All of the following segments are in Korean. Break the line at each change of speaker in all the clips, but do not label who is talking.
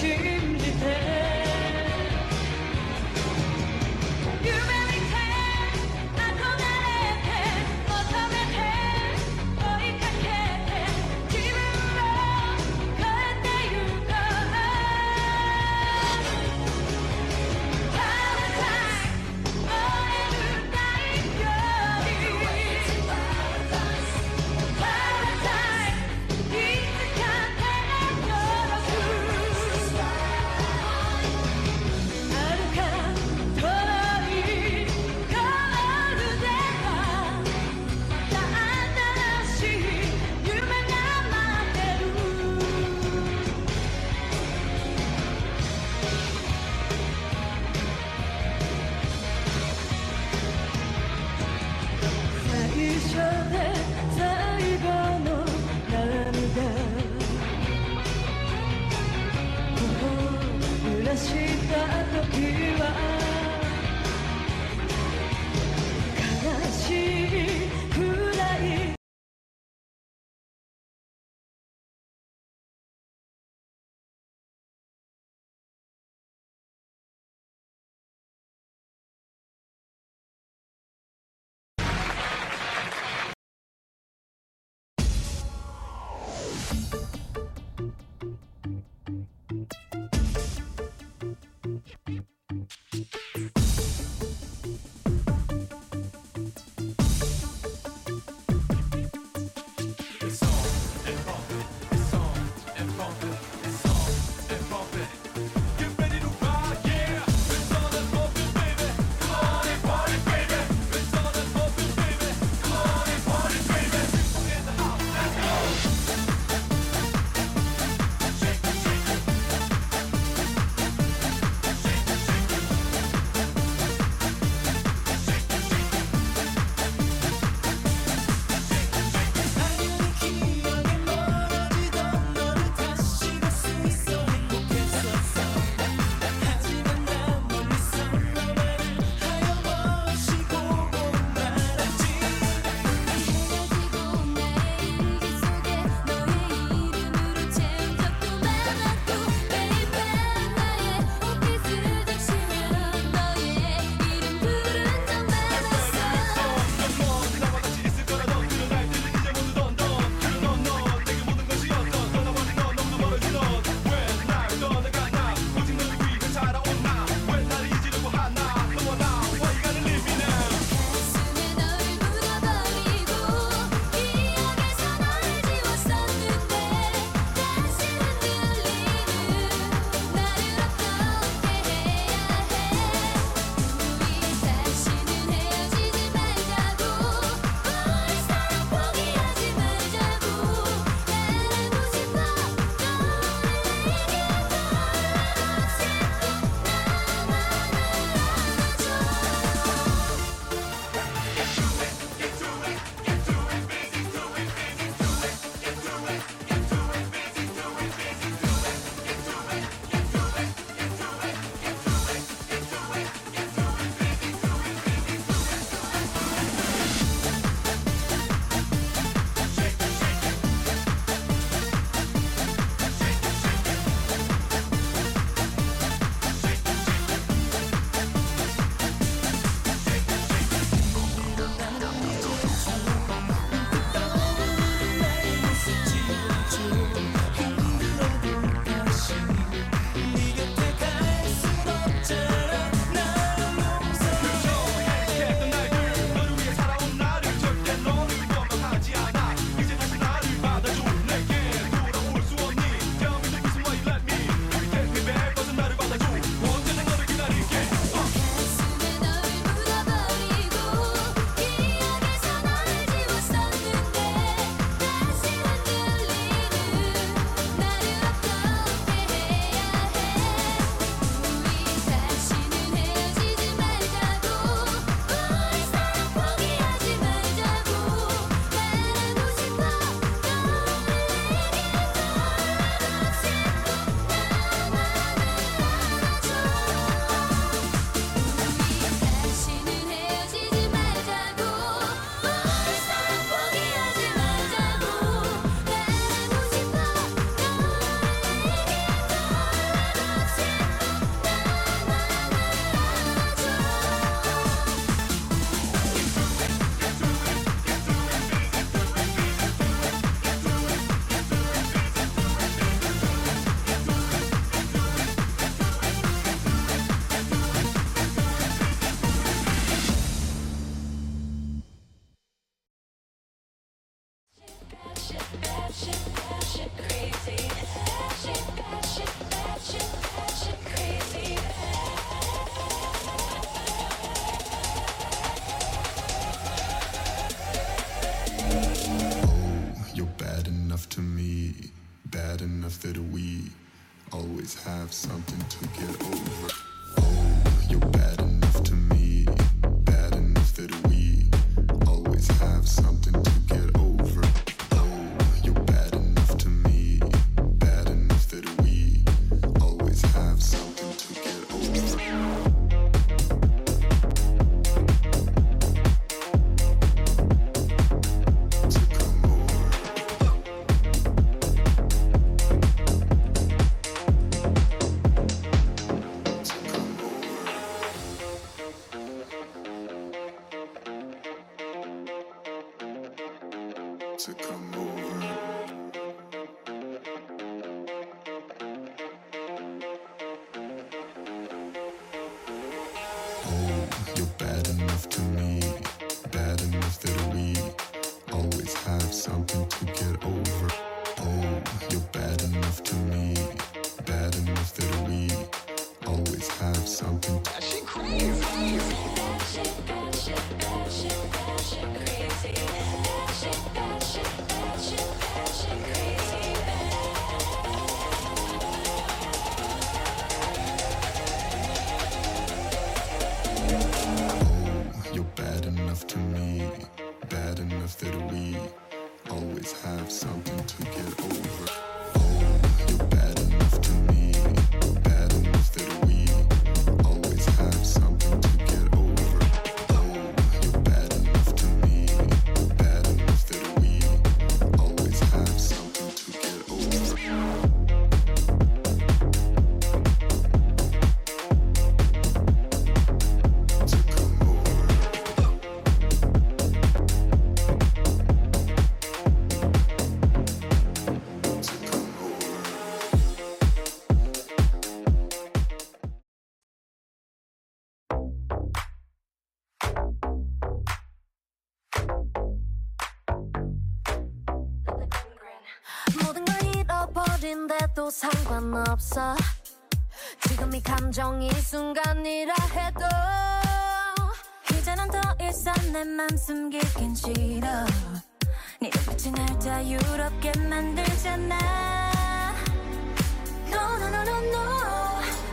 şimdi de
You really can. I know that I can. 어쩌면 해. 거기까지 해. 지금으로 건네줄 거야. Valentine, 너의 눈가의 별이. Valentine, 익숙한 내가 열어줄. 아득한 터널이 걸어오르다가 나한다시 유명한 맘대로
나이 셔대 살거너 나니다 호호 울었시다 또기와 가나시미 구라이
아니면 기억에 멀어지던 너를 다시 봤어 after the weed. Always have something to get over. Oh, you're bad enough to me. Bad enough that we always have something to get over. Oh, you're bad enough to me. Bad enough that we always have something to get over. To come over. To come over. to come over. Oh, you're bad enough to me, bad enough that we always have something to get over. Oh, you're bad enough to me, bad enough that we always have something to You're bad enough to me, bad enough that we always have something to get over. Oh, you're bad enough to me, bad enough that we always have something to get over. Oh, you're bad enough to me, bad enough that we always have something to get over. To come over. To come over.
모든 걸 잃어버린 데도 상관없어 지금 이 감정 이 순간이라 해도 이제는 더 이상 내 맘 숨기긴 싫어 네 눈빛이 날 자유롭게 만들잖아 No no no no no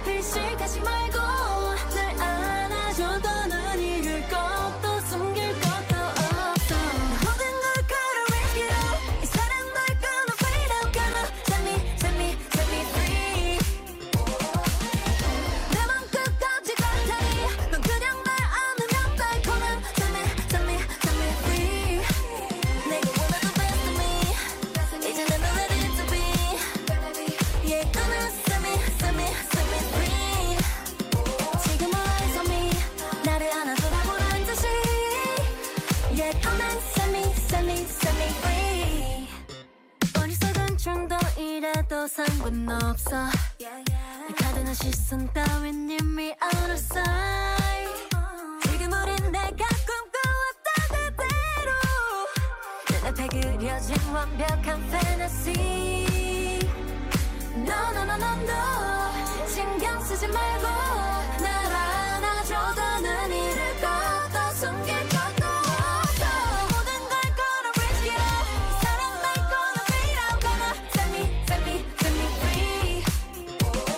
의식하지 말고 날 안아줘 더는 잃을 것도 숨길 것도 없어 모든 걸 gotta risk it all 이 사랑 널 gonna fade out gonna set me set me set me free 내 맘 끝까지 간다니 넌 그냥 날 안으면 달콤한 set me set me set me free 내가 원하던 best of me 이제 내 맘에 ready to be Yeah, gonna set me, set me, set me free. 지금 all eyes on me. 나를 안아 돌아보라는 듯이. 예, Yeah, come and set me, set me, set me free. 어리석은 충동 이래도 상관없어. 내 가둔 시선 따윈 이미 out of sight. 지금 우린 내가 꿈꿔왔던 그대로. 내 앞에 그려진 완벽한 fantasy. No, no, no, no, no. 신경 쓰지 말고 날 안아줘서는 잃을 것도 숨길 것도 없어. 모든 걸 gonna risk it all. 사랑 날 gonna fade out. Gonna set me, set me, set me free.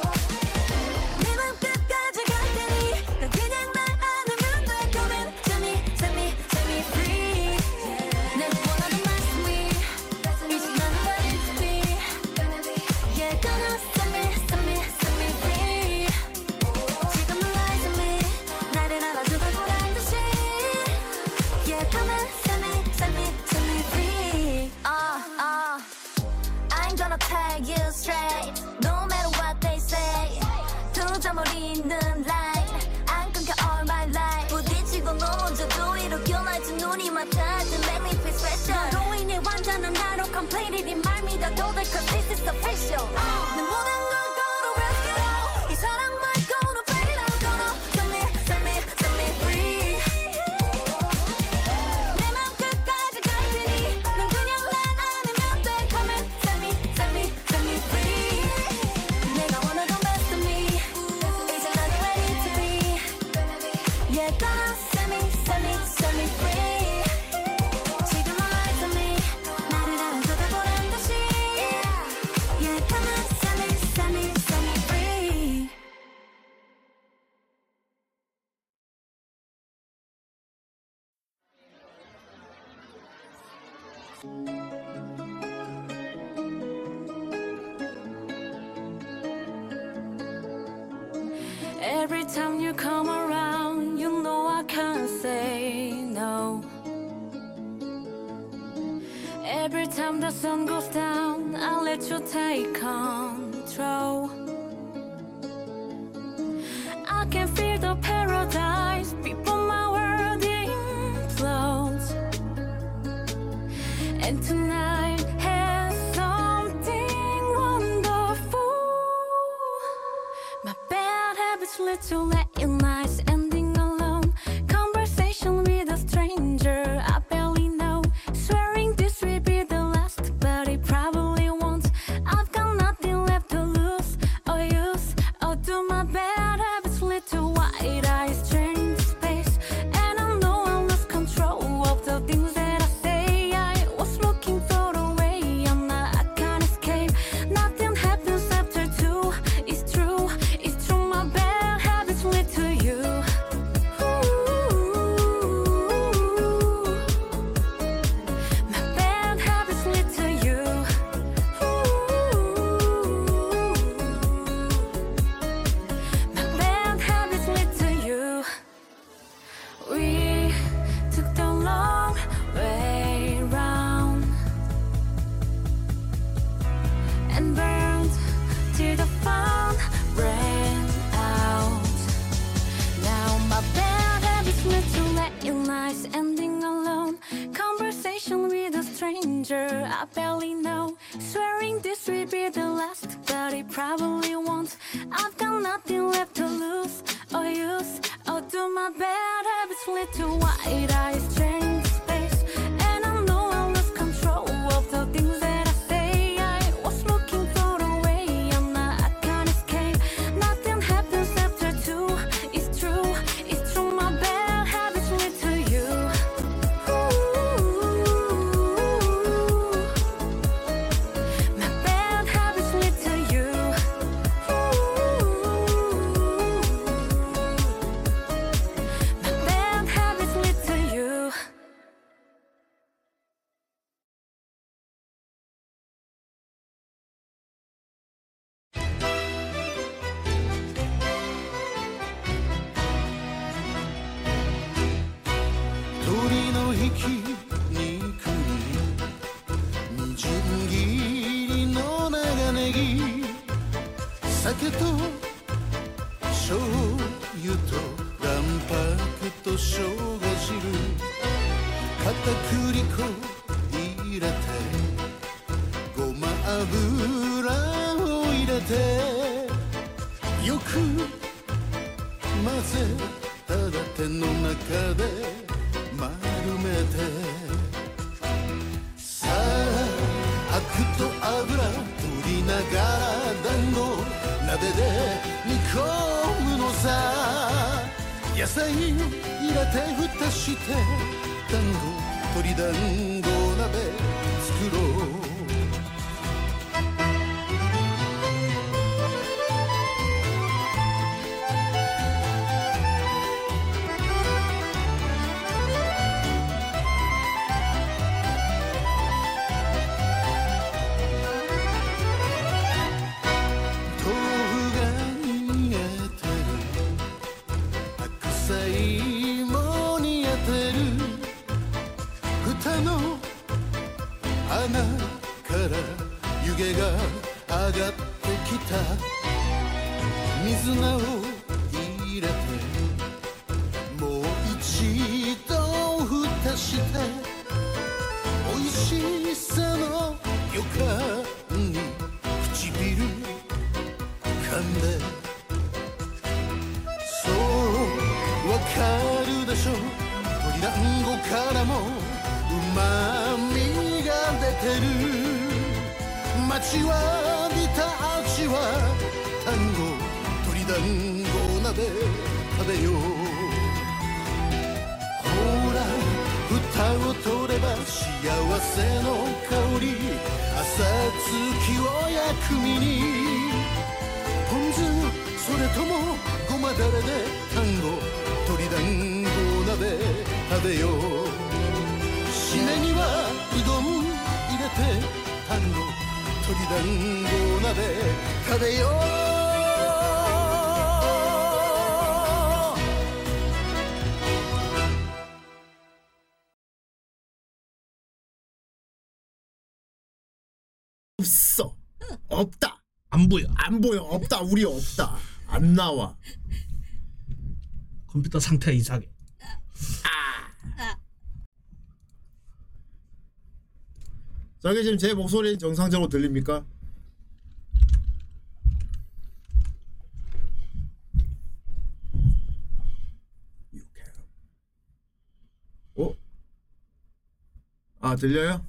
네 맘 끝까지 갈 테니 넌 그냥 날 안으면 돼. Come and set me, set me, set me free. 내 원하는 말 sweet. 이제 난 ready to be. Yeah, gonna set me, set me, set me free. 지금은 lies on me. 나를 알아주고 보란 듯이. Yeah, come and set me, set me, set me free. Uh, uh. I'm gonna tag you straight No matter what they say 두 점 어리는 line 안 끊겨 all my life 부딪히고 넘어져도 이렇게 나지 눈이 맞아 To make me feel special 너로 인해 완전한 나로 completed in my 믿어 도달 cause this is official 내 모든 걸 gonna risk it all 이 사랑 말 gonna fade out gonna set me set me set me free 내 맘 끝까지 갈 테니 넌 그냥 날 안으면 돼 Come and set me, set me, set me free 내가 원하던 best of me 이제 난 ready to be Yeah, gonna set me, set me, set me free 지금 all eyes on me 나를 알아줘도 보란 듯이 Yeah,
set me, set me, set me free.
Every time you come around, you know I can't say no. Every time the sun goes down, I let you take control. I can feel the paradise before my world implodes. And tonight has something wonderful. My bad habits led to late nights, ending alone. Conversation with a stranger I barely know. Swearing this will be the last, but it probably won't. I've got nothing left to lose or use. Or do my bad habits lead to wide eyes, strange space? And I know I lost control of the things that I say. I was looking for a way, and now I can't escape. Nothing happens after two. It's true, it's true. My bad habits lead to you. Ooh. My bad habits lead to you. Ooh. My bad habits lead to you. We took the long way round and burned till the fun ran out. Now my bad habits led to late nights, ending alone. Conversation with a stranger I barely know. Swearing this will be the last, but it probably won't. I've got nothing left to lose or use. Or do my bad habits lead to wide eyes, strange space? And I know I lost control of the things that I say. I was looking for a way, and now I can't escape. Nothing happens after two. It's true, it's true. My bad habits lead to you. Ooh. My bad habits lead to you. Ooh. My bad habits lead to you.
「鳥の引き肉にみじん切りの長ネギ」「酒と醤油と卵白と生姜汁」「片栗粉入れて」「ごま油を入れて」「よく混ぜたら手の中で丸めてさあアクと油取りながら団子鍋で煮込むのさ野菜入れて蓋して団子鶏団子鍋作ろう豆腐が似合ってる白菜も似合ってる蓋の穴から湯気が上がってきた水菜を入れてもう一度蓋して美味しさの予感に唇噛んでそうわかるでしょ鳥団子からもうまみが出てる街は見た味は単語鳥団子鍋食べようほら蓋蓋を取れば幸せの香り朝月を薬味にポン酢それともごまだれで単語鶏団子鍋食べよう締めにはうどん入れて単語鶏団子鍋食べよう
없어. 없다. 안 보여. 안 보여. 없다. 우리 없다. 안 나와. 컴퓨터 상태 이상해. 아. 저게 지금 제 목소리 정상적으로 들립니까? 어? 아 들려요?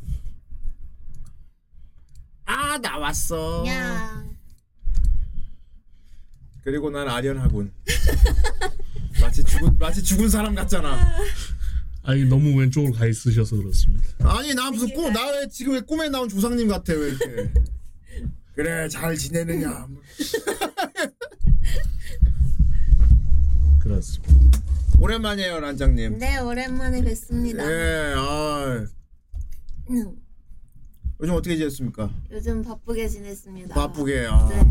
아 나왔어.
야.
그리고 난 아련하군. 마치 죽은 마치 죽은 사람 같잖아.
아니 너무 왼쪽으로 가 있으셔서 그렇습니다.
아니 나 무슨
그러니까.
꿈나왜 지금 왜 꿈에 나온 조상님 같아 왜 이렇게? 그래 잘 지내느냐?
그렇습니다.
오랜만이에요 란장님.
네, 오랜만에 뵙습니다.
예, 아
음,
요즘 어떻게 지냈습니까?
요즘 바쁘게 지냈습니다.
바쁘게. 아.
네.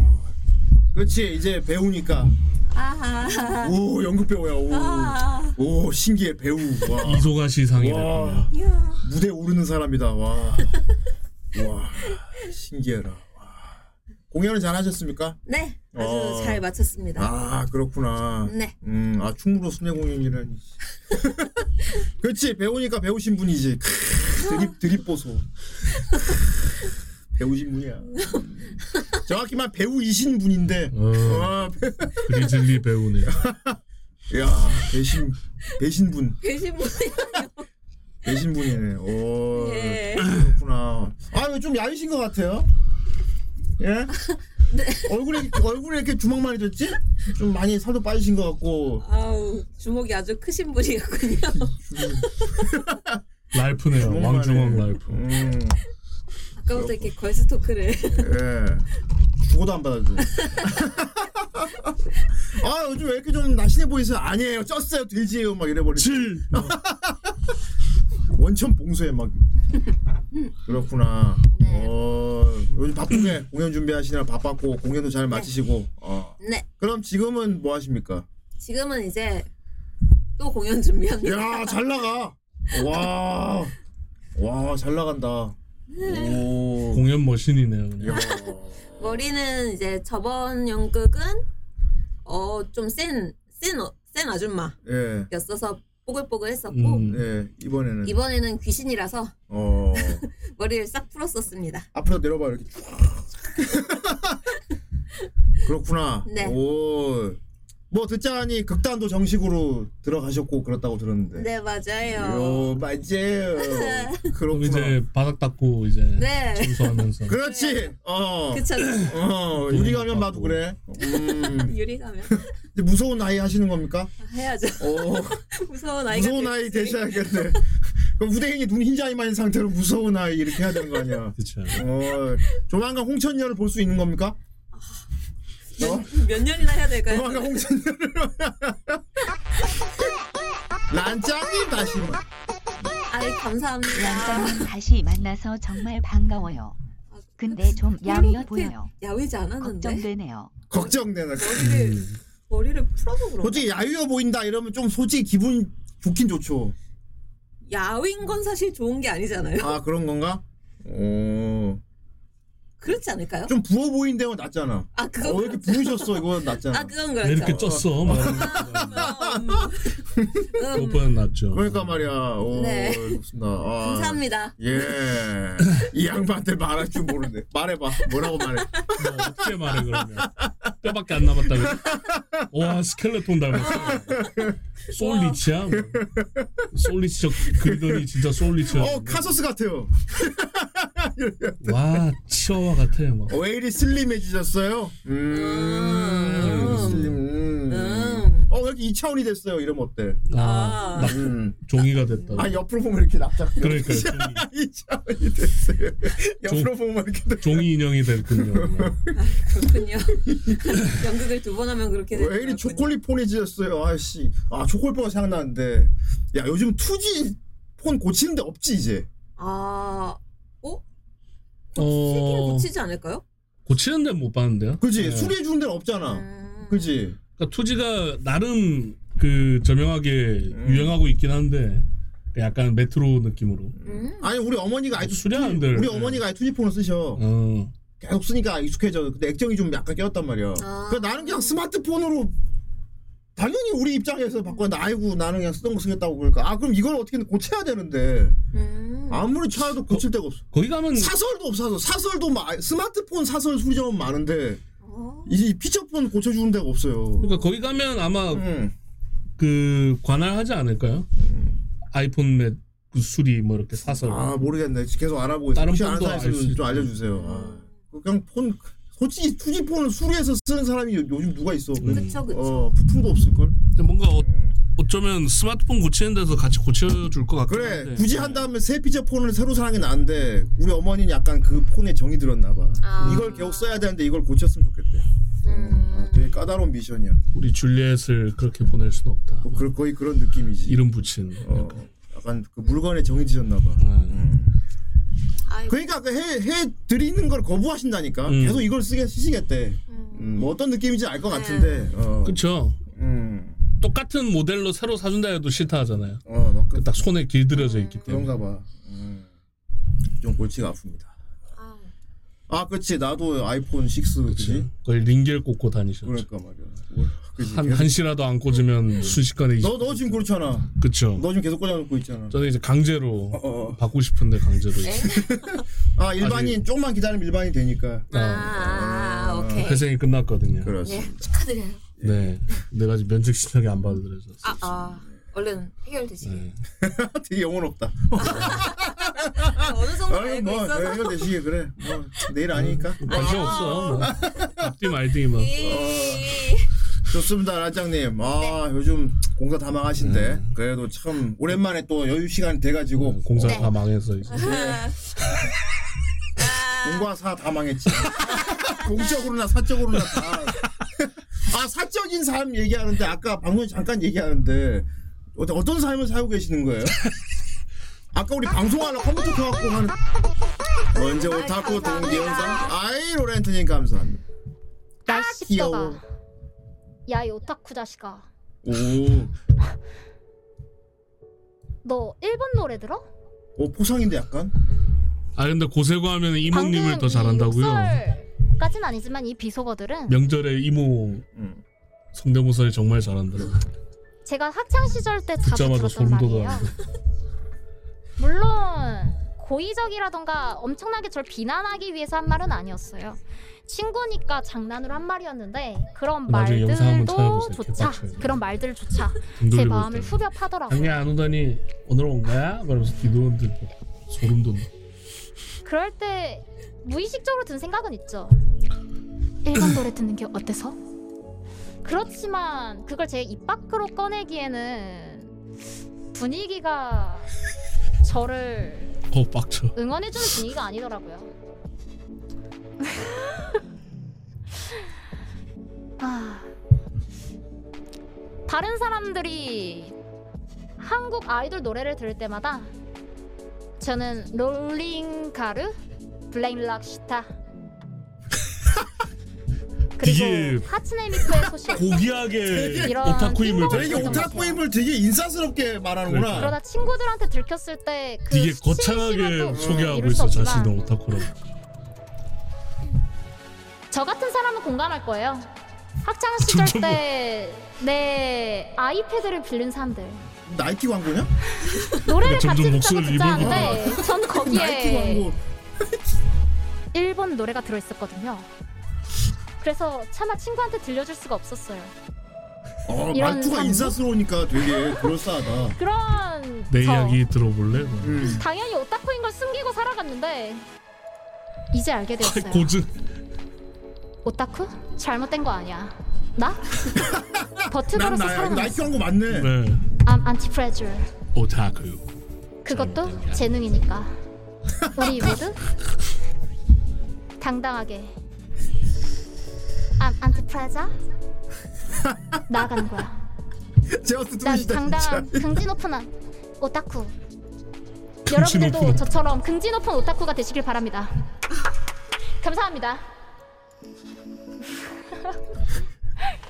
그렇지 이제 배우니까.
아하.
오 연극 배우야. 오,
아.
오 신기해 배우. 와.
이소가 시상이 됐군요.
와
야.
무대 오르는 사람이다. 와. 와 신기해라. 와. 공연을 잘 하셨습니까?
네, 아주
어.
잘 마쳤습니다.
아 그렇구나.
네.
음, 아 충무로 순회 공연이라니. 그렇지 배우니까 배우신 분이지. 크, 드립 드립 보소. 배우신 분이야. 음. 정확히만 배우이신 분인데.
어,
와, 배-
그리즐리 배우네.
야 배신 배신 분
계신 분이
배신 분이네. 오
예.
그렇구나. 아좀 야이신 것 같아요. 예? 얼굴에 얼굴에 이렇게 주먹만 해졌지? 좀 많이 살도 빠지신 것 같고.
아우, 주먹이 아주 크신 분이었군요.
랄프네요.
주먹만
왕중왕
해.
랄프.
음.
아까부터 이렇게 걸스토크를.
예. 죽어도 안 받아줘. 아 요즘 왜 이렇게 좀 날씬해 보이세요? 아니에요, 쪘어요, 돼지예요, 막 이래 버리지.
질.
원천 봉쇄 막. 그렇구나.
네.
어, 요즘 바쁘게 공연 준비하시느라 바빴고 공연도 잘 마치시고. 어.
네,
그럼 지금은 뭐 하십니까?
지금은 이제 또 공연 준비합니다.
야, 잘 나가. 와, 와, 잘 나간다.
음.
오,
공연 머신이네요. 그냥.
야,
머리는 이제 저번 연극은 어, 좀 센, 센, 어- 센 아줌마였어서
예,
뽀글뽀글 했었고,
음.
예, 이번에는
이번에는 귀신이라서
어.
머리를 싹 풀었었습니다.
앞으로 내려봐 이렇게 쭉. 그렇구나.
네.
오. 뭐 듣자하니 극단도 정식으로 들어가셨고 그렇다고 들었는데.
네 맞아요.
요 맞아요.
그럼
그렇구나.
이제 바닥 닦고 이제
네.
청소하면서
네. 그렇지. 어.
그쵸.
어. 유리 가면 봐도 그래. 음.
유리가면
근데 무서운 나이 하시는 겁니까?
해야죠.
어.
무서운 아이가.
무서운
되-
나이 되셔야겠네. 그럼 우대행이 눈 흰자이만인 상태로 무서운 아이 이렇게 해야 되는 거 아니야?
그쵸.
어. 조만간 홍천녀를 볼 수 있는 겁니까? 어?
몇 년이나 해야 될까요?
도망가 홍천년을 란짱이 다시 마-
아이 감사합니다.
랑짱님 다시 만나서 정말 반가워요. 근데 좀 야위어 보여요.
야위지 않았는데
걱정되네요.
걱정되나
머리를 머리를 풀어서 그런.
솔직히 야유어 보인다 이러면 좀 솔직히 기분 좋긴 좋죠
야윈 건 사실 좋은 게 아니잖아요.
아 그런 건가? 어좀
그렇지 않을까요?
부어 보인다면 낫잖아
아
어
그건
왜 이렇게 부으셨어 이거 낫잖아
아 그건
왜
그렇죠.
이렇게 쪘어? 막
음, 음,
오빠는 낫죠.
그러니까 말이야 오
네.
좋습니다 아,
감사합니다.
예이 양반한테 말할 줄 모르네 말해봐 뭐라고 말해
뭐 어떻게 말해 그러면 뼈밖에 안 남았다. 그래. 와 스켈레톤 닮았어. 솔리치야? 뭐. 솔리치 저 그리더니 진짜 솔리치.
어 카소스 같아요
와 치어와 같아. 막.
어, 왜 이리 슬림해지셨어요? 음,
음.
슬림. 음.
음.
어, 왜 이렇게 갑자기 2차원이 됐어요. 이러면 어때?
아, 나
음.
종이가 됐다.
아 옆으로 보면 이렇게 납작.
그러니까
이 차원이 됐어요. 옆으로 보면 이렇게 돼.
종이 인형이 됐군요.
그렇군요. 연극을 두 번 하면
어,
그렇게 되는
왜 이리
거군요.
아,
초콜릿 폰이 지었어요. 아씨, 아 초콜릿 폰 생각나는데, 야 요즘 2G 폰 고치는 데 없지 이제.
아, 어? 세기를
어,
고치지 않을까요?
고치는 데는 못 봤는데요.
그지?
네.
수리해 주는 데는 없잖아.
음,
그지?
그러니까 투지가 나름 그 저명하게
음.
유행하고 있긴 한데 그 약간 메트로 느낌으로.
음.
아니 우리 어머니가 아예
수리하는 데를. 네.
우리 어머니가 아예 2G 폰을 쓰셔.
어,
계속 쓰니까 익숙해져. 근데 액정이 좀 약간 깨었단 말이야.
아.
그러니까 나는 그냥 스마트폰으로 당연히 우리 입장에서 바꿨는데 아이고 나는 그냥 쓰던 거 쓰겠다고 그러니까 아 그럼 이걸 어떻게 고쳐야 되는데
음.
아무리 찾아도 고칠 데가 없어.
거기 가면
사설도 없어서 사설도 마, 스마트폰 사설 수리점은 많은데
어.
이 피처폰 고쳐주는 데가 없어요.
그러니까 거기 가면 아마
응.
그 관할하지 않을까요? 아이폰 맷 수리 뭐 이렇게 사서
음. 아 모르겠네. 계속 알아보고 있어요.
다른
혹시 아는
폰도
사람
알수
있으면 좀
있죠.
알려주세요. 아, 그냥 폰 솔직히 투지 폰을 수리해서 쓰는 사람이 요- 요즘 누가 있어?
음.
그쵸, 그쵸.
어 부품도 없을 걸.
근데 뭔가 어,
음.
어쩌면 스마트폰 고치는 데서 같이 고쳐줄 것 같긴
그래
한데.
굳이 한 다음에 새 피처폰을 새로 사는 게 나은데 우리 어머니는 약간 그 폰에 정이 들었나 봐.
아. 음.
이걸 계속 써야 되는데 이걸 고쳤으면 좋겠대. 아, 되게 까다로운 미션이야.
우리 줄리엣을 그렇게 보낼 수는 없다.
뭐 그- 거의 그런 느낌이지.
이름 붙인.
어, 음. 약간 그 물건에 정이 지셨나 봐.
아.
아이고.
그러니까 그 해, 해 드리는 걸 거부하신다니까.
음.
계속 이걸 쓰게 쓰시겠대. 음, 뭐 어떤 느낌인지 알
네.
것 같은데. 어.
그렇죠.
음.
똑같은 모델로 새로 사준다 해도 싫다 하잖아요.
어, 너 그,
딱 손에 길들여져 있기 때문에.
그런가 봐. 음. 좀 골치가 아픕니다.
아.
아, 그렇지. 나도 아이폰 6 그지?
그렇죠. 거의 링겔 꽂고 다니셨죠.
그러니까 말이야. 뭘- 그지?
한 한시라도 안 꽂으면 순식간에 이-
음. 너, 너 지금 그렇잖아.
그쵸.
너 지금 계속 꽂아놓고 있잖아.
저는 이제 강제로
어, 어.
받고 싶은데 강제로
아, 일반인 조금만 기다리면 일반인 되니까.
아, 아, 아, 오케이.
회생이 끝났거든요.
그렇지.
예, 축하드려요.
네, 내가 지금 면책 신청이 안 받아들여서.
아, 아. 얼른 해결되시길.
네.
되게 영혼 없다.
아, 어느 정도
아유,
알고
뭐
있어서.
내일 되시게 그래. 뭐 내일 아니니까.
관심
아.
없어. 뭐. 앞뒤 말등이만.
예. 이-
좋습니다, 라장님. 아 요즘 공사 다 망하신데 그래도 참 오랜만에 또 여유 시간 돼가지고
음, 공사
네.
다 망해서 이제.
아. 공과 사 다 망했지. 공적으로나 사적으로나 다. 아 사적인 삶 얘기하는데 아까 방송에 잠깐 얘기하는데 어때- 어떤 삶을 살고 계시는 거예요? 아까 우리 방송하려 컴퓨터 켜갖고 하는 언제 오타쿠 동기 영상 아이 로렌트님 감사합니다.
야
귀여워.
씹어봐 아, 야이 오타쿠 자식아
오,
너 일본 노래 들어?
오 포상인데 약간
아 근데 고세고 하면 이모님을
방금
더 잘한다고요.
이 까진 아니지만 이 비속어들은
명절에 이모
음.
성대모사를 정말 잘한다.
제가 학창 시절 때 자주
듣자마자
들었던
소름
말이에요.
돋아.
물론 고의적이라던가 엄청나게 절 비난하기 위해서 한 말은 아니었어요. 친구니까 장난으로 한 말이었는데 그런
나중에 영상 한번
말들도
찾아보세요.
조차
개빡쳐요.
그런 말들조차 제 마음을 후벼 파더라고요.
당연히 안 오다니 오늘 온 거야? 말하면서 뒤돌아 들고 소름 돋네.
그럴 때 무의식적으로 든 생각은 있죠. 일반 노래 듣는 게 어때서? 그렇지만 그걸 제 입 밖으로 꺼내기에는 분위기가 저를
더 빡쳐.
응원해주는 분위기가 아니더라고요. 아, 다른 사람들이 한국 아이돌 노래를 들을 때마다 저는 롤링 가르 블레인 락시타
되게
그리고 하츠네미코의 소식
고귀하게
이런
오타쿠임을
띵동을
되게
그런 거 같아요.
오타쿠임을 되게 인사스럽게 말하는구나.
그러다 친구들한테 들켰을 때그 음,
되게 거창하게 소개하고 있어 자신을 오타쿠로.
저 같은 사람은 공감할 거예요.
아,
학창
좀,
시절
좀
때 네. 내 아이패드를 빌린 사람들
나이키 광고냐?
노래를
점점
같이 듣자고
목소리를
듣자
입어봐.
하는데 전
나이키
거기에
광고.
일본 노래가 들어있었거든요. 그래서 차마 친구한테 들려줄 수가 없었어요.
어,
이런
말투가
광고?
인사스러우니까 되게 그럴싸하다.
그런
내
저
이야기 들어볼래? 뭐.
음.
당연히
아,
오타쿠인 걸 숨기고 살아갔는데 이제 알게
아이,
되었어요.
고증
오타쿠? 그 잘못된 거 아니야. 나?
난
버튼으로서
나야.
살아남았어.
나이키 한거 맞네.
네.
I'm anti-pressure.
오타쿠.
그것도 재능이니까. 우리 모두 당당하게. I'm anti-pressure. 나가는 거야.
제어스
난
들으시다 진짜.
당당한 긍지 높은 한 오타쿠. 여러분들도
높은
저처럼 긍지 높은 오타쿠가 되시길 바랍니다. 감사합니다.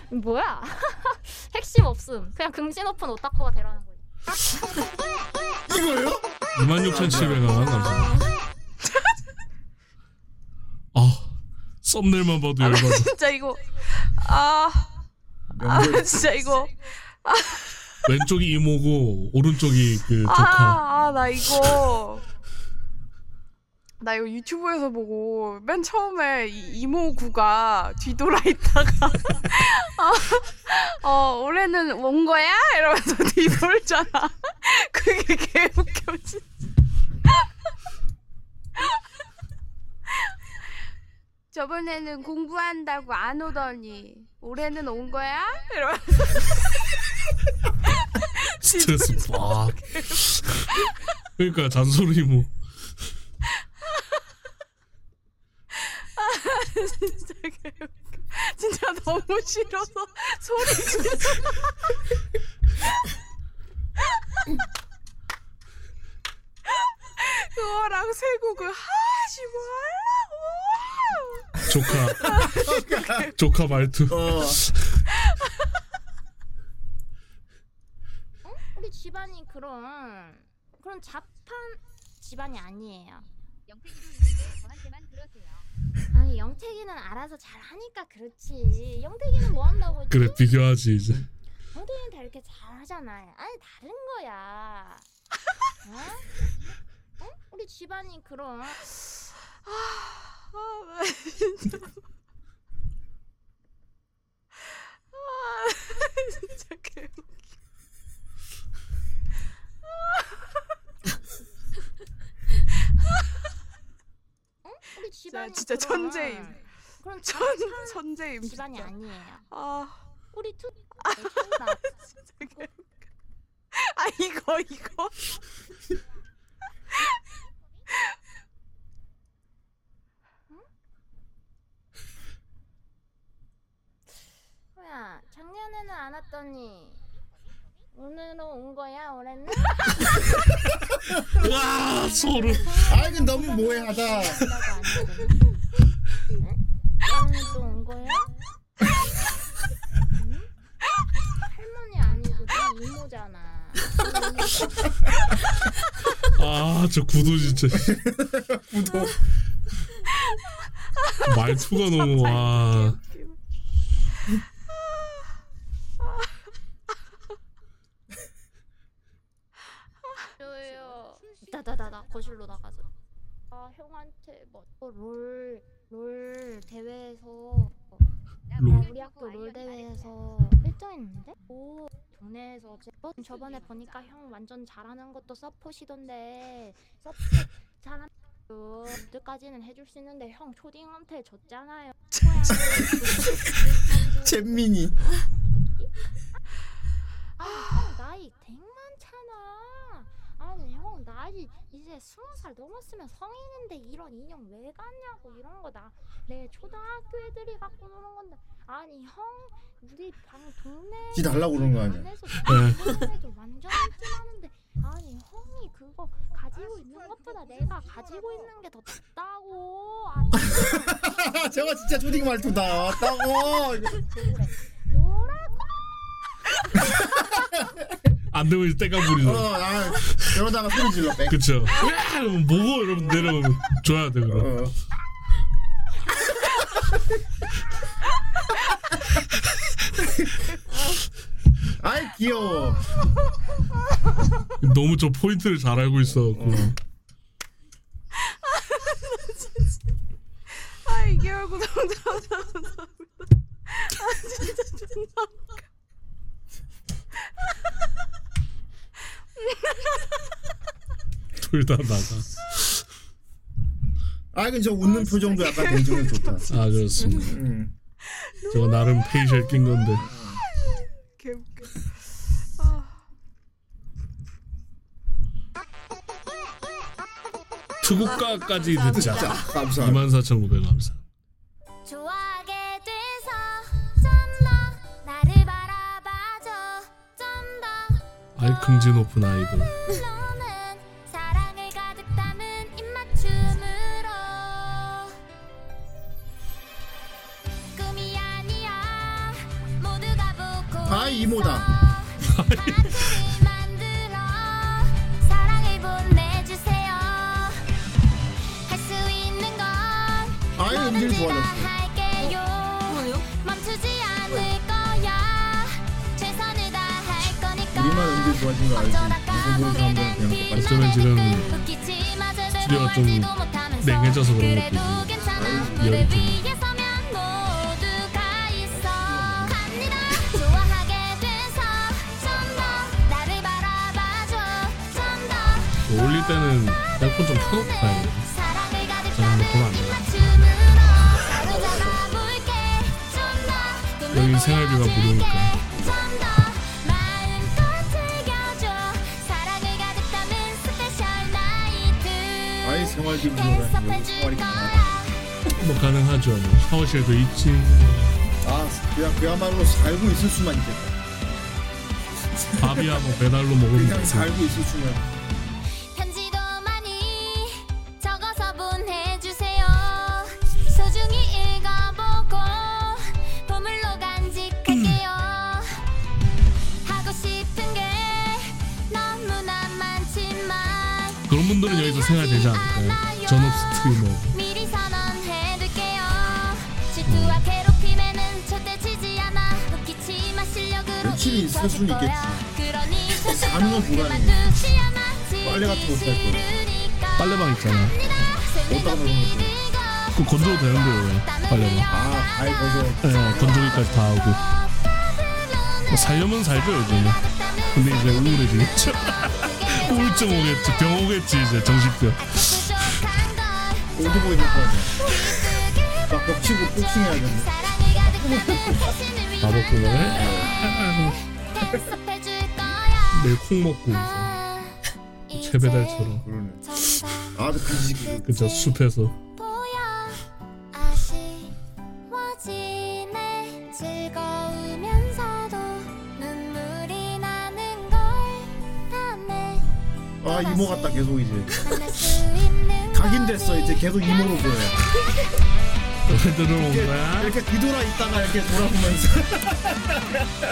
뭐야? 핵심 없음. 그냥 긍지 높은 오타쿠가 되라는 거예요.
이거요?
26,700원 감사합니다. 아 썸네일만 봐도 열받아.
진짜 이거 아, 아 진짜 이거 아.
왼쪽이 이모고 오른쪽이 그 조카.
아, 아, 나 이거. 나 이거 유튜브에서 보고 맨 처음에 이, 이모구가 뒤돌아 있다가 어, 어, 올해는 온 거야? 이러면서 뒤돌잖아. 그게 개웃겨 진짜. 저번에는 공부한다고 안 오더니 올해는 온 거야? 이러면서
스트레스 빡. 그러니까 잔소리 뭐.
진짜 개웃겨. 진짜 너무 싫어서 소리 지르 그거랑 세국을 하지 말라고 아,
조카
그러니까.
조카 말투
어.
어? 우리 집안이 그런 그런 잡한 집안이 아니에요. 아니 영택이는 알아서 잘 하니까 그렇지. 영택이는 뭐 한다고 했지?
그래 비교하지 이제
영택이는 다 이렇게 잘 하잖아. 아니 다른 거야. 어? 어? 우리 집안이 어? 그런
아, 나 진짜 아, 진짜 개웃겨
우리 집안이
진짜
아,
그런-
천재임.
그런
천 천재임
집안이
진짜
아니에요.
아
우리 투 애견다.
진짜 개웃겨 아 이거 이거
뭐야 작년에는 안 왔더니 오늘로 온 거야 올해는?
와 소름
아 이건 너무 모해하다.
또온 거야? 응? 할머니 아니고 네 이모잖아.
아 저 구도 진짜
구독.
말투가 너무 아, 와
웃기네.
저요. 나나나나 거실로 나가서. 아 형한테 뭐롤롤 대회에서 아,
롤
우리 학교 롤 대회에서 1등했는데? 오 동네에서 제- 어, 저번에 보니까 형 완전 잘하는 것도 서포시던데 서포 잘하는 그때까지는 해줄 수 있는데 형 초딩한테 졌잖아요.
잼민이.
형 나이 되게 많잖아. 아니 형 나이 이제 스무 살 넘었으면 성인인데 이런 인형 왜 갖냐고 이런 거 나 내 초등학교 애들이 갖고 노는 건데 아니 형 우리 방 동네
지 달라고 그런 거 아니야?
안에서
예,
다른 애들 완전 찜하는데 아니 형이 그거 가지고 있는 것보다 내가 가지고 있는 게 더 낫다고 아
아, 제가 진짜 초딩 말투다. 왔다고.
그래 노라
안 되면 이제 때가
어,
부리죠
아, 이러다가 소리 질러. 뺑.
그쵸 으아! 이러면 뭐고 여러분 내려면 줘야 돼 그럼
어. 아이 귀여워.
너무 저 포인트를 잘 알고 있어갖고
아 이게 얼굴 감사합니다 아 진짜 존나 웃겨.
둘 다 나가
아, 근저 웃는 표정도 약간 굉장히 좋다.
아 그렇습니다.
음.
저거 나름 페이셜 낀 건데.
개웃겨. 아.
투국가까지
아,
듣자.
듣자. 감사합니다.
24,900 감사.
좋아하게 돼서 좀 더 나를 바라봐줘 좀 더
알큼지 높은 아이돌.
너는 사랑을 가득 담은 입맞춤으로 꿈이 아니야 모두가 보고
아, 이모다.
하트를 만들어 사랑을 보내주세요 할 수 있는 건
아이, 음질 좋아졌어.
할게요 멈추지 않을 거야 최선을 다할 거니까
우리만 음질 좋아진 거 알지? 무슨 그런 사람들은 그냥 똑같이.
어쩌면 지금
웃기지마 제대로
스튜디오가 좀
알지도 못하면서
냉해져서 그런
그래도
것도 있고.
괜찮아
이열이
너를
좀.
위해서면 모두가 있어 갑니다 좋아하게 돼서 좀 더 나를 바라봐줘 좀더
올릴 때는 에어컨 좀 켜놓고 가야 돼.
사랑을 가득
저는 보면 안 돼.
맞춤으로 사로잡아볼게 좀더
여긴 생활비가 무료니까.
좀더 마음껏 즐겨줘 사랑을 가득 담은 스페셜 나이트
아이, 생활비 문제가 아니고 생활이 강하다.
뭐 가능하죠. 뭐 샤워실도 있지.
아, 그야, 그야말로 살고 있을 수만 있겠다.
밥이야 뭐 배달로 먹으면
그냥
되고.
살고 있을 수만.
편지도 많이 적어서 보내주세요 소중히 읽어보고 보물로 간직할게요 하고 싶은 게 너무나 많지만
그런 분들은 여기서 생활되지
아,
않을까요? 전업 스트리머.
미리 선언해둘게요 질투와 괴롭힘에는 절대 지지 않아 웃기지 마 실력으로
며칠이 있을
잊혀질
수는
거야. 그러니
사는 건 불가능해.
그만두지 않아
빨래 같은 거못할 거야.
싫으니까
빨래방 있잖아.
어디다가 넣는 거야?
그거 건조도 되는데 왜? 빨래방.
아, 아이, 거기서.
예, 건조기까지 다 하고. 뭐 살려면 살죠 요즘에. 근데 이제 우울해지겠죠. 우울증 오겠지, 병 오겠지 이제 정신병.
부족한 걸
오디보 있는 거 아니야? 막 벽치고 복싱해야겠네.
사랑을 가득 담은 당신을 위한
나보고는
대답해줄 거야
매일 콩 먹고 이제
아, 이제
채배달처럼
그러네.
전부
아, 근데 그 시기.
그저 숲에서
보여 아쉬워지네 즐거우면서도 눈물이 나는 걸 아네
아, 이모 같다, 계속 이제.
만날 수 있는
각인됐어, 이제 계속 이모로 보여.
노래 들으러 온 거야.
이렇게 뒤돌아 있다가 이렇게 돌아보면서.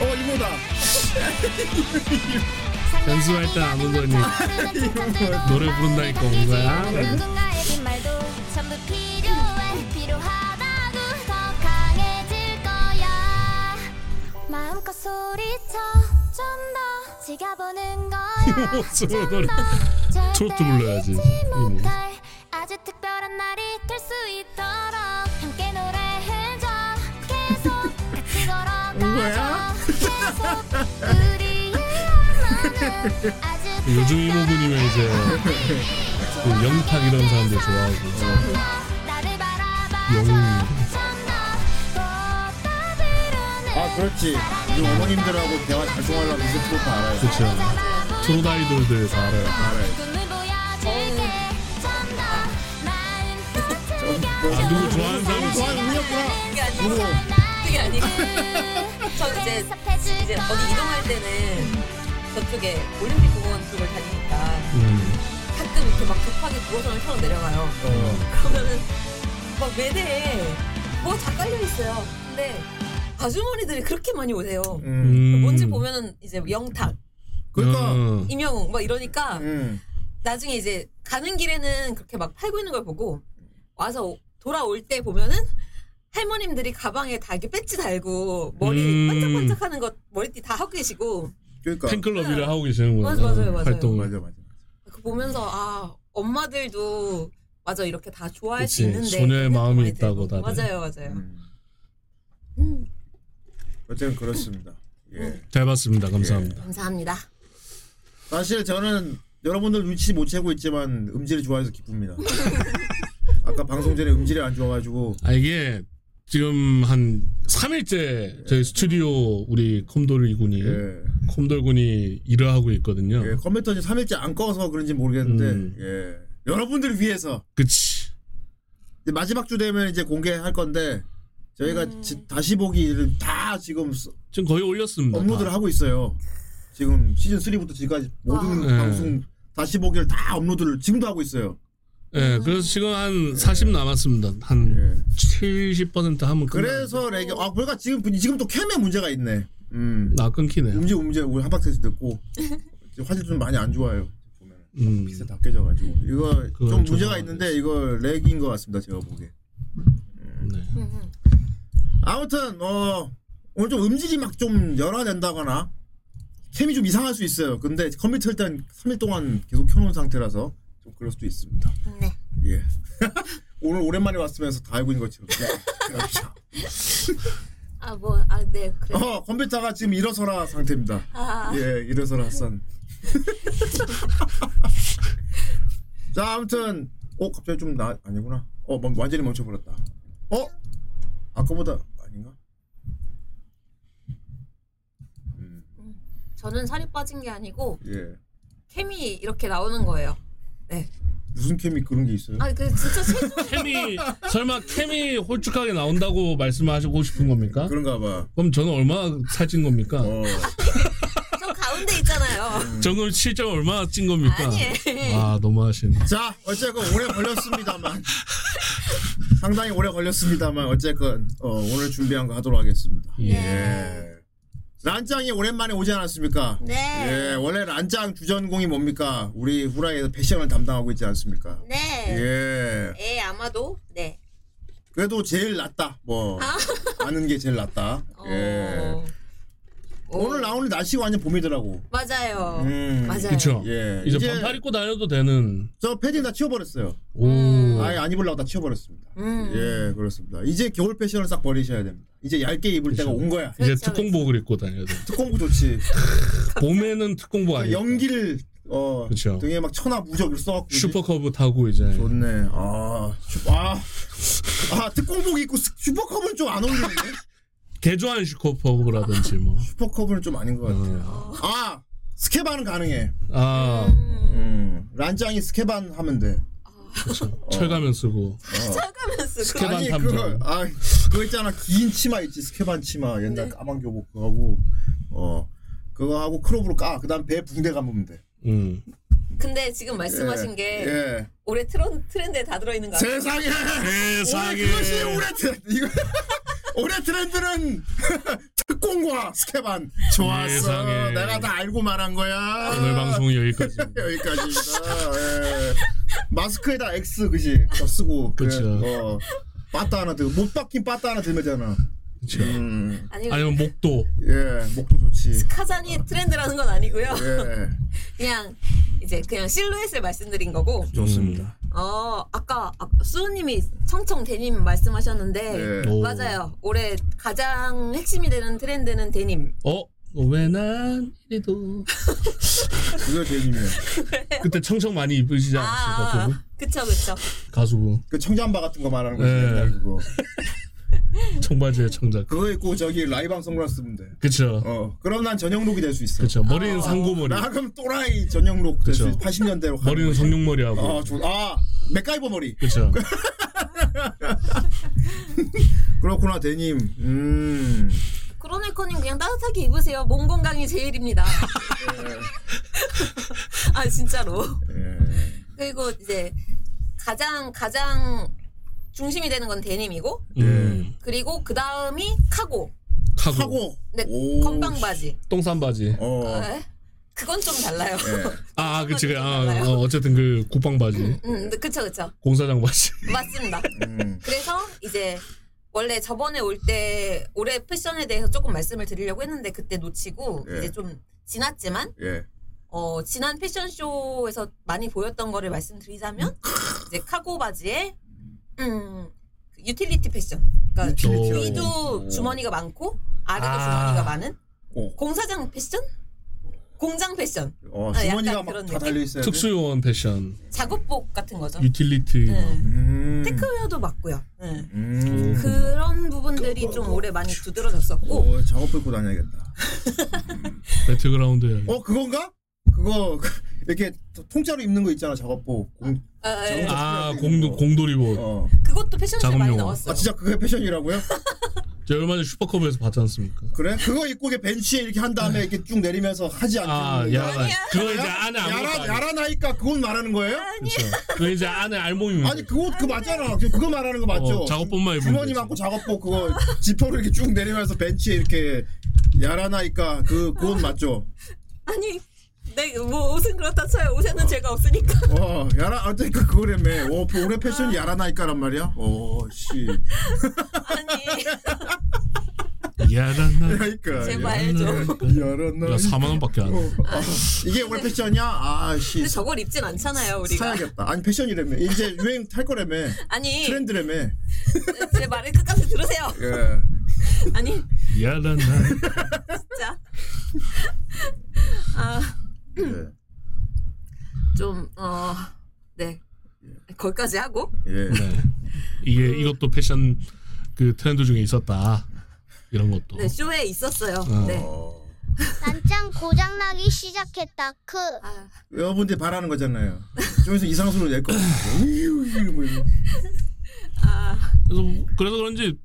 어, 이모다.
연습할 때 안 오더니 노래 부른다니까 온 거야.
누군가에게 말도 전부 필요해 필요하다고 더 강해질 거야 마음껏 소리쳐 좀 더 지켜보는 거야
이모스러운 노래. 트로트
절대
불러야지. 예.
잊지
이모.
못할 아주 특별한 날이 될 수 있도록 함께 노래해줘 계속 같이
뭐야?
걸어가줘 계속 우리의 만남 아주
요즘 이모군이면 이제 그 영탁 이런 사람들 좋아하고
나를 바라봐
영웅.
아, 그렇지. 우리 어머님들하고 대화 잘 통하려면 이제 그것도 알아요.
그쵸 트롯 아이돌들 다 알아요
알아요.
꿈을 보여줄게 좀더 마음껏
아 누구 좋아하는 사람 있어?
좋아하는 음이었구나.
그게 아니고
누구?
그게 아니고 저 이제 이제 어디 이동할 때는 저쪽에 올림픽 공원 쪽을 다니니까
음.
가끔 이렇게 막 급하게 도로선을 타고 내려가요.
어.
그러면은 막 매대에 뭐가 다 깔려 있어요. 근데 아주머니들이 그렇게 많이 오세요.
음.
음.
뭔지 보면은 이제 영탁,
그러니까.
어.
임영웅 막 이러니까
음.
나중에 이제 가는 길에는 그렇게 막 팔고 있는 걸 보고 와서 오- 돌아올 때 보면은 할머님들이 가방에 다 이렇게 배지 달고 머리
음.
반짝반짝하는 것 머리띠 다 하고 계시고
그러니까.
팬클럽 일을 하고 계시는구나
맞아, 맞아요, 맞아요.
활동을
맞아, 맞아.
그 보면서 아 엄마들도 맞아 이렇게 다 좋아할 수
그치,
있는데
소녀의 마음이
많이
있다고
들고.
다들.
맞아요 맞아요
음. 어쨌든 그렇습니다. 예.
잘 봤습니다 감사합니다
감사합니다
사실 저는 여러분들 눈치 못 채고 있지만 음질이 좋아서 기쁩니다. 아까 방송 전에 음질이 안 좋아가지고
예.
아 이게 지금 한 3일째 저희 스튜디오 우리 컴돌
음.
군이
예.
컴돌 군이 일을 하고 있거든요.
예, 컴퓨터 이제 3일째 안 꺼서 그런지 모르겠는데
음.
예. 여러분들을 위해서
그치.
이제 마지막 주 되면 이제 공개할 건데 저희가 지- 다시 보기를 다 지금 서-
지금 거의
음.
올렸습니다.
업로드를
아.
다.
하고 있어요. 지금 시즌 3부터 지금까지 모든
아.
와.
방송 다시 보기를 다 업로드를 지금도 하고 있어요.
예, 그래서 지금 한 40 남았습니다.
음.
한
예.
70% 하면 끝나.
그래서 레게 아 그러니까 지금 분- 지금 또 캠에 문제가 있네. 음.
나 끊기네요.
음질 음질 우리 한박스에서 듣고 지금 화질 좀 많이 안 좋아요. 보면
음.
픽셀 다 깨져가지고 이거
그건
좀
좀
문제가 있는데 이거 렉인 것 같습니다 제가 보기에.
네.
아무튼 어 오늘 좀 음질이 막 좀 열화된다거나 캠이 좀 이상할 수 있어요. 근데 컴퓨터 일단 3일 동안 계속 켜놓은 상태라서 좀 그럴 수도 있습니다.
네.
예. 오늘 오랜만에 왔으면서 다 알고 있는 것처럼.
아 뭐 아 네 그래.
어 컴퓨터가 지금 일어서라 상태입니다.
아
예, 이래서 라산. 자, 아무튼 어 갑자기 좀 나 아니구나. 어, 멈- 완전히 멈춰버렸다. 어? 아까보다 아닌가? 음,
저는 살이 빠진 게 아니고
예.
캠이 이렇게 나오는 거예요.
무슨 캠이 그런 게 있어요?
아 그 진짜 체중
캠이 설마 캠이 홀쭉하게 나온다고 말씀하시고 싶은 겁니까?
그런가 봐.
그럼 저는 얼마나 살찐 겁니까?
어.
저 가운데 있잖아요.
저는 실제로 얼마나 찐 겁니까?
아니에요.
와 너무하시네.
자, 어쨌건 오래 걸렸습니다만. 상당히 오래 걸렸습니다만 어쨌건 어, 오늘 준비한 거 하도록 하겠습니다. 예. 란짱이 오랜만에 오지 않았습니까?
네.
예, 원래 란짱 주전공이 뭡니까? 우리 후라이에서 패션을 담당하고 있지 않습니까?
네.
예.
예 아마도 네.
그래도 제일 낫다. 뭐 아는 게 제일 낫다. 예.
어.
오늘 나오는 날씨가 완전 봄이더라고.
맞아요.
음.
맞아요.
그쵸?
예.
이제
이제-
반팔 입고 다녀도 되는.
저 패딩 다 치워버렸어요.
오.
아예 안 입으려고 다 치워버렸습니다.
음.
예, 그렇습니다. 이제 겨울 패션을 싹 버리셔야 됩니다. 이제 얇게 입을 때가 온 거야.
이제
그렇죠,
특공복을 입고 다녀야 돼.
특공부 좋지.
봄에는 특공복 아니야.
연기를 어
그러니까. 그쵸.
등에 막 천하 무적을 써갖고 이제
그렇죠. 슈퍼커브 타고 이제.
좋네. 아, 슈, 아, 아 특공복 입고 스- 슈퍼컵은 좀 안 어울리는데?
개조한 슈퍼커브라든지 뭐.
슈퍼컵은 좀 아닌 것
어.
같아요. 아, 스케반은 가능해.
아
음, 란짱이 스케반 하면 돼.
철가면 쓰고.
하면서 그-
스케반
어. 아니
탐정.
그거, 아, 그거 있잖아. 긴 치마 있지, 스케반 치마.
네.
옛날 까만 교복 그거 하고, 어, 그거 하고 크롭으로 까. 그다음 배 붕대 감으면 돼.
음.
근데 지금 말씀하신
예,
게
예.
올해 트렌, 트렌드에 다 들어있는 거 같아요.
세상에.
세상에.
올해 그것이 올해 트렌드. 이거 올해 트렌드는 특공과 스케반. 좋았어.
세상에.
내가 다 알고 말한 거야.
오늘
아.
방송은 여기까지.
여기까지입니다. 예. 마스크에다 X 그지 더 쓰고 그래.
그쵸.
어. 빠따 하나 들고 못 박힌 빠따 하나 들면 되잖아.
그쵸.
음.
아니,
아니면 목도.
예, 목도 좋지.
카잔이 트렌드라는 건 아니고요.
예.
그냥 이제 그냥 실루엣을 말씀드린 거고.
좋습니다.
음.
어 아까 아, 수우님이 청청 데님 말씀하셨는데
예.
오.
맞아요. 올해 가장 핵심이 되는 트렌드는 데님.
어? 왜난 이래도
그거 대님이에요.
그때 청청 많이 입으시지
아,
않았습니까
그쵸 그쵸.
가수분
그 청잠바 같은 거 말하는 거지.
예.
옛날 그거.
가수분 청바지에 청자
그거 입고 저기 라이방 선글라스 쓰면 돼.
그쵸
어. 그럼 난 전형록이 될 수 있어.
그쵸 머리는 상고머리
나 그럼 또라이 전형록 될 수 있어.
그쵸.
80년대로 가는
머리는
거지.
성룡머리 하고
어.
아, 좋. 아, 맥가이버 머리.
그쵸
그렇구나, 대님. 음.
크로네코님 그냥 따뜻하게 입으세요. 몸 건강이 제일입니다. 아 진짜로.
예.
그리고 이제 가장 가장 중심이 되는 건 데님이고
음.
그리고 그 다음이 카고.
카고.
하고.
네
오,
건빵 바지.
똥싼 바지
어.
네. 그건 좀 달라요.
아 그치 그, 아,
달라요.
어, 어쨌든 그 국방 바지
음, 그쵸 그쵸.
공사장 바지
맞습니다.
음.
그래서 이제 원래 저번에 올 때 올해 패션에 대해서 조금 말씀을 드리려고 했는데 그때 놓치고
예.
이제 좀 지났지만
예.
어 지난 패션쇼에서 많이 보였던 거를 말씀드리자면 이제 카고 바지에 음그 유틸리티 패션 그러니까
유틸리티라고.
위도
오.
주머니가 많고 아래도
아.
주머니가 많은
오.
공사장 패션 공장 패션.
어,
아,
주머니가
약간
막
그런
다
느낌.
달려 있어요.
특수요원 패션,
작업복 같은 거죠.
유틸리티.
네.
음.
테크웨어도 맞고요. 네.
음.
그런 부분들이 좀 올해 많이 두드러졌었고
어, 작업 입고 다녀야겠다.
배틀그라운드에
어, 그건가? 그거 이렇게 통짜로 입는 거 있잖아, 작업복. 공,
아, 아, 아,
아
어.
공도 공돌이보
어.
그것도 패션쇼에 많이
작업용어.
나왔어요.
아, 진짜 그게 패션이라고요?
저 얼마 전에 슈퍼컵에서 봤지 않습니까?
그래? 그거 입고 이렇게 벤치에 이렇게 한 다음에 이렇게 쭉 내리면서 하지 않겠는
아
거야?
야라 그거 이제 안에 아무것도
야라
아니야
야라 나니까 그건 말하는 거예요?
그쵸 그거 이제 안에 알몸이면
아니 그거 그 맞잖아. 그- 그거 말하는 거 맞죠?
어, 작업복만 입으면
주머니
되지.
많고 작업복 그거 지퍼를 이렇게 쭉 내리면서 벤치에 이렇게 야라 나니까 그 그건 맞죠?
아니 네, 뭐 옷은 그렇다 쳐요. 옷에는 제가 없으니까.
어 야라 어쨌든 그- 그거라며. 어, 올해 패션이 야라 나니까란 말이야? 어 씨.
아니
야라 나
그러니까.
제발 좀.
야라 나.
야 4만 원밖에 안 해.
어, 아, 이게 올해 패션이야? 아 씨.
근데 저걸 입진 않잖아요 우리가.
사야겠다. 아니 패션이라며. 이제 유행 탈 거라며.
아니
트렌드라며.
제 말을 끝까지 들으세요.
예.
아니
야라 나
진짜
예.
어, 좀어네 거기까지 하고
예.
네. 이게 이것도 패션 그 트렌드 중에 있었다 이런 것도
네 쇼에 있었어요. 네.
어.
난짱 고장나기 시작했다 크
아,
여러분들 바라는 거잖아요. 좀에서 이상수로 낼 거. 뭐 이런.
그래서 그래서 그런지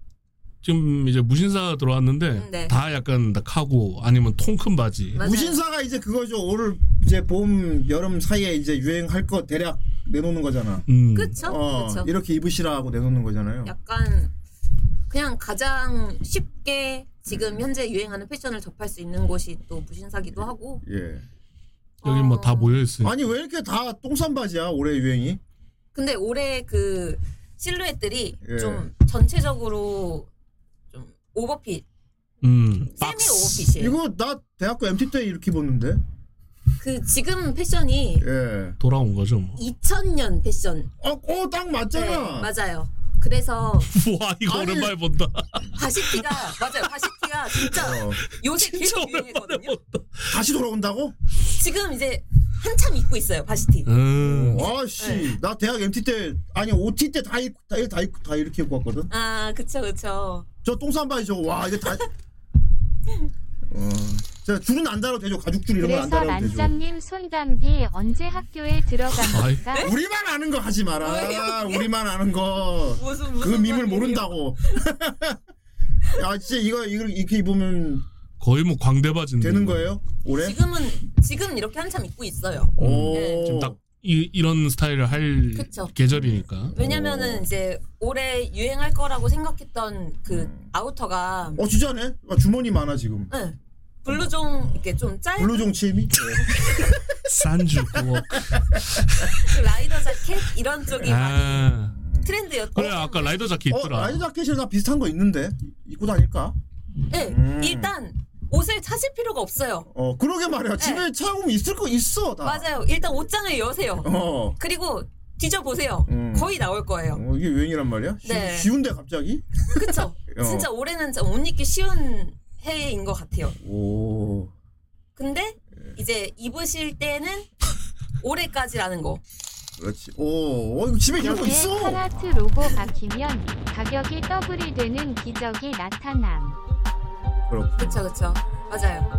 지금 이제 무신사 들어왔는데
네.
다 약간 다 카고 아니면 통 큰 바지
맞아요.
무신사가 이제 그거죠. 올 이제 봄 여름 사이에 이제 유행할 거 대략 내놓는 거잖아.
음.
그쵸
어,
그쵸.
이렇게 입으시라 하고 내놓는 거잖아요.
약간 그냥 가장 쉽게 예, 지금 현재 유행하는 패션을 접할 수 있는 곳이 또 무신사기도 하고
예.
여기 뭐 다 모여 있으니
어.
아니 왜 이렇게 다 똥싼 바지야 올해 유행이?
근데 올해 그 실루엣들이
예.
좀 전체적으로 좀 오버핏
음.
세미 오버핏이에요.
이거 나 대학교 MT 때 이렇게 입었는데.
그 지금 패션이
예.
돌아온 거죠 뭐.
2000년 패션
어딱
네,
맞잖아.
맞아요. 그래서
와 이거
아니.
오랜만에 본다.
바시티가 맞아요. 바시티가 진짜
어.
요새 계속 유행이거든요.
다시 돌아온다고?
지금 이제 한참 입고 있어요. 바시티.
음.
어, 아씨,
네.
나 대학 MT 때 아니 OT 때다 입고 다, 다 입고 다 이렇게 입고 왔거든.
아 그쵸 그쵸.
저 똥싼 바지 저거 와 이게 다. 어, 제가 줄은 안 달아도 되죠. 가죽줄 이런 건 안
그래서
달아도 되죠.
난짱님 손담비 언제 학교에 들어갑니까?
우리만 아는 거 하지 마라. 우리만 아는 거.
무슨 뭐
그
무슨
밈을
말이에요?
모른다고. 야, 진짜 이거 이거 이렇게 입으면
거의 뭐 광대 바지인데.
되는 거예요? 올해?
지금은 지금 이렇게 한참 입고 있어요. 네.
오.
지금 딱 이, 이런 스타일을 할
그쵸.
계절이니까.
왜냐면은 이제 올해 유행할 거라고 생각했던 그 아우터가
어 진짜네. 아, 주머니 많아 지금.
응, 블루종 이렇게 좀 짧은
블루종 취미? 어,
산주 그거.
그 라이더 자켓 이런 쪽이 많이
아.
트렌드였고
그래 아까 라이더 자켓
어,
있더라.
라이드 자켓이랑 나 비슷한 거 있는데 입고 다닐까?
네,
음.
일단 옷을 찾을 필요가 없어요.
어 그러게 말이야. 집에 차오면 있을 거 있어. 다.
맞아요. 일단 옷장을 여세요.
어.
그리고 뒤져보세요.
음.
거의 나올 거예요.
어, 이게 유행이란 말이야?
네.
쉬, 쉬운데 갑자기?
그쵸?
어.
진짜 올해는 진짜 옷 입기 쉬운 해인 것 같아요.
오.
근데 이제 입으실 때는 올해까지라는 거.
그렇지. 오, 어, 이거 집에 이런 거
이렇게
있어.
카라트 로고 박히면 가격이 더블이 되는 기적이 나타남.
그렇고.
그쵸, 그쵸. 맞아요.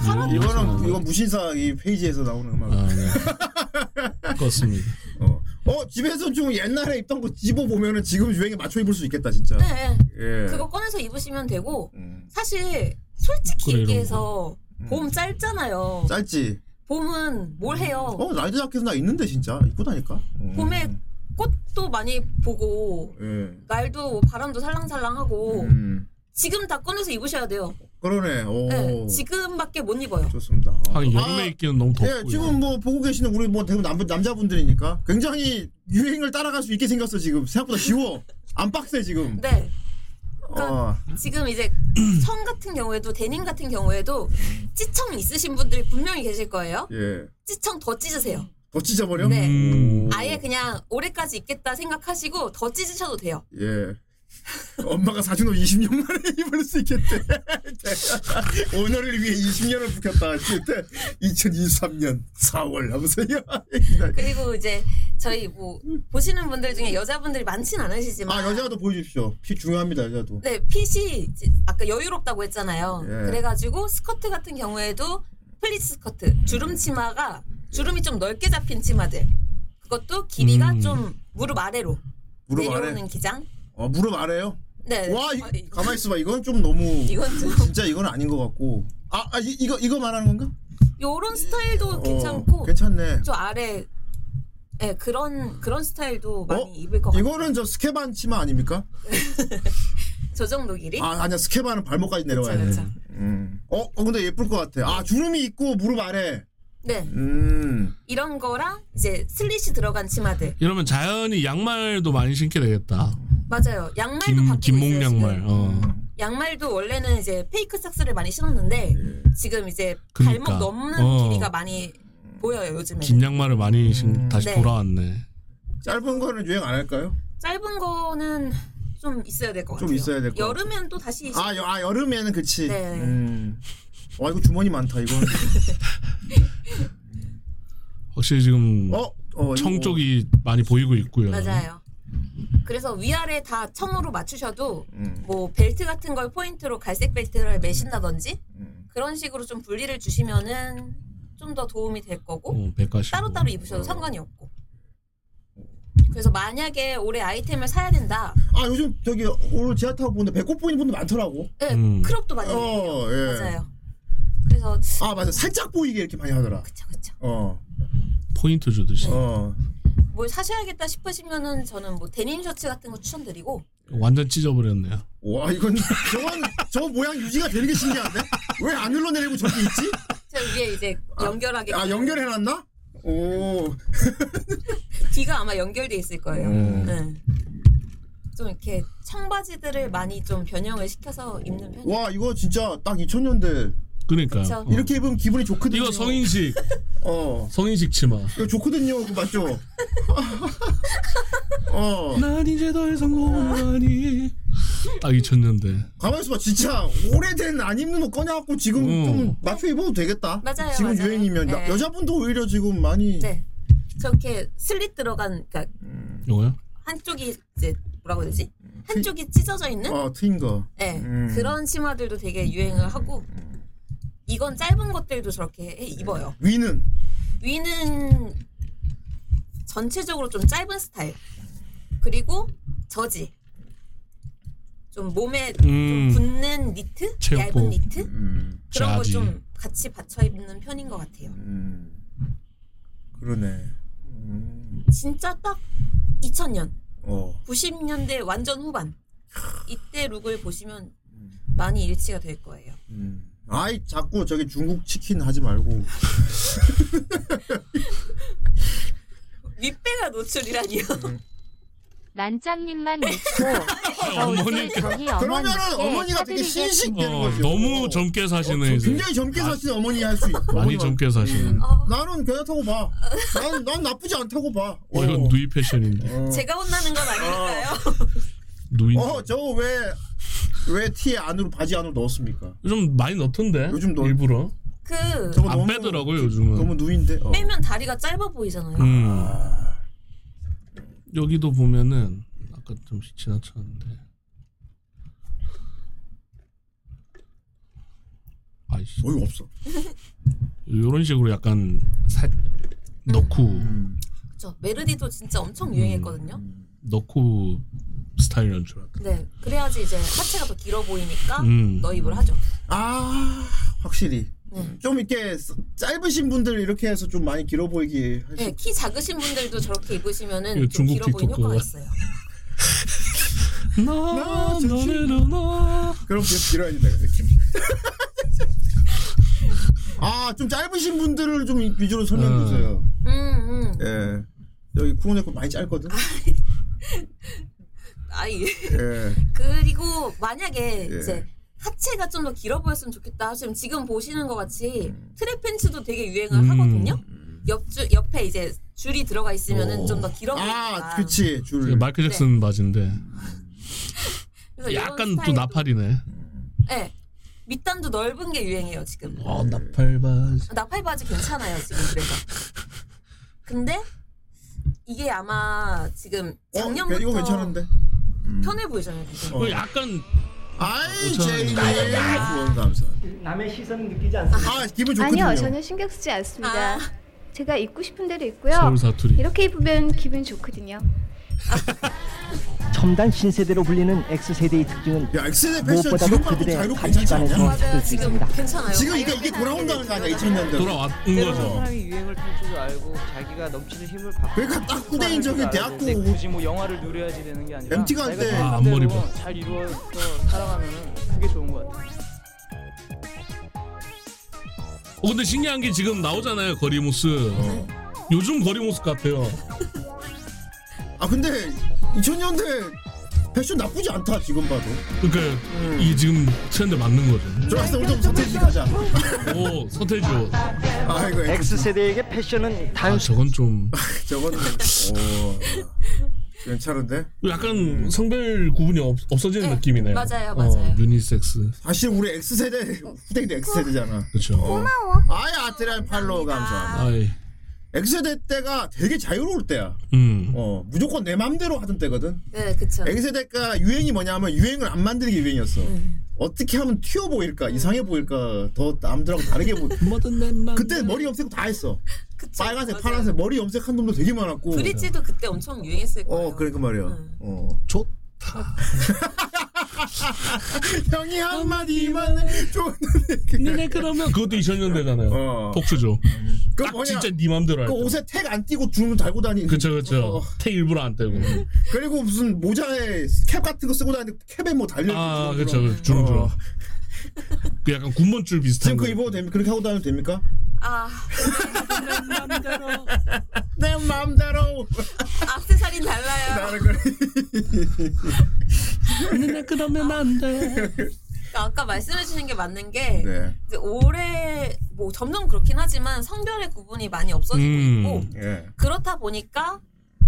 뭐, 이-
이거는 이건 무신사 이 페이지에서 나오는 음악.
아, 네. 그렇습니다.
어. 어, 집에서 좀 옛날에 입던 거 집어 보면은 지금 유행에 맞춰 입을 수 있겠다 진짜.
네, 네.
예.
그거 꺼내서 입으시면 되고,
음.
사실 솔직히
그래, 이런
얘기해서 봄 짧잖아요.
짧지.
봄은 뭘 해요?
어, 라이드 자켓은 나 있는데 진짜 입고 다니까. 음.
봄에 꽃도 많이 보고,
예.
날도 바람도 살랑살랑하고,
음.
지금 다 꺼내서 입으셔야 돼요.
그러네. 오.
네, 지금밖에 못 입어요.
좋습니다.
아,
하긴 여름에 입기는 너무
네,
덥고.
예, 지금 뭐 보고 계시는 우리 뭐 대부분 남, 남자분들이니까 굉장히 유행을 따라갈 수 있게 생겼어 지금 생각보다 쉬워 안 빡세 지금
네.
어,
지금 이제 청 같은 경우에도 데님 같은 경우에도 찌청 있으신 분들이 분명히 계실 거예요.
예.
찌청 더 찢으세요.
더 찢어버려?
네.
음.
아예 그냥 올해까지 있겠다 생각하시고 더 찢으셔도 돼요.
예. 엄마가 사준 옷 20년 만에 입을 수 있겠대. 오늘을 위해 20년을 부켰다. 그때 2023년 4월 하면서
그리고 이제 저희 뭐 보시는 분들 중에 여자분들이 많진 않으시지만
아 여자도 보여주십시오. 피 중요합니다 여자도.
네, 핏이 이제 아까 여유롭다고 했잖아요.
예.
그래가지고 스커트 같은 경우에도 플리츠 스커트, 주름 치마가 주름이 좀 넓게 잡힌 치마들. 그것도 길이가
음.
좀 무릎 아래로
무릎 아래?
내려오는 기장.
어 무릎 아래요?
네.
와
어,
이,
이거-
가만 있어봐 이건 좀 너무
이건 좀
진짜 이건 아닌 것 같고 아, 아 이, 이거 이거 말하는 건가?
요런 스타일도
어,
괜찮고
괜찮네.
저 아래 예, 그런 그런 스타일도 많이
어?
입을 것 같아요.
이거는 저 스케반 치마 아닙니까?
저 정도 길이?
아 아니야 스케반은 발목까지 내려와야 돼.
네. 그렇죠.
음. 어, 어 근데 예쁠 것 같아. 아 주름이 있고 무릎 아래.
네.
음.
이런 거랑 이제 슬릿이 들어간 치마들.
이러면 자연히 양말도 많이 신게 되겠다.
맞아요. 양말도
김
바뀌고
김목
있어요, 지금.
양말. 어.
양말도 원래는 이제 페이크 삭스를 많이 신었는데
네.
지금 이제
그러니까.
발목 넘는
어.
길이가 많이 보여요 요즘에
긴 양말을 많이 신 다시
네.
돌아왔네.
짧은 거는 유행 안 할까요?
짧은 거는 좀 있어야 될 것
좀
같아요
있어야 될것 같아요.
여름엔 또 다시
아, 여, 아 여름에는 그치.
네.
음. 와 이거 주머니 많다 이거.
확실히 지금
어, 어
청
이거.
쪽이 많이 보이고 있고요.
맞아요 그래서 위아래 다 청으로 맞추셔도
음.
뭐 벨트 같은 걸 포인트로 갈색 벨트를 매신다든지
음.
그런 식으로 좀 분리를 주시면은 좀 더 도움이 될 거고
어, 백가시.
따로따로
어.
입으셔도 상관이 없고 그래서 만약에 올해 아이템을 사야 된다
아 요즘 저기 오늘 지하 타고 보는데 배꼽 보이는 분들 많더라고.
네,
음.
크롭도 많이 입어요
어, 예.
맞아요. 그래서
아 맞아 살짝 보이게 이렇게 많이 하더라.
그쵸 그쵸.
어,
포인트 주듯이.
어.
뭘 사셔야겠다 싶으시면은 저는 뭐 데님 셔츠 같은 거 추천드리고
완전 찢어버렸네요.
와 이건 저건 저 모양 유지가 되게 신기한데 왜 안 흘러내리고 저기 있지?
제가 위에 이제 연결하게
아 연결해놨나? 오.
뒤가 아마 연결돼 있을 거예요.
음.
네. 좀 이렇게 청바지들을 많이 좀 변형을 시켜서 입는 편이에요.
와 이거 진짜 딱 2000년대
그러니까요.
그쵸.
어.
음. 이렇게 입으면 기분이 좋거든요.
이거 성인식
어.
성인식 치마.
이거 좋거든요. 그거 맞죠? 어.
난 이제 더 이상 고마니. 딱 2000년대.
가만 있어봐. 진짜 오래된 안 입는 옷 꺼내갖고 지금
음.
좀 맞춰 입어도 되겠다.
맞아요,
지금
맞아요.
유행이면 나-
네.
여자분도 오히려 지금 많이
네. 저렇게 슬릿 들어간 그러니까
이거요?
한쪽이 이제 뭐라고 해야 되지? 한쪽이 찢어져 있는
어 트인 거.
네.
음.
그런 치마들도 되게 유행을 하고 이건 짧은 것들도 저렇게 해- 입어요.
위는
위는 전체적으로 좀 짧은 스타일. 그리고 저지. 좀 몸에 좀
음.
붙는 니트?
체육복.
얇은 니트? 그런
자지.
거 좀 같이 받쳐 입는 편인 것 같아요.
음. 그러네. 음.
진짜 딱 2000년,
어.
90년대 완전 후반. 이때 룩을 보시면 많이 일치가 될 거예요.
음. 아이 자꾸 저기 중국 치킨 하지 말고
윗배가 노출이라니요.
란짱님만 믿고
아, 어머니.
네,
저희
그러면은
네,
어머니께
어머니가 되게
사드리겠습니다.
신식 되는
어,
거죠.
너무 젊게 사시네
어,
이제. 아,
굉장히 젊게 사시는 어머니 할 수 있고
많이 젊게 사시네.
나는 괜찮다고 봐. 난, 난 나쁘지 않다고 봐.
어, 이건 누이 패션인데.
제가 혼나는 건 아니니까요.
누이.
어, 저거 왜, 왜 티에 안으로, 바지 안으로 넣었습니까?
요즘 많이 넣던데.
요즘 넣-
일부러.
그,
저거
안 빼더라고요 요즘은.
너무 누인데. 어.
빼면 다리가 짧아 보이잖아요.
음. 여기도 보면은 아까 좀 지나쳤는데. 아이씨.
어이 없어.
요런 식으로 약간 살 넣고
음. 그쵸. 메르디도 진짜
음.
엄청 유행했거든요.
넣고 스타일 연출하다.
네, 그래야지 이제 하체가 더 길어 보이니까
음.
너입을 하죠.
아, 확실히.
네.
좀 이렇게 쓰- 짧으신 분들 이렇게 해서 좀 많이 길어 보이게 할 수.
네, 키 작으신 분들도 저렇게
이거
입으시면은 좀
예, 중국
길어 보이는
틱톡
효과가
그거.
있어요.
나 너를 나.
그럼 계속 길어야 된다, 느낌. 아, 좀 짧으신 분들을 좀 위주로 설명해
어.
주세요.
음, 음.
예. 여기 쿠로네코 많이 짧거든.
아이.
예.
그리고 만약에
예.
이제 하체가 좀 더 길어 보였으면 좋겠다 하시면 지금 보시는 것 같이 트랙 팬츠도 되게 유행을
음.
하거든요. 옆주 옆에 이제 줄이 들어가 있으면은
오.
아. 좀 더 길어 보이니까.
아, 그치. 줄.
마이클 잭슨 바지인데
네. 그래서 이런
약간 또
스타일도-
나팔이네.
네. 밑단도 넓은 게 유행이에요 지금.
어 나팔바지.
아, 나팔 바지 괜찮아요 지금 그래서. 근데 이게 아마 지금 작년부터
어, 이거 괜찮은데?
편해 보이잖아요. 되게.
어, 약간
아이
오천
제이님
원이다.
후원 감사.
남의 시선 느끼지 않습니다.
아 기분 좋거든요.
아니요, 전혀 신경 쓰지 않습니다.
아.
제가 입고 싶은 대로 입고요.
서울 사투리.
이렇게 입으면 기분 좋거든요.
첨단 신세대로 불리는 X세대의 특징은 뭐?
야 엑스의 패션 지금 말고 자유롭 괜찮지 않냐?
맞아요 지금 괜찮아요.
지금 이게 이게 돌아온다는 거 아니야 2000년대.
돌아온 거죠.
사람이 유행을 탈 줄 알고 자기가 넘치는 힘을 받고
그러니까 딱 후대인적인 대학교
네,
굳이 뭐 영화를 누려야지 되는 게 아니라
MT 갈
내가
때.
아, 앞머리 봐.
잘 이루어서 살아가면 그게 좋은 것 같아요.
어, 근데 신기한 게 지금 나오잖아요 거리 모습.
네.
요즘 거리 모습 같아요.
아 근데 2000년대 패션 나쁘지 않다 지금 봐도.
그러니까
음.
이 지금 트렌드 맞는 거죠.
좋았어 우리
아,
좀 서태지 가자.
네.
오 서태지.
아 이거 엑스
X세대에게 패션은
아
단순
저건 좀
저건 오 괜찮은데?
약간 성별 구분이 없, 없어지는
네,
느낌이네요.
맞아요,
어,
맞아요.
유니섹스
사실 우리 X 세대 후대인데 X 세대잖아.
그렇죠.
아이 아트라인 팔로우 감사합니다.
아이
X 세대 때가 되게 자유로울 때야.
음.
어 무조건 내 맘대로 하던 때거든.
네 그쵸.
X 세대가 유행이 뭐냐면 유행을 안 만드는 게 유행이었어.
네.
어떻게 하면 튀어 보일까, 이상해 보일까, 더 남들하고 다르게 보.
뭐든 내 맘.
그때 머리 염색 다 했어.
그쵸.
빨간색,
맞아요.
파란색 머리 염색한 놈도 되게 많았고.
브릿지도 그때 엄청 유행했을 거예요.
어, 그러니까 말이야.
응.
어.
좋다.
형이 한마디만 좋은
너네 그러면 그것도 2000년대잖아요.
어.
폭주죠.
그
딱
뭐냐?
진짜 네 맘대로 할
그
때.
옷에 택 안 띄고 주름 달고 다니는.
그쵸 그쵸.
어. 음.
택 일부러 안 떼고.
그리고 무슨 모자에 캡 같은 거 쓰고 다니는데 캡에 뭐 달려.
아 그쵸 주름 주름.
어.
그 약간 군번줄 비슷한.
지금 그
거.
입어도 됩니까? 그렇게 하고 다녀도 됩니까?
아
내 마음대로.
악세사리는 달라요.
나는 그래.
너네 그러면 안 돼.
그러니까 아까 말씀해 주신 게 맞는 게
네.
이제 올해 뭐 점점 그렇긴 하지만 성별의 구분이 많이 없어지고
음.
있고
예.
그렇다 보니까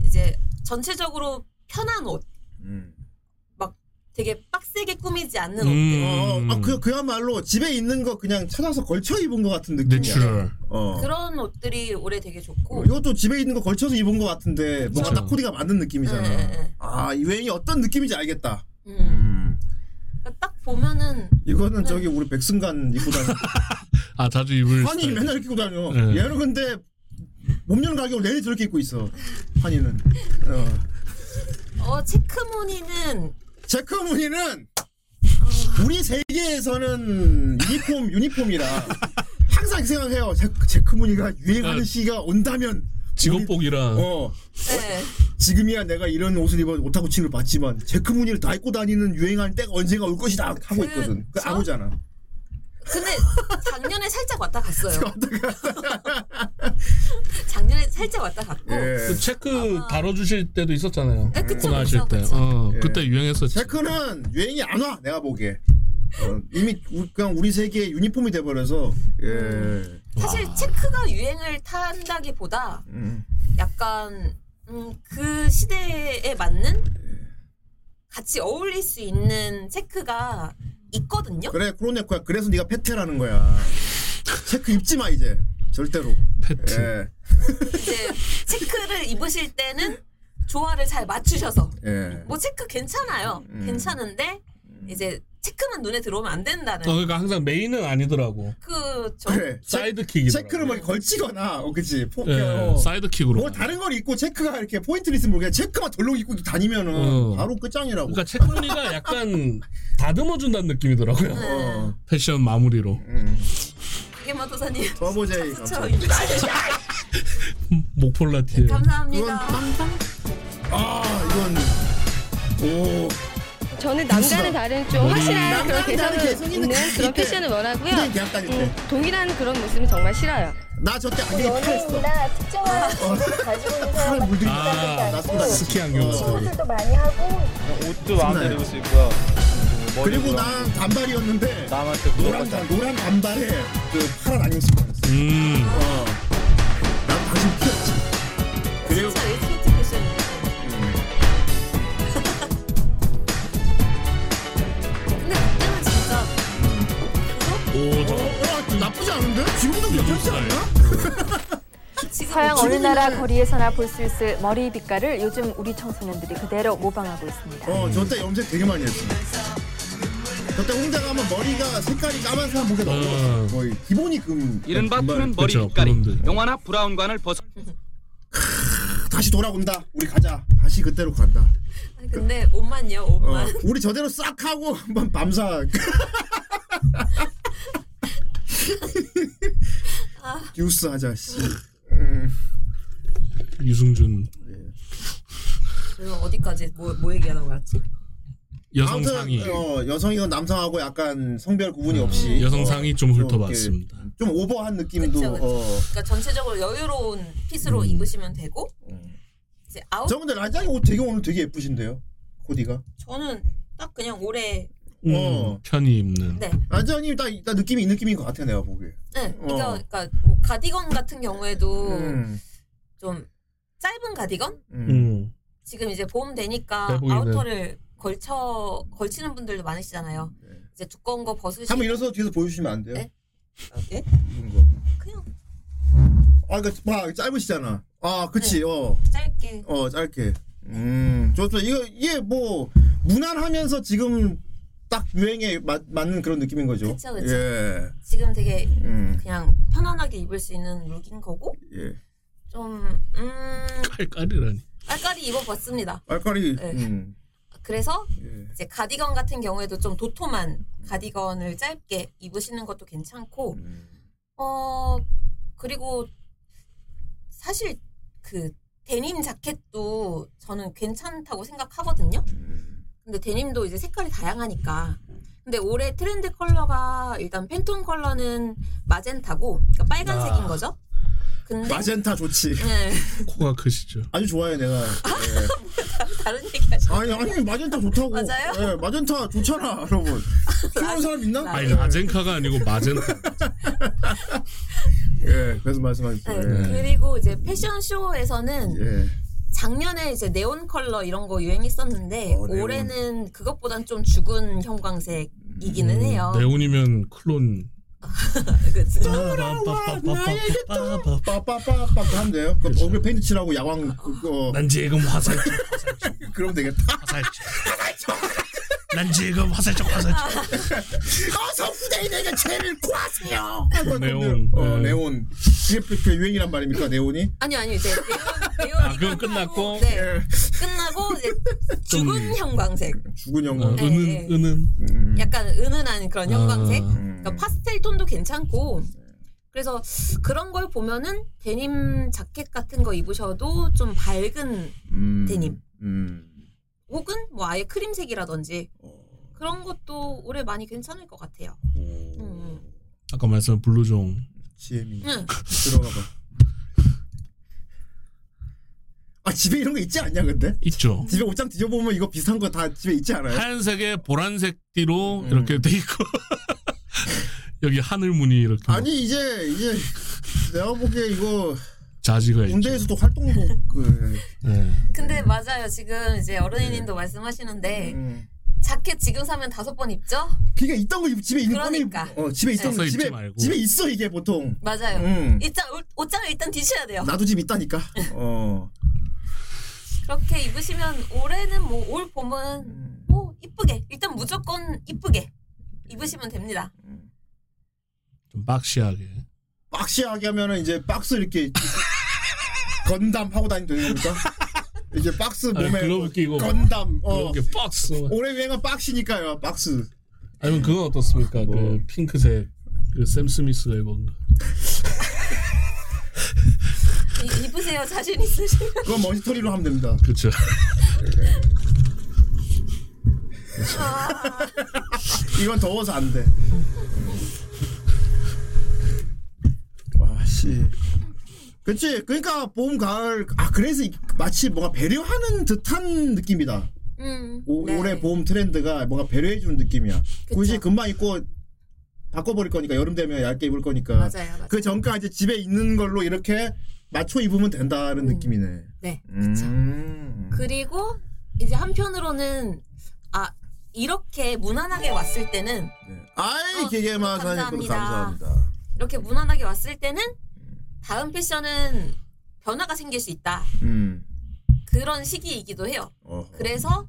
이제 전체적으로 편한 옷
음.
되게 빡세게 꾸미지 않는 옷
음.
어, 아, 그, 그야말로 집에 있는 거 그냥 찾아서 걸쳐 입은 것
네,
같은 느낌이야.
내추럴.
어.
그런 옷들이 올해 되게 좋고
이것도 집에 있는 거 걸쳐서 입은 것 같은데 뭔가
그쵸.
딱 코디가 맞는 느낌이잖아.
네, 네, 네.
아, 이 웨이 어떤 느낌인지 알겠다.
음. 그러니까 딱 보면은
이거는 저기 우리 백승관 입고 다니.
아 자주 입을.
아니
스타일.
맨날 이렇게 입고 다녀.
네.
얘는 근데 몸 여는 가격을 내내 저렇게 입고 있어. 환희는. 어.
어 체크무늬는
제크 무늬는 우리 세계에서는 유니폼 유니폼이라 항상 생각해요. 제크, 제크 무늬가 유행하는
아.
시기가 온다면
직업복이랑.
어
네.
지금이야 내가 이런 옷을 입어 오타쿠 친구를 봤지만 제크 무늬를 다 입고 다니는 유행하는 때가 언젠가 올 것이다 하고 있거든. 그
저?
안 오잖아.
근데 작년에 살짝 왔다 갔어요. 작년에 살짝 왔다 갔고
그
예.
체크 다뤄주실 때도 있었잖아요.
네, 그쵸,
코너 하실
그쵸,
때.
그쵸.
어,
예.
그때 유행했었지.
제크는 유행이 안 와. 내가 보기에. 어, 이미 우- 그냥 우리 세계의 유니폼이 돼버려서 예.
사실 체크가 유행을 탄다기보다
음.
약간 음, 그 시대에 맞는 같이 어울릴 수 있는 체크가 있거든요.
그래 크로네코야. 그래서 네가 패테라는 거야. 체크 입지 마 이제 절대로.
패트.
예.
이제 체크를 입으실 때는 조화를 잘 맞추셔서
예.
뭐 체크 괜찮아요.
음.
괜찮은데 이제 체크만 눈에 들어오면 안
어,
된다는
그러니까 항상 메인은 아니더라고.
그 저,
그래. 체-
사이드킥이더라고.
체크를 막 걸치거나 어 그치 포
예,
어.
사이드킥으로.
뭐 다른 걸 입고 체크가 이렇게 포인트를 있으면 모르겠는데 체크만 덜렁 입고 다니면은
어.
바로 끝장이라고.
그러니까 체크무늬가 약간 다듬어준다는 느낌이더라고요.
네.
어.
패션 마무리로.
음.
이게만 도사님
버버제이 감사.
목폴라티에.
이건
네. 감사합니다.
빵빵. 아 이건 오.
저는 남과는 다른 좀 확실한 그런
음. 남자는
개성은
개성이
있는 그런
있대.
패션을 원하고요.
그냥 대학 다닐 때.
음, 동일한 그런 모습은 정말 싫어요.
나 저때 안경이 파였어.
특정한 옷을 가지고 있는
팔 물들이
아,
나도
스키 안경.
도 많이 하고
어, 옷도 마음대로 입을 수 있고요. 그리고 난 단발이었는데 노란 단 노란 단발에 그 파란 안경 쓰고 다녔어.
음.
어. 난 당신 피었지. 그리고
진짜 에티켓 패션. 어,
어, 나쁘지 않은데? 지금도 괜찮지 않나?
서양 어느 나라 거리에서나 볼 수 있을 머리 빛깔을 요즘 우리 청소년들이 그대로 모방하고 있습니다.
어, 저 때 염색 되게 많이 했어. 저때 홍대 가면 머리가 색깔이 까만 사람 보기 너무 어. 거의 기본이 금.
이른바 투는 머리
그쵸,
빛깔이
그놈들.
영화나 브라운관을 벗어
다시 돌아온다. 우리 가자. 다시 그때로 간다.
아니, 근데 옷만요
어,
옷만.
우리 저대로 싹 하고 한번 밤사
아,
뉴스 하자. 씨.
음. 그 유승준
그리고 어디까지 뭐, 뭐 얘기하라고 말았지?
여성
아무튼,
상의. 음.
어, 여성이건 남성하고 약간 성별 구분이 없이
여성
어,
상이 좀
이렇게
훑어봤습니다.
좀 오버한 느낌도.
그쵸, 그쵸.
어.
그러니까 전체적으로 여유로운 핏으로 입으시면 되고 이제 아웃
음. 저 근데 라장이 옷 되게 오늘 되게 예쁘신데요. 코디가.
저는 딱 그냥 올해
음,
어.
편히 입는.
네.
라장님 딱, 딱 느낌이 이 느낌인 것 같아 내가 보기에.
네, 그러니까,
어.
그러니까 뭐 가디건 같은 경우에도
음.
좀 짧은 가디건?
음.
지금 이제 봄 되니까
내복이네.
아우터를 걸쳐 걸치는 분들도 많으시잖아요. 이제 두꺼운 거 벗으시고
한번 네. 일어서 뒤에서 보여주시면 안 돼요?
네? 예?
입은 거. 아, 그러니까 봐 짧으시잖아. 아, 그치.
네.
어,
짧게
어 짧게. 음, 좋습니다. 이거 이게 뭐 무난하면서 지금 딱 유행에 맞, 맞는 그런 느낌인 거죠.
그쵸, 그쵸.
예.
지금 되게
음.
그냥 편안하게 입을 수 있는 룩인 거고
예.
좀 음,
깔깔이라니.
깔깔이 입어봤습니다.
알까리.
네.
음.
그래서
예.
이제 가디건 같은 경우에도 좀 도톰한 가디건을 짧게 입으시는 것도 괜찮고
음.
어 그리고 사실 그 데님 자켓도 저는 괜찮다고 생각하거든요. 근데 데님도 이제 색깔이 다양하니까. 근데 올해 트렌드 컬러가 일단 팬톤 컬러는 마젠타고 그러니까 빨간색인
아.
거죠. 근데
마젠타 좋지.
네.
코가 크시죠.
아주 좋아요 내가.
다른 얘기 하시
아니 아니 마젠타 좋다고. 맞아요? 예, 마젠타 좋잖아 여러분. 필요한 사람 있나?
아니 라젠카가 아니고 마젠카.
예, 그래서 말씀하셨어요.
네.
네.
예.
그리고 이제 패션 쇼에서는
예.
작년에 이제 네온 컬러 이런 거 유행했었는데
어, 네온.
올해는 그것보단 좀 죽은 형광색이기는 해요.
음, 네온이면 클론. 아,
그치?
빠빠빠빠 하면 돼요. 그
그렇죠.
얼굴 페인트 칠하고 야광 그거.
난 지금 화살. 네.
그럼 되겠다.
화살. 난 지금 화살짝 화살.
아,
어서 후대인에게 죄를 구하세요. 아이고,
네온.
어, 네온. 그게 그- 그 유행이란 말입니까 네온이?
아니 아니 이제
아 그건 끝났고.
네. 끝나고 이제 죽은 형광색,
죽은 음. 영혼.
네, 은은- 네.
어, 은은.
약간 은은한 그런
아.
형광색,
음.
그러니까 파스텔 톤도 괜찮고. 그래서 그런 걸 보면은 데님 자켓 같은 거 입으셔도 좀 밝은
음.
데님. 혹은 뭐 아예 크림색이라든지 그런 것도 올해 많이 괜찮을 것 같아요. 음.
아까 말씀 블루종.
GM이.
응.
들어가봐. 아 집에 이런 거 있지 않냐 근데?
있죠.
집에 옷장 뒤져보면 이거 비슷한 거 다 집에 있지 않아요?
하얀색에 보란색 띠로
음.
이렇게 돼 있고 여기 하늘 무늬 이렇게
아니 이제 이제 내가 보기에 이거
자지가 있죠.
군대에서도 활동복 그
네.
근데 맞아요. 지금 이제 어른이님도
음.
말씀하시는데 자켓 지금 사면 다섯 번 입죠?
그러니까 있던 거 집에 있는
그러니까.
어 집에 있던 거
써서 입지
집에
말고.
집에 있어 이게 보통
맞아요.
음.
일단 옷- 옷장을 일단 뒤셔야 돼요.
나도 집 있다니까 어
그렇게 입으시면 올해는 뭐 올
음.
봄은 뭐 이쁘게 일단 무조건 이쁘게 입으시면 됩니다.
좀 박시하게.
박시하게 하면은 이제 박스 이렇게 건담 하고 다니면 되는 겁니까? 이제 박스
아니,
몸에
글러브 끼고
건담 어
글러브 끼고 박스
올해 유행은 박시니까요 박스
아니면 그건 어떻습니까?
뭐.
그 핑크색 그샘 스미스가 입은 거.
이- 입으세요. 자신 있으시면.
그건 머리털이로 하면 됩니다
그렇죠
이건 더워서 안돼 와씨 그치 그러니까 봄 가을 아 그래서 이- 마치 뭔가 배려하는 듯한 느낌이다
음.
오,
네.
올해 봄 트렌드가 뭔가 배려해주는 느낌이야. 굳이 금방 입고 바꿔버릴 거니까 여름 되면 얇게 입을 거니까.
맞아요, 맞아요.
그 전까지 집에 있는 걸로 이렇게 맞춰 입으면 된다는 느낌이네.
네.
음.
그리고 이제 한편으로는 아 이렇게 무난하게 왔을 때는
네. 아이 기계만 사장님
어, 그 감사합니다.
감사합니다.
이렇게 무난하게 왔을 때는 다음 패션은 변화가 생길 수 있다.
음.
그런 시기이기도 해요.
어허.
그래서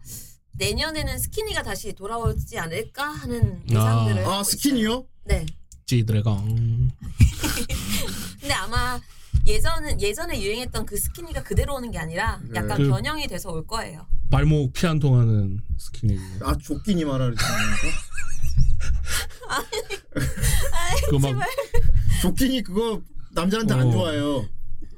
내년에는 스키니가 다시 돌아오지 않을까 하는 예상들을
아,
하고
스킨이요?
네.
찌드래곤.
근데 아마 예전은 예전에 유행했던 그 스키니가 그대로 오는 게 아니라 약간
그-
변형이 돼서 올 거예요.
발목 피 안 통하는 스키니.
아 조끼니 말하는 거.
그거 막
조끼니 그거 남자한테 안
어.
좋아요.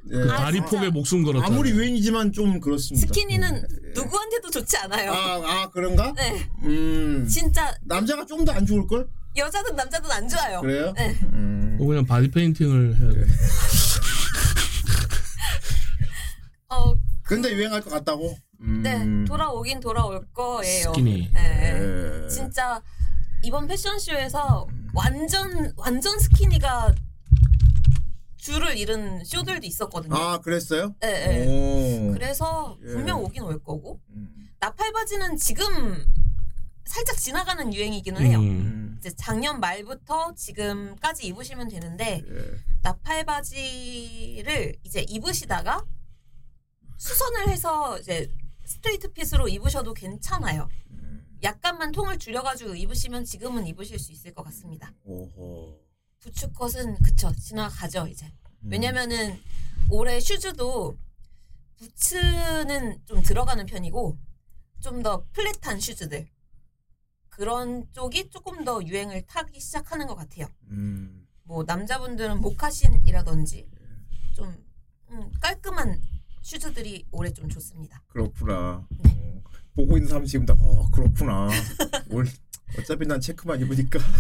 예.
그 다리 폭에 목숨 걸었잖아.
아무리 유행이지만 좀 그렇습니다. 네.
스키니는 누구한테도 좋지 않아요.
아, 아 그런가?
네.
음.
진짜
남자가 좀 더 안 좋을 걸?
여자든 남자든 안 좋아요.
그래요? 음.
네.
뭐 그거 그냥 바디 페인팅을 해야 돼.
어,
근데 유행할 것 같다고.
네.
음.
돌아오긴 돌아올 거예요.
스키니.
네.
예.
진짜 이번 패션쇼에서 완전 완전 스키니가 줄을 잃은 쇼들도 있었거든요.
아 그랬어요?
예, 예.
오.
그래서
예.
분명 오긴 올 거고 나팔 바지는 지금 살짝 지나가는 유행이기는 해요.
음.
이제 작년 말부터 지금까지 입으시면 되는데
네. 예.
나팔 바지를 이제 입으시다가 수선을 해서 이제 스트레이트 핏으로 입으셔도 괜찮아요. 약간만 통을 줄여가지고 입으시면 지금은 입으실 수 있을 것 같습니다.
오호.
부츠컷은 그쵸 지나가죠 이제
음.
왜냐면은 올해 슈즈도 부츠는 좀 들어가는 편이고 좀 더 플랫한 슈즈들 그런 쪽이 조금 더 유행을 타기 시작하는 것 같아요
음.
뭐 남자분들은 모카신이라든지 좀 음, 깔끔한 슈즈들이 올해 좀 좋습니다
그렇구나.
네.
어, 보고 있는 사람 지금 다 어, 그렇구나. 올 어차피 난 체크만 입으니까.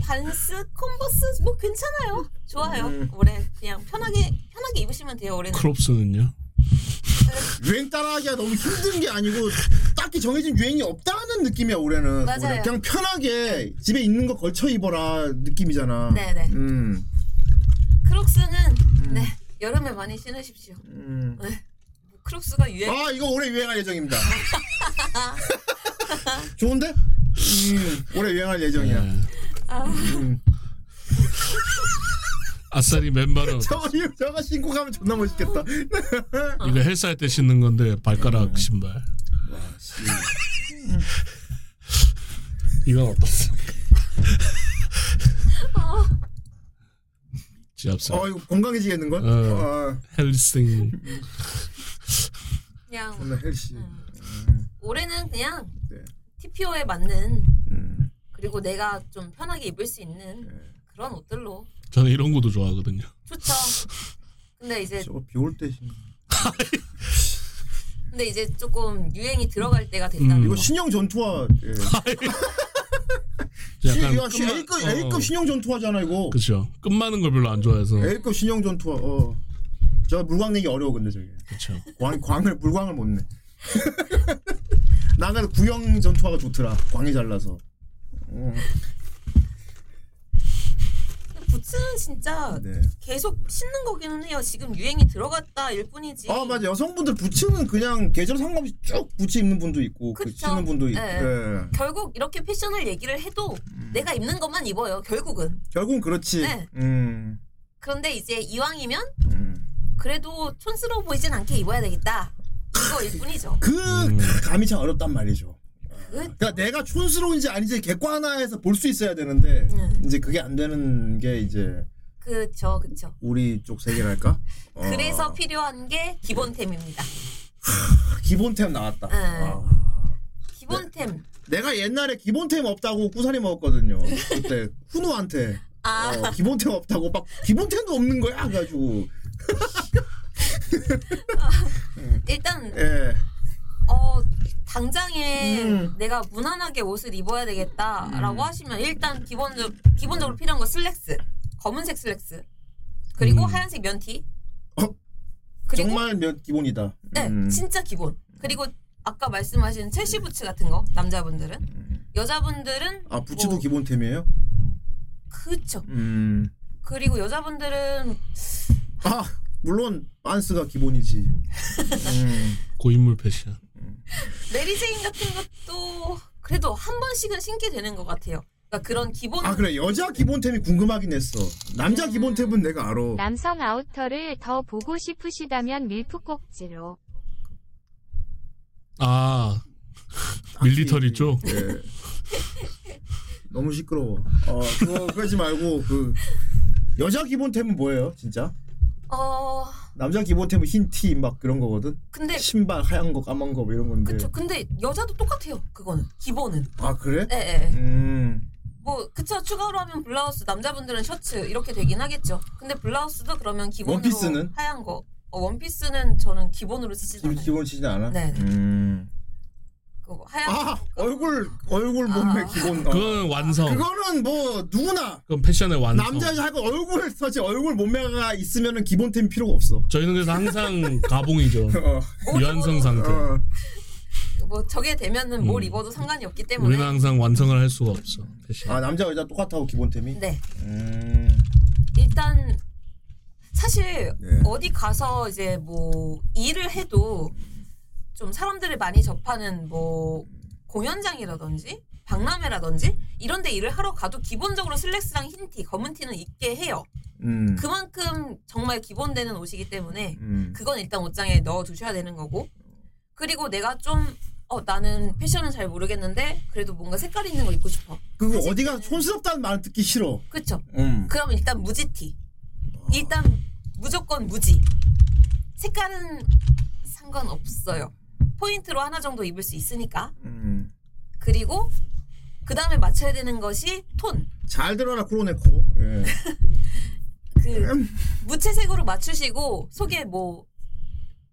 반스 컨버스 뭐 괜찮아요 좋아요
음.
올해 그냥 편하게 편하게 입으시면 돼요 올해는
크롭스는요?
유행 따라하기가 너무 힘든 게 아니고 딱히 정해진 유행이 없다는 느낌이야 올해는.
맞아요.
오히려 그냥 편하게 집에 있는 거 걸쳐 입어라 느낌이잖아.
네네.
음.
크록스는 네 여름에 많이 신으십시오.
음.
네. 뭐 크록스가 유행.
아 이거 올해 유행할 예정입니다. 좋은데? 음, 올해 유행할
네.
예정이야.
아.
음.
아싸리 맨발은
저거 어, 이거 저거 신고 가면 존나 멋있겠다.
이거 헬스할 때 신는 건데
네.
발가락 신발. 이건 어떻습니까?
어.
지압사.
어 이거 건강해지겠는 걸? 아,
어, 헬싱.
그냥
존나 헬시.
올해는 그냥
네. 음.
TPO에 맞는 그리고 내가 좀 편하게 입을 수 있는
네.
그런 옷들로
저는 이런 것도 좋아하거든요.
좋죠. 근데 이제
비올 때 신.
근데 이제 조금 유행이 들어갈 때가 됐다는
이거
거.
신형 전투화. 예.
아, 약간
야, 시, A급
어, 어.
A급 신형 전투화잖아 이거.
그렇죠. 끝마는 걸 별로 안 좋아해서.
A급 신형 전투화. 어. 저 물광 내기 어려워 근데 저게.
그렇죠.
광 광을 물광을 못 내. 나는 구형 전투화가 좋더라. 광이 잘나서. 어.
근데 부츠는 진짜
네.
계속 신는 거기는 해요. 지금 유행이 들어갔다 일 뿐이지.
아 맞아 여성분들 부츠는 그냥 계절 상관없이 쭉 부츠 입는 분도 있고 그
그쵸.
신는 분도 있고.
예.
예.
결국 이렇게 패션을 얘기를 해도
음.
내가 입는 것만 입어요. 결국은.
결국은 그렇지.
네.
음.
그런데 이제 이왕이면 그래도 촌스러워 보이진 않게 입어야 되겠다. 이거일 뿐이죠.
그 감이 참 어렵단 말이죠.
그-
그러니까 내가 촌스러운지 아닌지 객관 하나에서 볼 수 있어야 되는데
예.
이제 그게 안 되는 게 이제
그쵸, 그쵸.
우리 쪽 세계랄까? 어,
그래서 필요한 게 기본템입니다.
아, 기본템 나왔다.
네.
아. 네.
기본템.
내가 옛날에 기본템 없다고 꾸사리 먹었거든요. 그때 훈우한테
아,
어, 기본템 없다고 막 기본템도 없는 거야 가지고
일단,
예.
어, 당장에
음.
내가 무난하게 옷을 입어야 되겠다라고
음.
하시면 일단 기본적, 기본적으로 필요한 건 슬랙스. 검은색 슬랙스. 그리고
음. 어?
하얀색 면티. 그리고-
정말 몇 기본이다.
네,
음.
진짜 기본. 그리고 아까 말씀하신 첼시 부츠 같은 거, 남자분들은. 여자분들은.
음.
뭐
아 부츠도 기본템이에요?
그쵸.
음.
그리고 여자분들은
아 물론 반스가 기본이지. 음.
고인물 패션.
메리제인 같은 것도 그래도 한 번씩은 신게 되는 것 같아요. 그러니까 그런 기본
아 그래 여자 기본템이 궁금하긴 했어. 남자
음.
기본템은 내가 알아.
남성 아우터를 더 보고 싶으시다면 밀프꼭지로
아 밀리터리 쪽.
예. 너무 시끄러워. 어 그거 그러지 말고 그 여자 기본템은 뭐예요 진짜?
어
남자 기본템은 흰티 막 그런 거거든.
근데-
신발 하얀 거 까만 거 뭐 이런 건데.
네. 그쵸. 근데 여자도 똑같아요. 그거는 기본은.
아 그래?
예, 예.
음.
뭐 그쵸 추가로 하면 블라우스 남자분들은 셔츠 이렇게 되긴 하겠죠. 근데 블라우스도 그러면 기본으로
원피스는?
하얀 거. 어, 원피스는 저는 기본으로 쓰지
기- 기본 치진 않아?
네.
음.
그거 하얀
아 얼굴 얼굴 몸매 기본. 어.
그건 완성.
그거는 뭐 누구나
그건 패션의 완성.
남자 할거 얼굴 서지 얼굴 몸매가 있으면은 기본템 필요가 없어.
저희는 그래서 항상 가봉이죠.
어.
유한성 상태.
어.
뭐 저게 되면은 뭘
음.
입어도 상관이 없기 때문에
우리는 항상 완성을 할 수가 없어. 패션.
아 남자 여자 똑같다고 기본템이?
네.
음.
일단 사실
네.
어디 가서 이제 뭐 일을 해도 좀 사람들을 많이 접하는 뭐 공연장이라든지 박람회라든지 이런 데 일을 하러 가도 기본적으로 슬랙스랑 흰티 검은 티는 입게 해요.
음.
그만큼 정말 기본되는 옷이기 때문에
음.
그건 일단 옷장에 넣어 두셔야 되는 거고 그리고 내가 좀 어, 나는 패션은 잘 모르겠는데 그래도 뭔가 색깔 있는 거 입고 싶어.
그거 어디가 촌스럽다는 말 듣기 싫어.
그쵸?
음.
그럼 일단 무지티. 일단 무조건 무지. 색깔은 상관없어요. 포인트로 하나 정도 입을 수 있으니까.
음.
그리고 그 다음에 맞춰야 되는 것이 톤.
잘 들어라 코로네코. 예.
그 무채색으로 맞추시고 속에 뭐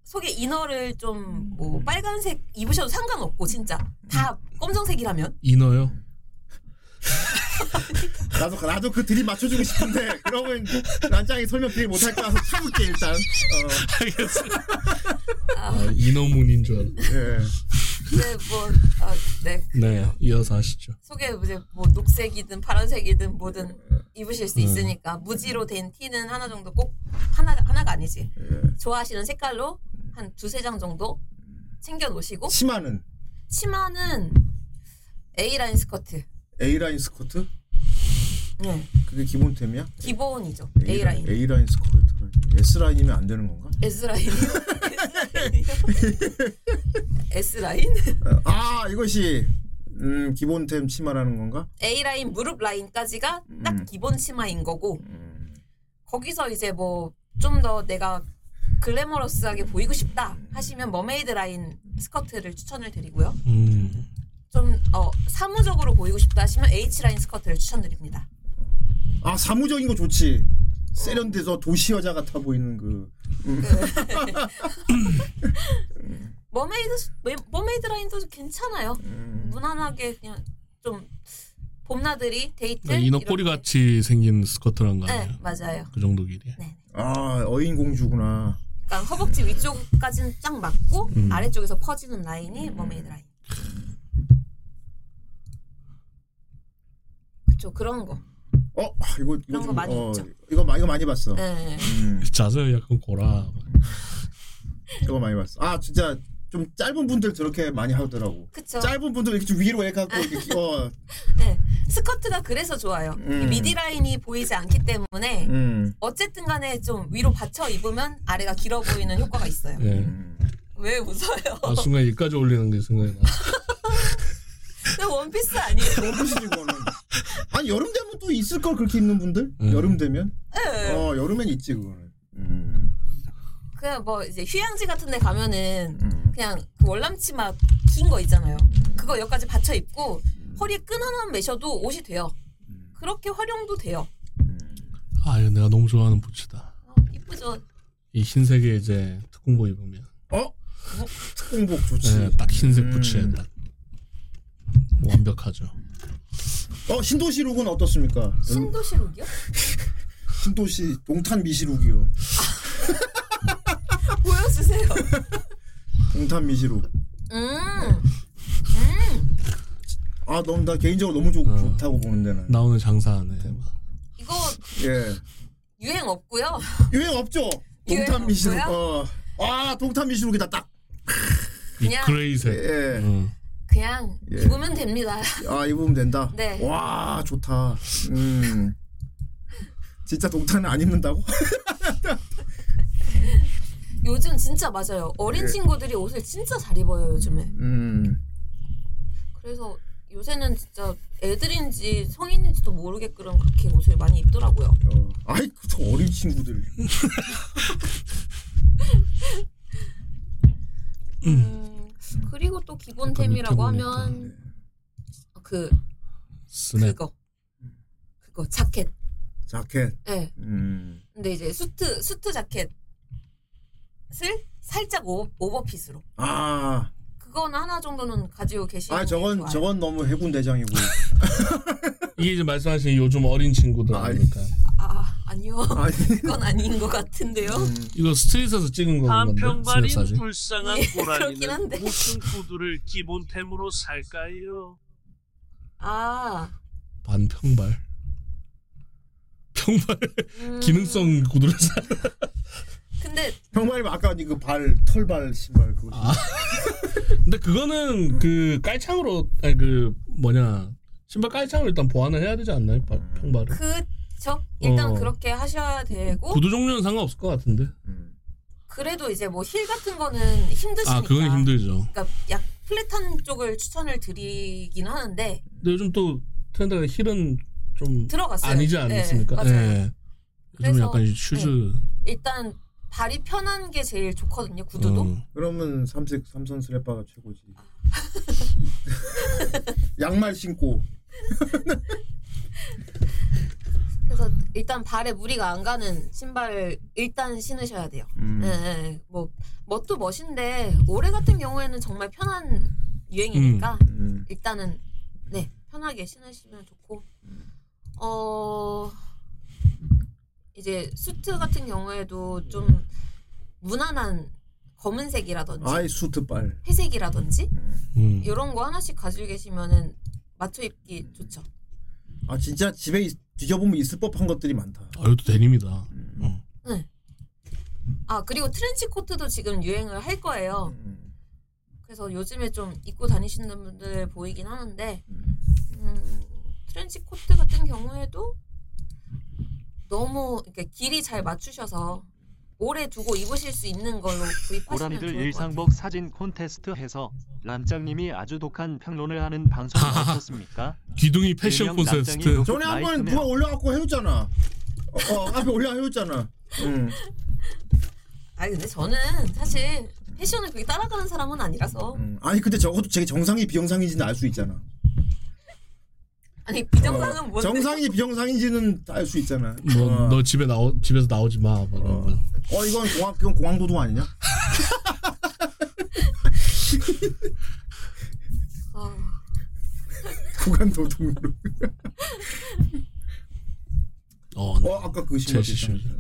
속에 이너를 좀 뭐 빨간색 입으셔도 상관없고 진짜 다 검정색이라면
이너요.
나도 나도 그 드립 맞춰주고 싶은데 그러면 난장이 설명 드립 못할 거라서 참을게 일단. 어.
알겠어. 아, 이너문인 줄 알았네.
예.
근데 뭐 아, 네.
네, 이어서 하시죠.
속에 이제 뭐 녹색이든 파란색이든 뭐든 입으실 수
음.
있으니까 무지로 된 티는 하나 정도 꼭 하나 하나가 아니지 좋아하시는 색깔로 한 두세 장 정도 챙겨 놓으시고
치마는
치마는 A 라인 스커트
A 라인 스커트?
네.
그게 기본템이야?
기본이죠 A 라인
A 라인 스커트를 S 라인이면 안 되는 건가?
S 라인 S 라인
아 이것이 음, 기본템 치마라는 건가?
A 라인 무릎 라인까지가 딱
음.
기본 치마인 거고 거기서 이제 뭐 좀 더 내가 글래머러스하게 보이고 싶다 하시면 머메이드 라인 스커트를 추천을 드리고요.
음.
좀 어, 사무적으로 보이고 싶다 하시면 H 라인 스커트를 추천드립니다.
아 사무적인 거 좋지. 세련돼서 도시 여자 같아 보이는 그. 음.
머메이드 스- 메- 머메이드 라인도 괜찮아요. 무난하게 그냥 좀 봄나들이 데이트
그러니까 이너
네, 이런-
꼬리 같이 생긴 스커트란 거 아니에요?
네 맞아요.
그 정도 길이야.
아 어인 공주구나.
그러니까 허벅지 위쪽까지는 쫙 맞고
음.
아래쪽에서 퍼지는 라인이 머메이드 라인. 그쵸 그런 거.
어 아, 이거 이거
그런 거
좀,
많이
어,
있죠.
이거 마- 이거 많이 봤어.
네.
음.
자세 약간 고라.
이거 많이 봤어. 아 진짜 좀 짧은 분들 저렇게 많이 하더라고.
그쵸.
짧은 분들 이렇게 좀 위로 해갖고 이렇게 기- 어,
네. 스커트가 그래서 좋아요.
음.
이 미디 라인이 보이지 않기 때문에
음.
어쨌든 간에 좀 위로 받쳐 입으면 아래가 길어 보이는 효과가 있어요.
예.
왜 웃어요?
아 순간 여기까지 올리는 게 생각이
음.
나.
저 원피스 아니에요.
원피스 이거는. 아니 여름 되면 또 있을 걸 그렇게 입는 분들? 여름 되면?
네.
어 여름엔 있지 그거는. 음.
그냥 뭐 이제 휴양지 같은 데 가면은
음.
그냥 그 월남치마 긴 거 있잖아요. 그거 여기까지 받쳐 입고
음.
허리에 끈 하나만 매셔도 옷이 돼요. 그렇게 활용도 돼요.
아 이거 내가 너무 좋아하는 부츠다.
이쁘죠?
이 흰색에 이제 특공복 입으면.
어? 특공복 좋지.
예, 딱 흰색 부츠에 딱 완벽하죠.
어 신도시 룩은 어떻습니까? 음,
신도시룩이요?
신도시 동탄 미시 룩이요.
보여주세요.
동탄 미시 룩.
음.
아 너무 나 개인적으로 너무 좋, 좋다고 보는데 는
나 오늘 장사하네.
이거
예.
유행 없고요.
유행 없죠.
유행
동탄 미시 룩.
없고요?
어. 아 동탄 미시 룩이다 딱.
그냥
그레이색.
예.
음.
그냥
예.
입으면 됩니다.
아 입으면 된다.
네.
와 좋다. 음. 진짜 동탄은 안 입는다고?
요즘 진짜 맞아요. 어린
예.
친구들이 옷을 진짜 잘 입어요 요즘에.
음.
그래서 요새는 진짜 애들인지 성인인지도 모르게끔 그렇게 옷을 많이 입더라고요.
아이 저 어린 친구들. 음.
그리고 또
그러니까
기본템이라고
뭐
하면 그
스냅.
그거 자켓.
자켓.
네.
음.
근데 이제 수트 수트 자켓을 살짝 오, 오버핏으로
아.
그건 하나 정도는 가지고 계시는
아 저건 저건 너무 해군 대장이고.
이게 이제 말씀하신 요즘 어린 친구들 아닙니까?
아 아니요 그건 아닌 것 같은데요.
음.
이거 스트릿에서 찍은 거 건데.
한평발인
스냅 사진.
불쌍한
네,
예, 그렇긴
고라니는
한데.
무슨 구두를 기본템으로 살까요?
아
반평발. 평발
음.
기능성 구두를 사.
근데
형말이 아까 언니 그발 털발 신발 그거.
근데 그거는 그 깔창으로 아니 그 뭐냐 신발 깔창으로 일단 보완을 해야 되지 않나요? 바- 평발을.
그죠 일단
어.
그렇게 하셔야 되고
구두 종류는 상관없을 것 같은데.
음.
그래도 이제 뭐 힐 같은 거는 힘드시니까
아 그건 힘들죠.
그러니까 약 플랫한 쪽을 추천을 드리긴 하는데
근데 요즘 또 트렌드가 힐은 좀
들어갔어요.
아니지
네,
않습니까?
맞아요.
요즘
그래서- 네.
약간 이제 슈즈 어,
일단 발이 편한 게 제일 좋거든요 구두도
음.
그러면 삼색 삼선 스레빠가 최고지. 양말 신고.
그래서 일단 발에 무리가 안 가는 신발을 일단 신으셔야 돼요.
음.
예, 예. 뭐 멋도 멋인데 올해 같은 경우에는 정말 편한 유행이니까
음, 음.
일단은 네 편하게 신으시면 좋고 어 이제 수트 같은 경우에도 좀 무난한 검은색이라든지
아이 수트발.
회색이라든지
음.
이런 거 하나씩 가지고 계시면은 맞춰 입기 좋죠.
아 진짜 집에 있- 뒤져보면 있을 법한 것들이 많다.
아 이것도 데님이다.
아 그리고 트렌치 코트도 지금 유행을 할
음.
거예요. 그래서 요즘에 좀 입고 다니시는 분들 보이긴 하는데 음, 트렌치 코트 같은 경우에도 너무 이렇게 길이 잘 맞추셔서 오래 두고 입으실 수 있는 걸로 구입하시면
보람이들
좋을 것 같아요.
일상복 사진 콘테스트 해서 람짱님이 아주 독한 평론을 하는 방송 어떻습니까?
기둥이 패션
일명
콘테스트.
람짱이
전에 한 번 누가 올려갖고 해줬잖아. 어, 어 앞에 올려 해줬잖아. 음.
아니 근데 저는 사실 패션을 그렇게 따라가는 사람은
음.
아니라서
음. 아니 근데 적어도 제 정상이 비정상인지는 알 수 있잖아.
아니 비정상은
어,
뭔데?
정상인지 비정상인지는 알 수 있잖아.
너, 너 집에 나오 집에서 나오지 마. 뭐 이런 거.
어 이건 공항 이건 공항 도둑 아니냐?
어,
구간 도둑으로.
어,
아까 그 신발
제시
있잖아.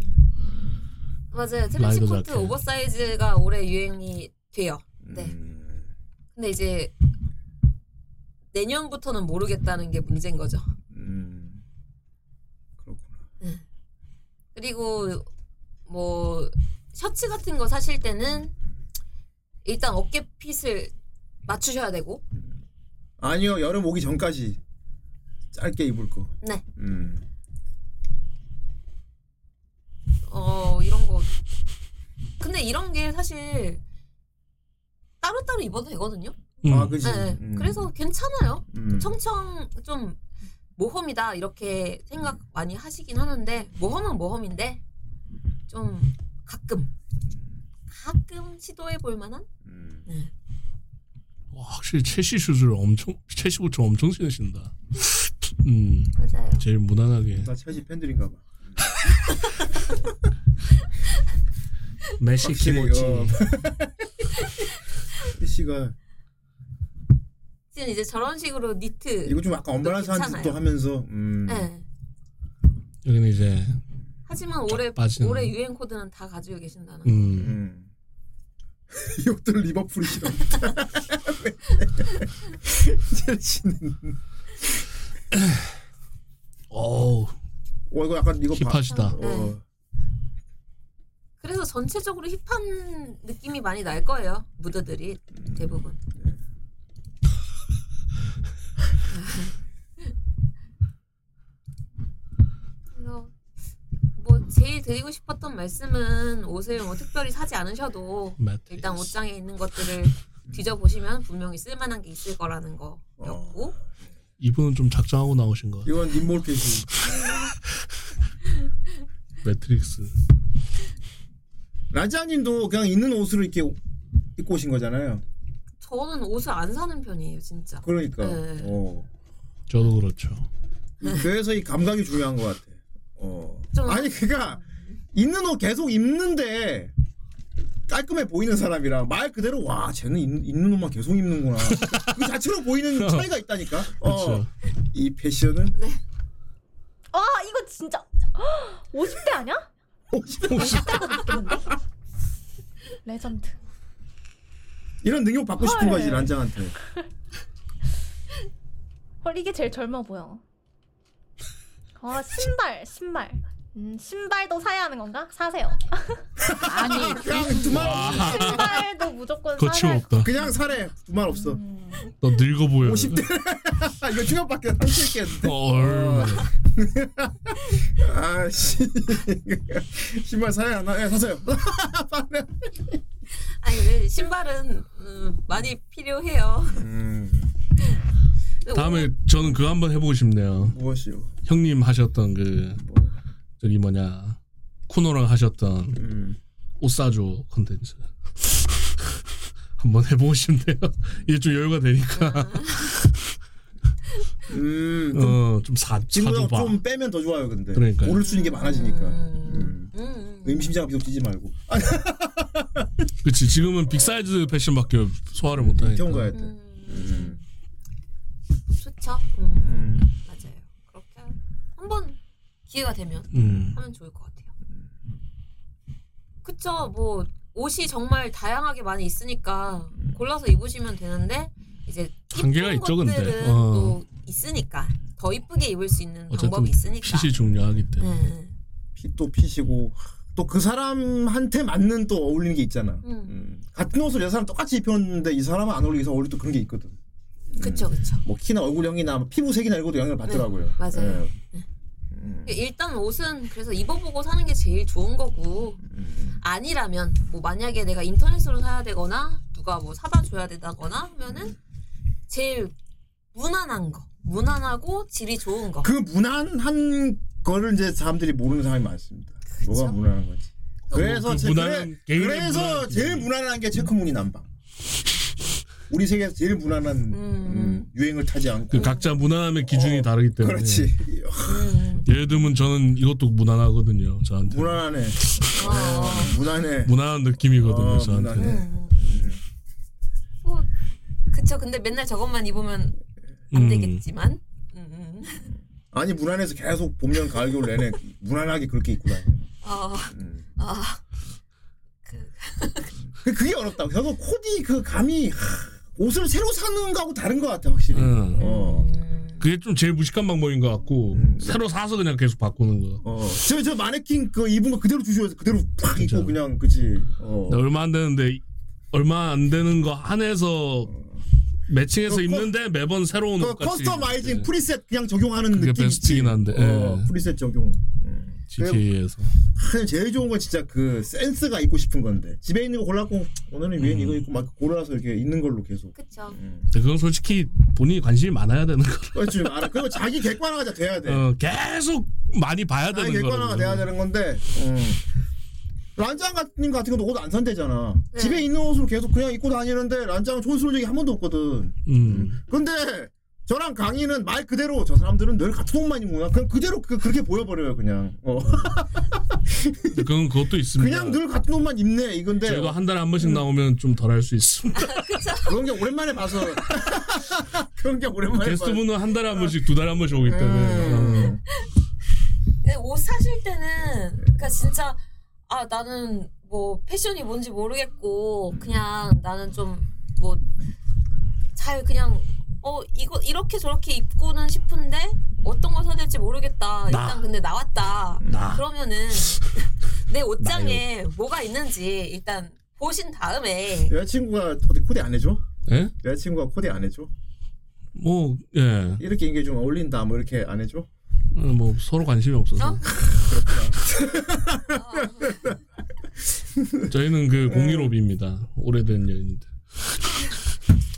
맞아요. 트렌치
라이더
코트
자켓.
오버사이즈가 올해 유행이 돼요. 네.
음,
근데 이제 내년부터는 모르겠다는 게 문제인 거죠.
음.
그렇구나. 그리고 뭐 셔츠 같은 거 사실 때는 일단 어깨 핏을 맞추셔야 되고
아니요 여름 오기 전까지 짧게 입을 거.
네.
음.
어 이런 거 근데 이런 게 사실 따로따로 입어도 되거든요.
아 그지.
네,
음.
그래서 괜찮아요.
음.
청청 좀 모험이다 이렇게 생각 많이 하시긴 하는데 모험은 모험인데 좀 가끔 가끔 시도해 볼 만한
음.
와, 확실히 첼시 슈즈를 엄청 첼시 부츠 엄청 신으신다. 음.
맞아요.
제일 무난하게
나 첼시 팬들인가 봐.
메시
확실히,
키모치.
어. 첼시가
지금 이제 저런 식으로 니트
이거 좀 약간 엄마랑 사는 짓도
괜찮아요.
하면서 음.
네.
여기는 이제
하지만 올해
빠지는.
올해 유행 코드는 다 가지고 계신다는
음.
이것들 리버풀이 싫어. 첼시는.
어우.
와 이거 약간 이거 봐.
힙하시다.
네.
어.
그래서 전체적으로 힙한 느낌이 많이 날 거예요 무드들이 대부분 그래서 뭐 제일 드리고 싶었던 말씀은 옷을 뭐 특별히 사지 않으셔도
맞아요.
일단 옷장에 있는 것들을 뒤져보시면 분명히 쓸만한 게 있을 거라는 거였고
어. 이분은 좀 작정하고 나오신 것 같아요.
이건 인몰캐시.
매트릭스.
라자님도 그냥 있는 옷으로 이렇게 입고 오신 거잖아요.
저는 옷을 안 사는 편이에요 진짜
그러니까.
네.
어.
저도 그렇죠.
그래서 이 감각이 중요한 것 같아. 어.
좀-
아니 그니까 있는 옷 계속 입는데 깔끔해 보이는 사람이랑 말 그대로 와 쟤는 입, 는 옷만 계속 입는구나. 그 자체로 보이는 차이가 있다니까. 어.
그쵸.
이 패션은
네.
아 이거 진짜 50대 아니야? 50대가 느꼈는데? 레전드.
이런 능력 받고 싶은
헐.
거지 란장한테.
헐 이게 제일 젊어 보여. 아 신발 신발. 음 신발도 사야 하는 건가? 사세요.
아니
음.
두말 없어.
신발도 무조건
그렇죠.
사야. 할-
거침없다.
그냥 사래 두말 없어.
너 늙어 보여. 어,
50대. 이거 중간밖에 안 칠겠는데.
얼.
아씨 신발 사야 하나? 예 사세요.
아니 왜 신발은 음, 많이 필요해요 근데
다음에 저는 그거 한번 해보고 싶네요.
무엇이요?
형님 하셨던 그 저기 뭐냐 쿠노랑 하셨던
음.
옷 사줘 컨텐츠 한번 해보고 싶네요. 이제 좀 여유가 되니까
음,
어, 좀 사,
친구랑
사줘봐.
좀 빼면 더 좋아요 근데.
그러니까요.
오를 수 있는 게 많아지니까. 음. 의심심장 비속 뛰지 말고.
음. 그치 지금은 빅 사이즈 패션밖에 소화를 못하니까.
이태원 가야 돼.
음,
음.
좋죠 음, 맞아요 그렇게 한번 기회가 되면
음.
하면 좋을 것 같아요 음. 그쵸 뭐 옷이 정말 다양하게 많이 있으니까 골라서 입으시면 되는데 이제
단계가
이쁜
있죠, 근데.
것들은
어.
또 있으니까 더 이쁘게 입을 수 있는
어쨌든
방법이 있으니까
핏이 중요하기 때문에.
음,
핏도 핏이고 또 그 사람한테 맞는 또 어울리는 게 있잖아.
음.
같은 옷을 여러 사람 똑같이 입혔는데 이 사람은 안 어울리기 위해서 어울리 또 그런 게 있거든.
그쵸 그쵸
뭐 키나 얼굴형이나 피부색이나 이런 것도 영향을 받더라고요.
네. 맞아요.
예.
일단 옷은 그래서 입어보고 사는 게 제일 좋은 거고 아니라면 뭐 만약에 내가 인터넷으로 사야 되거나 누가 뭐 사다 줘야 되다거나 하면은 제일 무난한 거 무난하고 질이 좋은 거
그 무난한 거를 이제 사람들이 모르는 사람이 많습니다. 뭐가 무난한 거지. 그래서
그
제,
무난한
그래,
개인의
그래서 제일
무난한 기준이.
무난한 게 체크무늬 남방. 우리 세계에서 제일 무난한 음, 유행을 타지 않고
그 각자 무난함의 기준이 다르기 때문에.
그렇지.
네. 예를 들면 저는 이것도 무난하거든요. 저한테
무난하네.
아,
어, 무난해.
무난한 느낌이거든요.
어,
저한테.
무난해.
뭐 그쵸 근데 맨날 저것만 입으면 안
음.
되겠지만 음, 음.
아니 무난해서 계속 봄년 가을 겨울 내내 무난하게 그렇게 입고 다니.
어, 어.
그게 어렵다. 결국 코디 그 감이 하, 옷을 새로 사는 거하고 다른 것 같아 확실히.
응.
어.
음. 그게 좀 제일 무식한 방법인 것 같고
음, 네.
새로 사서 그냥 계속 바꾸는 거.
어. 저, 저 마네킹 그 입은 거 그대로 주셔서 그대로 팍 입고 그냥 그지. 어.
나 얼마 안 되는데 얼마 안 되는 거 한해서 매칭해서 입는데 매번 새로운
그
옷 같이.
어, 커스터마이징 프리셋 그냥 적용하는
그게
느낌
베스트긴 한데.
어,
예.
프리셋 적용. 음.
GTA에서.
하, 제일 좋은 건 진짜 그 센스가 입고 싶은 건데 집에 있는 거 골랐고 오늘은
음.
위엔 이거 입고 막 골라서 이렇게 있는 걸로 계속.
그쵸
근데 그건 솔직히 본인이 관심이 많아야 되는 거.
그렇지 알아. 그리고 자기 객관화가 돼야 돼.
어, 계속 많이 봐야
자기
되는
객관화가
거라고.
돼야 되는 건데. 음. 란장 같은 같은 경우도 옷 안 산대잖아. 집에 있는 옷을 계속 그냥 입고 다니는데 란장은 촌스러운 적이 한 번도 없거든.
음.
근데 저랑 강희는 말 그대로 저 사람들은 늘 같은 옷만 입는구나. 그냥 그대로 그, 그렇게 보여버려요 그냥. 어.
근데 그건 음, 그것도 있습니다.
그냥 늘 같은 옷만 입네 이건데.
저희가 한 달에 한 번씩 나오면 좀 덜 할 수 있습니다.
그런 게 오랜만에 봐서. 그런 게 오랜만에 봐서.
게스트분은 한
음.
달에 한 번씩, 두 달에 한 번씩 오기 때문에. 어.
근데 네, 옷 사실 때는 그러니까 진짜 아 나는 뭐 패션이 뭔지 모르겠고 그냥 나는 좀 뭐 잘 그냥 어 이거 이렇게 저렇게 입고는 싶은데 어떤 걸 사야 될지 모르겠다. 일단 근데 나왔다.
나.
그러면은 내 옷장에 뭐가 있는지 일단 보신 다음에
여자친구가 어디 코디 안 해줘?
예?
여자친구가 코디 안 해줘?
뭐 예.
이렇게 이게 좀 어울린다 뭐 이렇게 안 해줘?
어, 뭐 서로 관심이 없어서. 저희는 그 015B입니다. 오래된 연인들.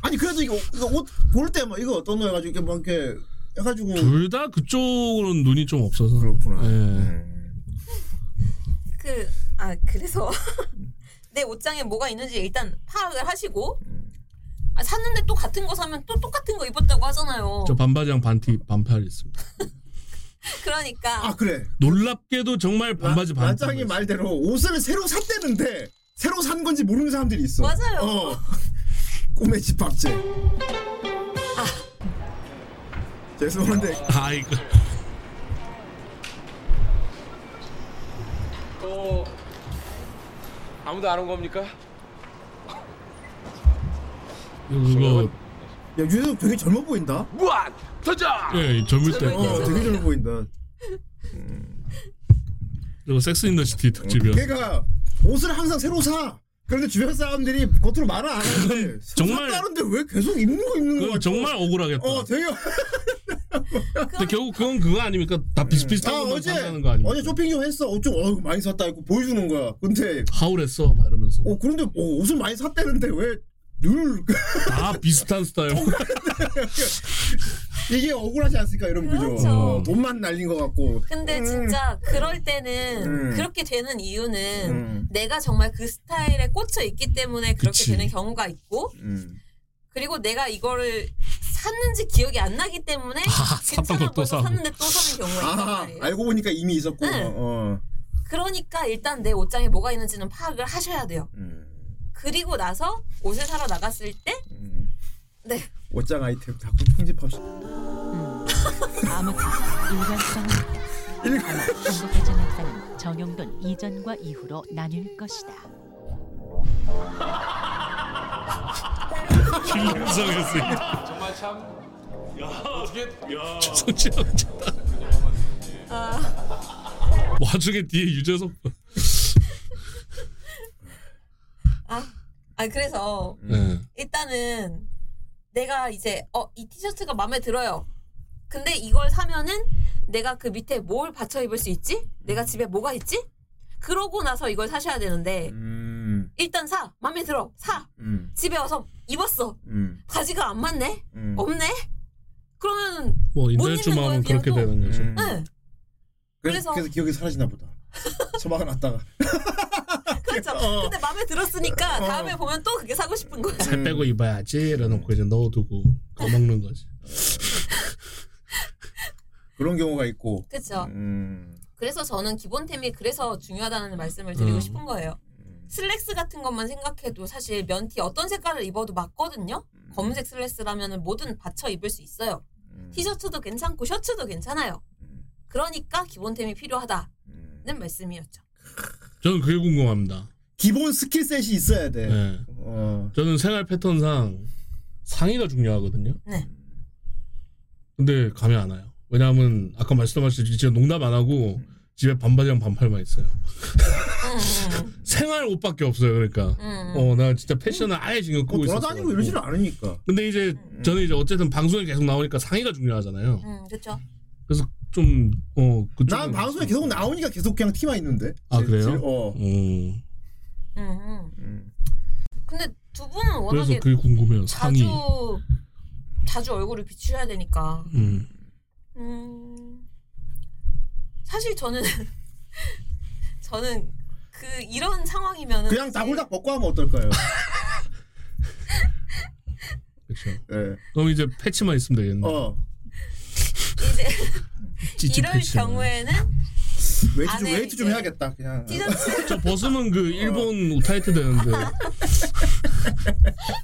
아니 그래도 이거 이거 옷 볼 때 막 이거 어떤 거 해가지고 이렇게 막 이렇게 해가지고
둘 다 그쪽은 눈이 좀 없어서. 그렇구나. 예.
그 아 그래서
음.
내 옷장에 뭐가 있는지 일단 파악을 하시고
음.
아, 샀는데 또 같은 거 사면 또 똑같은 거 입었다고 하잖아요.
저 반바지랑 반티 반팔 있습니다.
그러니까
아, 그래.
놀랍게도 정말 반바지 반팔.
만장이 말대로 옷을 새로 샀대는데 새로 산 건지 모르는 사람들이 있어.
맞아요.
어. 꿈의 집합제. 아. 죄송한데.
아 이거.
어 아무도 안 온 겁니까?
그거
야 유재석 되게 젊어 보인다.
무한 터져.
예 젊을 때.
어, 되게 젊어 보인다.
그리고 섹스 인더 시티 특집이요.
어, 걔가 옷을 항상 새로 사. 그런데 주변 사람들이 겉으로 말을 안 하는데
정말-
정말 다른데 왜 계속 입는 거 입는 거 같아.
정말 억울하겠다.
뭐 어, 되게
근데 결국 그건 그거 아닙니까? 다 비슷비슷한
아,
것만
어제
산다는 거 아닙니까?
어제 쇼핑 좀 했어. 옷 좀 어, 많이 샀다 이거 보여주는 거야. 근데
하울했어 막 이러면서.
어 그런데 어, 옷을 많이 샀다는데 왜늘다
비슷한 스타일.
이게 억울하지 않습니까, 여러분 그죠?
그렇죠.
어, 돈만 날린 것 같고.
근데 진짜 그럴 때는
음.
그렇게 되는 이유는
음.
내가 정말 그 스타일에 꽂혀 있기 때문에 그렇게
그치.
되는 경우가 있고
음.
그리고 내가 이거를 샀는지 기억이 안 나기 때문에
아, 샀던 걸또 사.
샀는데 또 사는 경우가 있단
아,
말이에요.
알고 보니까 이미 있었고.
응.
어.
그러니까 일단 내 옷장에 뭐가 있는지는 파악을 하셔야 돼요.
음.
그리고 나서 옷을 사러 나갔을 때
음.
네.
옷장 아이템 자꾸 편집합시다.
아무튼 일관성 아마 행복해진 학사는 정용돈 이전과 이후로 나뉠 것이다.
김성했습니다.
정말 참. 야 어떻게 야.
성치 남자다. 와중에 뒤에 유재석.
아, 아 그래서
음.
네.
일단은 내가 이제 어 이 티셔츠가 마음에 들어요. 근데 이걸 사면은 내가 그 밑에 뭘 받쳐 입을 수 있지?
음.
내가 집에 뭐가 있지? 그러고 나서 이걸 사셔야 되는데
음.
일단 사 마음에 들어 사
음.
집에 와서 입었어
음.
바지가 안 맞네
음.
없네 그러면
뭐
못
인터넷
입는 거야
주마음은
그냥
그렇게
또
되는 거죠.
응.
그래서,
그래서-
그래서 기억이 사라지나 보다. 소방을 났다가.
그렇죠
어.
근데 마음에 들었으니까 다음에 보면 또 그게 사고 싶은 거야
살 빼고 입어야지. 라놓고 이제 넣어두고
음.
거먹는 거지.
그런 경우가 있고.
그렇죠
음.
그래서 저는 기본템이 그래서 중요하다는 말씀을 드리고
음.
싶은 거예요. 슬랙스 같은 것만 생각해도 사실 면티 어떤 색깔을 입어도 맞거든요.
음.
검은색 슬랙스라면 뭐든 받쳐 입을 수 있어요.
음.
티셔츠도 괜찮고 셔츠도 괜찮아요. 그러니까 기본템이 필요하다는
음.
말씀이었죠.
저는 그게 궁금합니다.
기본 스킬셋이 있어야 뭐 돼.
네. 저는 생활 패턴상 상의가 중요하거든요.
네.
근데 감이 안 와요. 왜냐하면 아까 말씀하셨듯이 제가 농담 안 하고
음.
집에 반바지랑 반팔만 있어요.
음,
생활 옷밖에 없어요. 그러니까
음.
어 나 진짜 패션을 아예 지금
뭐
끄고 있어.
돌아다니고 음, 이러지를 않으니까.
근데 이제 저는 이제 어쨌든 방송에 계속 나오니까 상의가 중요하잖아요.
음, 그렇죠.
그래서 좀어 그쪽
난 방송에 계속 나오니까 계속 그냥 티만 있는데.
아
제-
그래요?
제- 어.
음.
음, 음. 근데 두 분은
그래서
워낙에
그게 궁금해요. 상의.
자주 자주 얼굴을 비추셔야 되니까.
음.
음, 사실 저는 저는 그 이런 상황이면은
그냥 다골닥 벗고 하면 어떨까요?
그렇죠.
네.
그럼 이제 패치만 있으면 되겠네.
어.
찌찌
이럴
패치만.
경우에는
웨이트 좀
안에
웨이트 좀 해야겠다. 그냥.
저 벗으면 그 일본 우타이트 되는데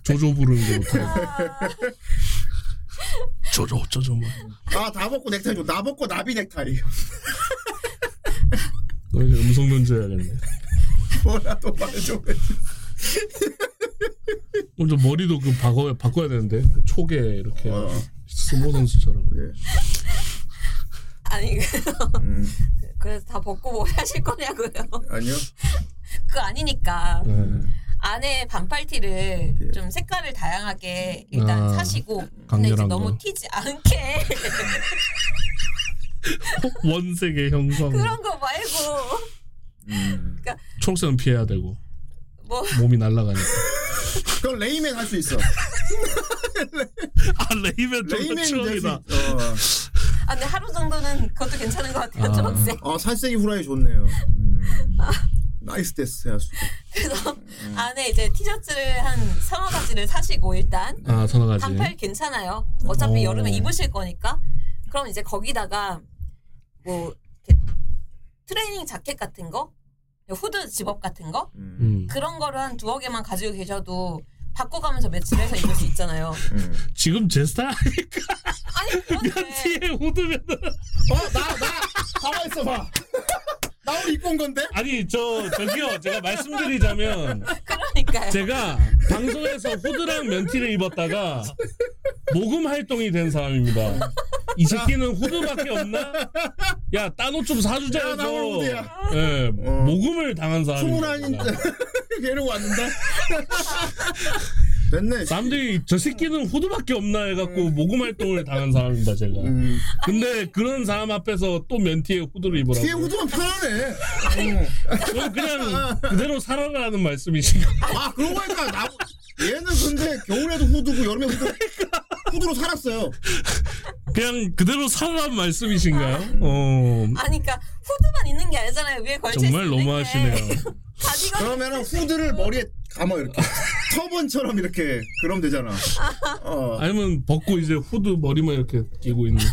조조 부르는 거 조조 조조 뭐.
아다 벗고 넥타이 줘. 나 벗고 나비 넥타이.
너 이제 음성 변조해야겠네.
뭐라도 말좀 해.
먼저 머리도 그 바꿔 바꿔야 되는데 그 초계 이렇게
어.
스모 선수처럼.
아니 그래서
음,
그래서 다 벗고 뭐 하실 거냐고요.
아니요.
네.
그거 아니니까. 안에 반팔티를 좀 색깔을 다양하게 일단
아,
사시고 근데 이제
강렬한
너무
거.
튀지 않게
원색의 형상
그런 거 말고
초록색은 피해야 되고
뭐
몸이 날아가니까
그건 레이맨 할 수 있어.
아 레이맨
레이맨이
정말 추억이다
어.
아, 근데 하루 정도는 그것도 괜찮은 것 같아요. 초록색.
아, 살색이 후라이 좋네요. 음. 나이스 데스야. 수.
그래서 안에 이제 티셔츠를 한 서너 가지를 사시고 일단
아 서너 가지
반팔 괜찮아요. 어차피
오.
여름에 입으실 거니까. 그럼 이제 거기다가 뭐 이렇게 트레이닝 자켓 같은 거, 후드 집업 같은 거
음.
그런 거를 한 두어 개만 가지고 계셔도 바꿔가면서 매치해서 를 입을 수 있잖아요.
음.
지금 제 스타일
아니 그런데
티에 후드면
어, 가만 있어 봐. 나 오늘 입고 온 건데?
아니 저 저기요 제가 말씀드리자면
그러니까요.
제가 방송에서 후드랑 면티를 입었다가 모금 활동이 된 사람입니다. 이 새끼는 후드밖에 없나? 야, 딴 옷 좀 사주자
야, 나 오늘
해서
후드야. 어.
예, 모금을 당한 사람입니다.
21인 걔를 왔는데. 됐네.
남들이 저 새끼는 후드밖에 없나 해갖고
음.
모금 활동을 당한 사람입니다, 제가. 근데 그런 사람 앞에서 또 면티에 후드를 입으라고.
뒤에 후드만 아. 편하네.
그럼 그냥 그대로 살아라는 말씀이신가?
아 그러고 보니까 나 얘는 근데 겨울에도 후드고 여름에 후드
그러니까.
후드로 살았어요.
그냥 그대로 살아라는 말씀이신가요? 어,
아니 그러니까 후드만 있는 게 아니잖아요. 위에 걸쳐
정말
있는 게.
너무하시네요.
그러면은 후드를 머리에 감아 이렇게 터번처럼 이렇게 그럼 되잖아. 어.
아니면 벗고 이제 후드 머리만 이렇게 끼고 있는.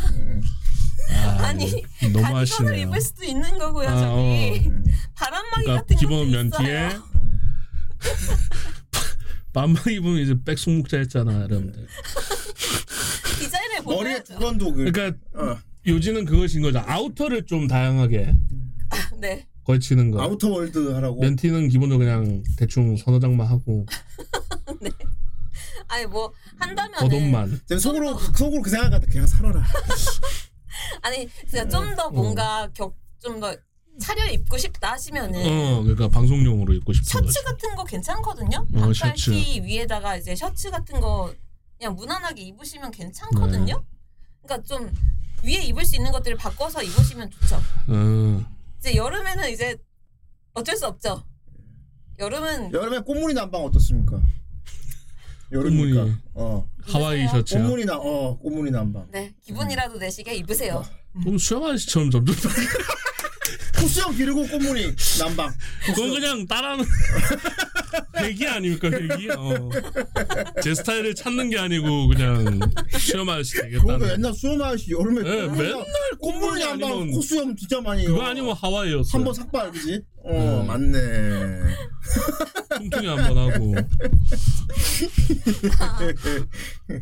아,
아니
너무
가디건을
아시네요.
입을 수도 있는 거고요.
아,
저기 바람막이
그러니까
같은 것도
기본
있어요.
면티에 반만 입으면 이제 백숙목자 했잖아, 여러분들.
디자인을 보면 머리에
두건도
그러니까
어.
요즘은 그것인 거죠. 아우터를 좀 다양하게
네.
걸치는 거.
아우터 월드 하라고.
면티는 기본적으로 그냥 대충 서너 장만 하고
아니 뭐 한다면
그 겉옷만.
지금 속으로 속으로 그 생각한다. 그냥 살아라.
아니 진짜 좀
음.
더 뭔가 좀 더 차려 입고 싶다 하시면은
어, 그러니까 방송용으로 입고 싶은 거죠.
셔츠 같은 거 괜찮거든요.
어,
반팔
셔츠.
티 위에다가 이제 셔츠 같은 거 그냥 무난하게 입으시면 괜찮거든요.
네.
그러니까 좀 위에 입을 수 있는 것들을 바꿔서 입으시면 좋죠.
어.
이제 여름에는 이제 어쩔 수 없죠. 여름은
여름에 꽃무늬 난방 어떻습니까? 여름이니까. 어.
하와이 셔츠.
꽃무늬 나 어, 꽃무늬 난방.
네 기분이라도 내시게 입으세요.
그럼 수영 아저씨처럼 점점
코수염 기르고 꽃무늬 난방.
그건 그냥 따라하는 회기 아닙니까 회기? 어. 제 스타일을 찾는 게 아니고 그냥 수염 아저씨 되겠다는
그거 옛날 수염 아저씨 여름에
예,
꽃무늬
맨날
난방, 꽃무늬 난방
아니면-
코수염 진짜 많이.
그거 아니면 하와이였어.
한번 삭발 그지? 어 맞네.
퉁퉁이 한번 하고.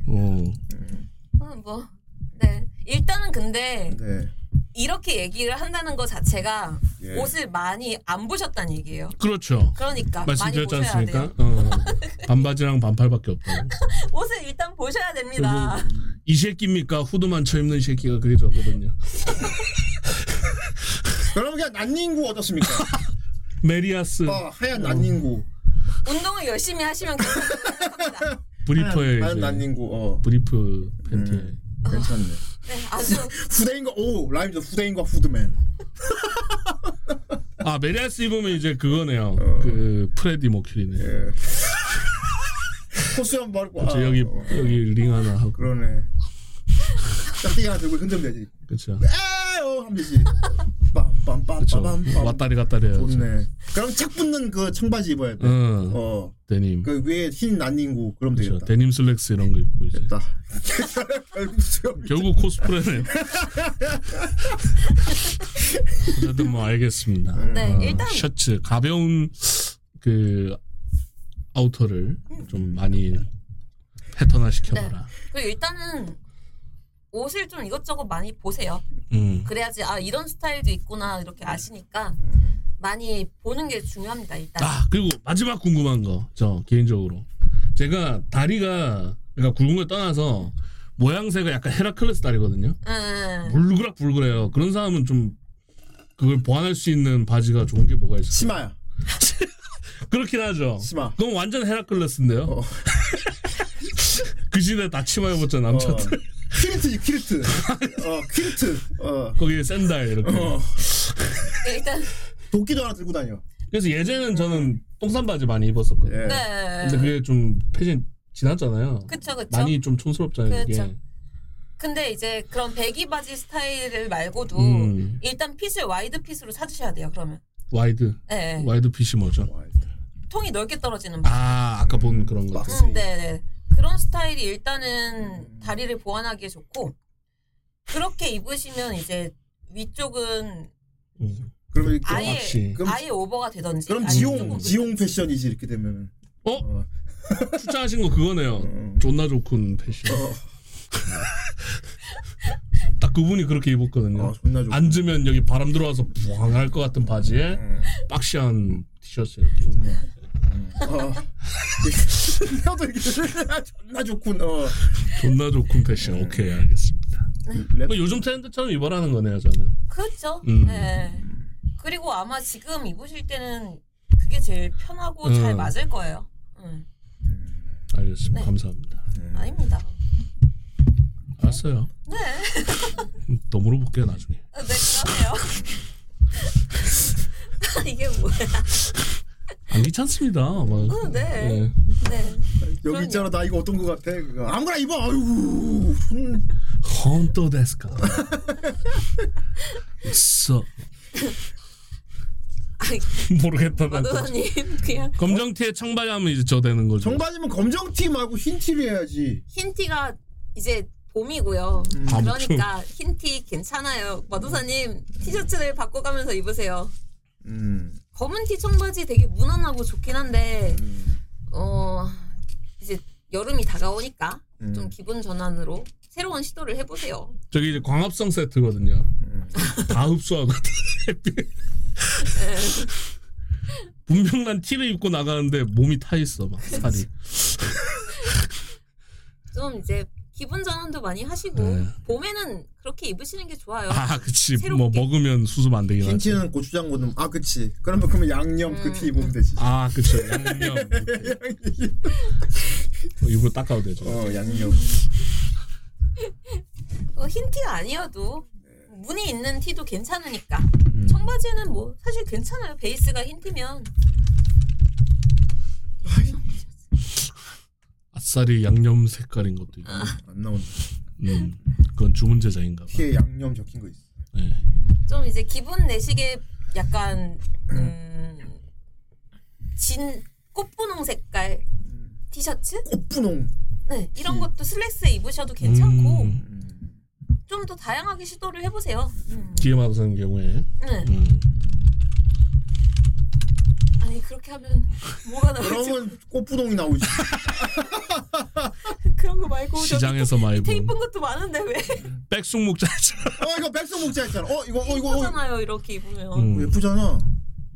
어.
음, 뭐 네. 일단은 근데
네.
이렇게 얘기를 한다는 것 자체가
예.
옷을 많이 안 보셨다는 얘기예요.
그렇죠.
그러니까 많이
말씀드렸지
보셔야
않습니까?
돼요.
어. 반바지랑 반팔밖에 없다고.
옷을 일단 보셔야 됩니다.
그리고 이 새끼입니까? 후드만 쳐 입는 새끼가 그게 좋거든요.
그럼 그냥 난닝구 어떻습니까?
메리아스
어, 하얀 난닝구.
네.
운동을 열심히 하시면 괜찮아요.
브리퍼에
하얀
이제
난닝구. 어.
브리프 팬티에
괜찮네.
아주
후대인과 오 라임즈 후대인과 후드맨.
아 메리아스 입으면 이제 그거네요.
어.
그 프레디 머큐리네.
예. 코수염 바르고. 아,
그렇죠. 여기
어.
여기 링 하나 하고.
그러네. 짝대기 하나 들고 흔들면 되지.
그렇죠.
에어 하면 되지. 빰빰빰빰빰.
왔다리 갔다리 해요.
좋네. 그럼 착 붙는 그 청바지 입어야 돼.
응.
어.
데님.
그 위에 흰 난닝구 그럼
그렇죠.
되겠다.
데님 슬랙스 이런 거 입고 이제.
됐다.
결국 코스프레네. 어쨌든 뭐 알겠습니다.
네,
어,
일단-
셔츠 가벼운 그 아우터를
음.
좀 많이 패턴화
네.
시켜봐라.
그리고 일단은 옷을 좀 이것저것 많이 보세요.
음.
그래야지 아 이런 스타일도 있구나 이렇게 아시니까 많이 보는 게 중요합니다. 일단
아 그리고 마지막 궁금한 거 저 개인적으로 제가 다리가 그러니까 굵은 걸 떠나서 모양새가 약간 헤라클레스 다리거든요.
음,
불그락불그래요. 그런 사람은 좀 그걸 보완할 수 있는 바지가 좋은 게 뭐가 있어요?
치마야.
그렇긴 하죠. 그럼 완전 헤라클레스인데요.
어.
그 시대 다 치마 입었죠
어.
남자들.
퀼트 퀼트. 어 퀼트. 어.
거기에 샌달 이렇게.
어.
일단
도끼도 하나 들고 다녀. 예.
그래서 예전에는 저는 똥싼 바지 많이 입었었거든요.
네.
근데 그게 좀 패션 지났잖아요.
그쵸, 그쵸.
많이 좀 촌스럽잖아요
그쵸.
이게.
근데 이제 그런 배기 바지 스타일을 말고도
음.
일단 핏을 와이드 핏으로 찾으셔야 돼요. 그러면
와이드.
네.
와이드 핏이 뭐죠?
통이 넓게 떨어지는 바지.
아 아까 본 그런 거.
음, 네네. 그런 스타일이 일단은 다리를 보완하기에 좋고 그렇게 입으시면 이제 위쪽은
음.
그러면
아예
그럼,
아예 오버가 되던지
그럼
아니면
지용 지용 패션이지 이렇게 되면.
어? 추천하신 거 그거네요. 존나 좋군 패션. 딱 그분이 그렇게 입었거든요.
어,
앉으면 여기 바람 들어와서 부황할 것 같은 바지에 박시한 티셔츠 이렇게.
어. 나도 이게 존나 좋군. 어.
존나 좋군 패션. 오케이 알겠습니다.
네.
뭐 요즘 트렌드처럼 입어라는 거네요 저는.
그렇죠.
음.
네. 그리고 아마 지금 입으실 때는 그게 제일 편하고 잘
음.
맞을 거예요. 음.
알겠습니다.
네.
감사합니다.
아닙니다.
알았어요.
네.
음, 더 물어볼게요 나중에.
네 그러네요. 이게 뭐야?
안 귀찮습니다. 막.
어, 네. 네.
여기 있잖아 나 이거 어떤 거 같아? 그거. 아무거나 입어. 아유.
헌또 데스카. 있어. 모르겠다. 난
마도사님 그냥
검정 티에 청바지 하면 이제 저 되는 거죠.
청바지면 검정 티 말고 흰 티를 해야지.
흰 티가 이제 봄이고요.
아,
그러니까 흰 티 괜찮아요. 마도사님 티셔츠를 바꿔가면서 입으세요.
음.
검은 티 청바지 되게 무난하고 좋긴 한데 어 이제 여름이 다가오니까
음.
좀 기분 전환으로 새로운 시도를 해보세요.
저기 이제 광합성 세트거든요.
음.
다 흡수하거든. 분명 난 티를 입고 나가는데 몸이 타 있어 막 살이.
좀 이제 기분 전환도 많이 하시고 봄에는 그렇게 입으시는 게 좋아요.
아 그치. 뭐 먹으면 수습 안 되긴 하지.
흰티는 고추장 고등. 아 그치. 그러면 그러면 양념 그 티 입으면 되지.
아 그쵸. 양념. 뭐 입으로 닦아도 되죠.
어 양념.
어, 흰 티가 아니어도 무늬 있는 티도 괜찮으니까 청바지는 뭐 사실 괜찮아요. 베이스가 흰 티면
아싸리 양념 색깔인 것도 있고.
안 나온다.
음, 그건 주문 제작인가 봐. 예.
티에 양념 적힌 거 있어.
좀 이제 기분 내시게 약간 음, 음진 꽃분홍 색깔 티셔츠?
꽃분홍.
네 이런 것도 슬랙스 입으셔도 괜찮고
음.
좀 더 다양하게 시도를 해보세요. 음.
기회마다 사는 경우에.
네.
음.
아니 그렇게 하면 뭐가 나올지
그러면 꽃부동이 나오지.
그런 거 말고 저기
시장에서 뭐. 많이
밑에
본.
이쁜 것도 많은데 왜?
백숙 목자처럼.
어 이거 백수 목자 했잖아. 어 이거 어 이거 어.
예쁘잖아요 이렇게 입으면.
음.
예쁘잖아.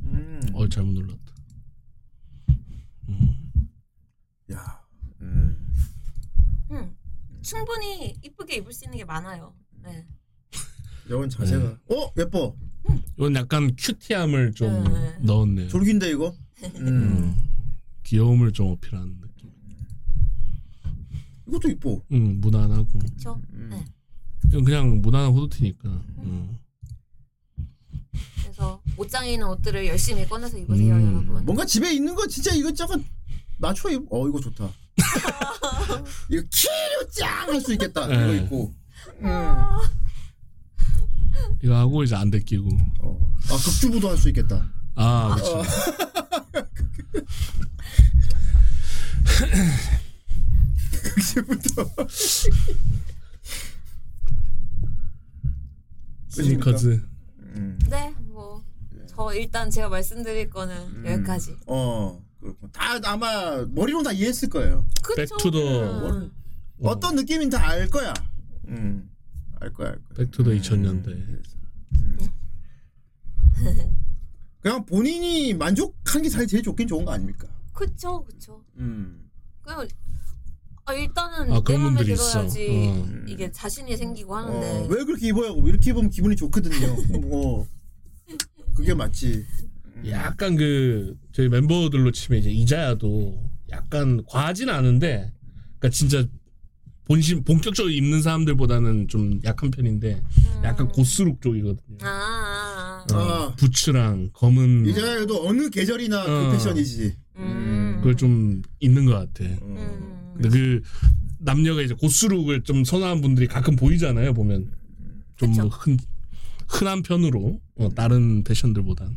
음.
어 잘못 눌렀다. 음.
야. 음.
음. 충분히 이쁘게 입을 수 있는 게 많아요. 네.
이건 자세가. 어 예뻐.
이건 약간 큐티함을 좀 넣었네요.
졸긴데 이거. 음.
귀여움을 좀 어필하는 느낌.
이것도 이뻐.
음 무난하고.
그렇죠.
음.
네.
이건 그냥 무난한 후드티니까. 음.
그래서 옷장에 있는 옷들을 열심히 꺼내서 입으세요, 여러분.
뭔가 집에 있는 거 진짜 이것저것 맞춰 입. 어 이거 좋다. 이거 키류짱 할 수 있겠다. 이거
네.
입고.
이거 하고 이제 안 데끼고.
아 극주부도 할 수 있겠다.
아 그치.
어. 극주부도.
스니커즈.
음.
네, 뭐 저 일단 제가 말씀드릴 거는
음.
여기까지.
어 그렇군. 다 아마 머리로 다 이해했을 거예요.
그쵸? 네.
백투더.
뭘- 어떤 느낌인 다 알 거야. 음. 알 거야, 알 거야.
백투더 2000년대.
그냥 본인이 만족한 게 사실 제일 좋긴 좋은 거 아닙니까?
그쵸, 그쵸.
음.
그냥 아, 일단은
아,
내
그런
맘에
분들이 있어.
들어야지
어.
이게 자신이 생기고
어,
하는데
왜 그렇게 입어야 하고 이렇게 입으면 기분이 좋거든요. 어. 그게 맞지.
음. 약간 그 저희 멤버들로 치면 이제 이자야도 약간 과하진 않은데 그러니까 진짜 본심 본격적으로 입는 사람들보다는 좀 약한 편인데
그
약간
음.
고스룩 쪽이거든요.
아.
어, 부츠랑 검은
이자야도 어느 계절이나
어.
그 패션이지.
음.
음.
그걸 좀 있는 것 같아. 근데 그 남녀가 이제 고스룩을 좀 선호하는 분들이 가끔 보이잖아요. 보면 좀흔 흔한 편으로 어, 다른 패션들보다는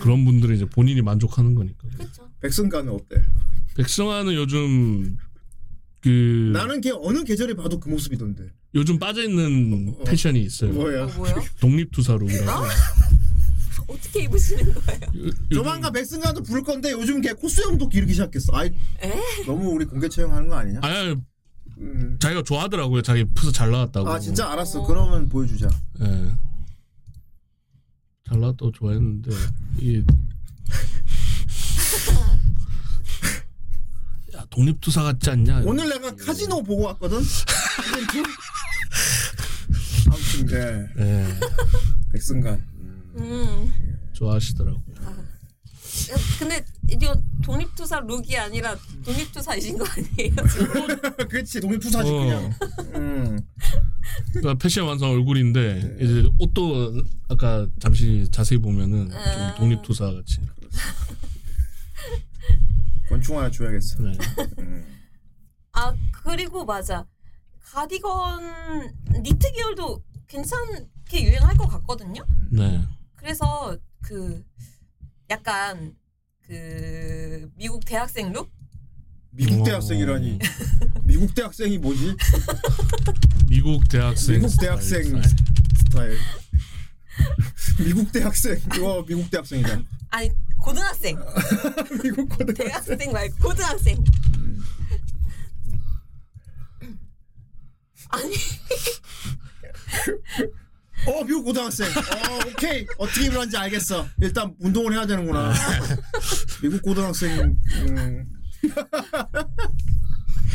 그런 분들이 이제 본인이 만족하는 거니까.
백승가는 어때?
백성아는 요즘 그
나는 걔 어느 계절에 봐도 그 모습이던데.
요즘 빠져 있는 패션이 있어요.
뭐예요?
독립투사룩이라고.
어떻게 입으시는 거예요?
조만간 백승가도 부를 건데 요즘 걔 코스형도 기르기 시작했어. 아이 너무 우리 공개 채용하는 거 아니냐?
아니, 아니 자기가 좋아하더라고요. 자기 푸스 잘 나왔다고.
음. 아 진짜 알았어. 그러면 보여주자.
예. 잘 나왔다고 좋아했는데 이 야, 독립투사 같지 않냐?
오늘 내가 카지노 보고 왔거든. 이벤트? 아무튼 네.
예.
백승간.
음.
좋아하시더라고.
근데 이거 독립투사 룩이 아니라 독립투사이신 거 아니에요? 지금?
그렇지 독립투사지 아, 그냥. 음.
어. 그러니까 패션 완성 얼굴인데
네.
이제 옷도 아까 잠시 자세히 보면은 좀 독립투사 같이.
권총 하나 줘야겠어.
네.
음.
아 그리고 맞아 가디건 니트 계열도 괜찮게 유행할 것 같거든요.
네.
그래서 그 약간 그 미국 대학생 룩?
미국 어. 대학생이라니. 미국 대학생이 뭐지?
미국 대학생.
미국
스타일,
대학생
스타일.
스타일. 미국 대학생. 와 미국 대학생이다.
아니 고등학생.
미국 고등학생.
대학생 말고 고등학생. 아니
어 미국 고등학생. 어 오케이 어떻게 입을는지 알겠어. 일단 운동을 해야 되는구나. 미국 고등학생. 음.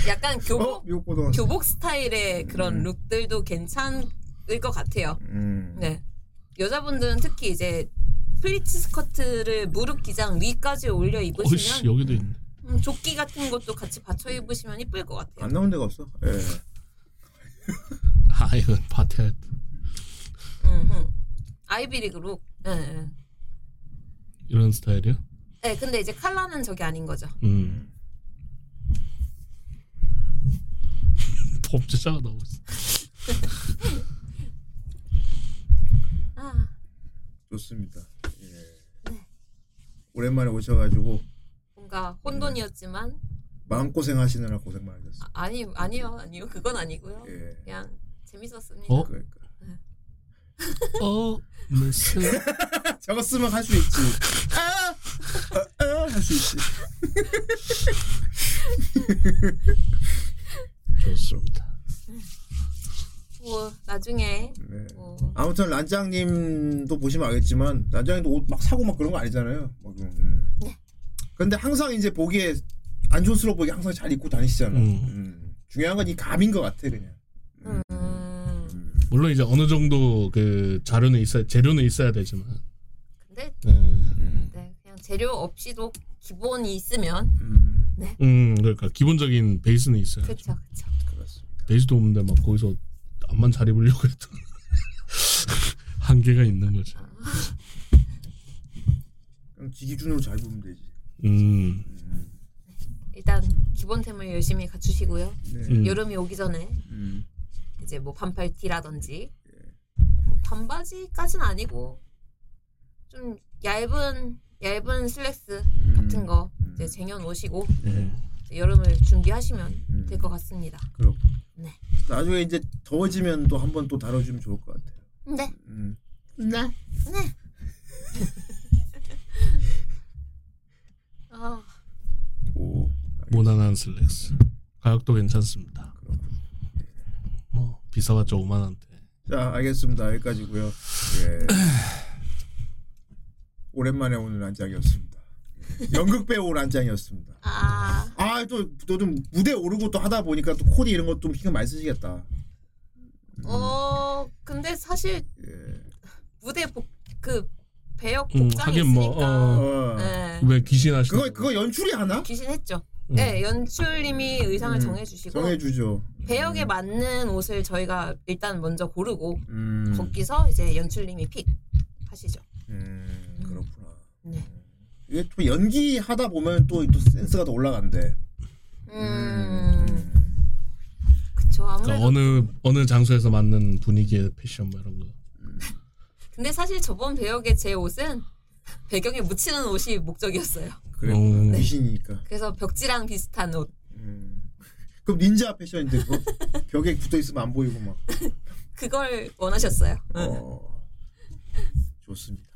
약간 교복
어?
어?
미국 고등학생.
교복 스타일의 그런
음.
룩들도 괜찮을 것 같아요.
음.
네. 여자분들은 특히 이제 플리츠 스커트를 무릎 기장 위까지 올려
어이씨
입으시면
여기도 있네.
음, 조끼 같은 것도 같이 받쳐 입으시면 이쁠 것 같아요.
안 나온 데가 없어. 예.
아 이건 파티할 때.
음흠. 아이비리그 룩. 예, 예.
이런 스타일이요?
네, 근데 이제 칼라는 저게 아닌 거죠.
음. 범죄자가 나오고 있어.
아,
좋습니다. 예. 오랜만에 오셔가지고
뭔가 혼돈이었지만
마음 고생하시느라 고생 많으셨어요.
아니 아니요 아니요 그건 아니고요.
예.
그냥 재밌었습니다.
어? 그러니까.
어, 무슨?
저거 쓰면 할 수 있지. 아, 할 수 있지.
좋습니다.
뭐 나중에
네.
뭐
아무튼 란장님도 보시면 알겠지만 란장님도 옷 막 사고 막 그런 거 아니잖아요. 막 그런, 음. 근데 항상 이제 보기에 안 촌스러워 보이게 항상 잘 입고 다니시잖아. 음. 중요한 건 이 감인 것 같아 그냥.
음,
물론 이제 어느 정도 그 자료는 있어 재료는 있어야 되지만.
근데
네.
네, 그냥 재료 없이도 기본이 있으면 네
음, 그러니까 기본적인 베이스는 있어요.
그렇죠 그렇죠.
베이스도 없는데 막 거기서 앞만 잘 입으려고 했던 한계가 있는 거죠.
그냥 지 기준으로 잘 보면 되지.
음,
일단 기본템을 열심히 갖추시고요.
네.
음.
여름이 오기 전에
음.
이제 뭐 반팔 티라든지
예.
뭐 반바지까지는 아니고 좀 얇은 얇은 슬랙스
음.
같은 거 이제 쟁여놓으시고
음.
이제 여름을 준비하시면
음.
될 것 같습니다.
그렇고.
네.
나중에 이제 더워지면 또 한번 또 다뤄주면 좋을 것 같아요.
네.
음.
네. 네. 아,
모난한 슬랙스. 가격도 괜찮습니다. 뭐 비싸봤자 5만 원대.
자, 알겠습니다. 여기까지고요. 예. 오랜만에 오늘 안장이었습니다. 예. 연극 배우 안장이었습니다.
아,
아또또좀 무대 오르고 또 하다 보니까 또 코디 이런 것좀 신경 많이 쓰시겠다. 예.
어 근데 사실 무대 복, 그 배역
음,
복장이
하긴 뭐
있으니까
어.
네.
왜 귀신 하시?
그거 그거 연출이 하나?
귀신했죠.
음.
네, 연출님이 의상을
음,
정해주시고
정해주죠.
배역에 맞는 옷을 저희가 일단 먼저 고르고
음.
거기서 이제 연출님이 픽 하시죠.
음, 그렇구나.
네.
이게 또 연기 하다 보면 또, 또 센스가 더 올라간대.
음, 그쵸 아무래도
그러니까 어느 어느 장소에서 맞는 분위기의 패션 뭐 이런 거.
근데 사실 저번 배역의 제 옷은 배경에 묻히는 옷이 목적이었어요.
그래.
네.
음.
귀신이니까. 음.
그래서 벽지랑 비슷한 옷.
그럼 닌자 패션인데 그거 벽에 붙어 있으면 안 보이고 막
그걸 원하셨어요.
좋습니다.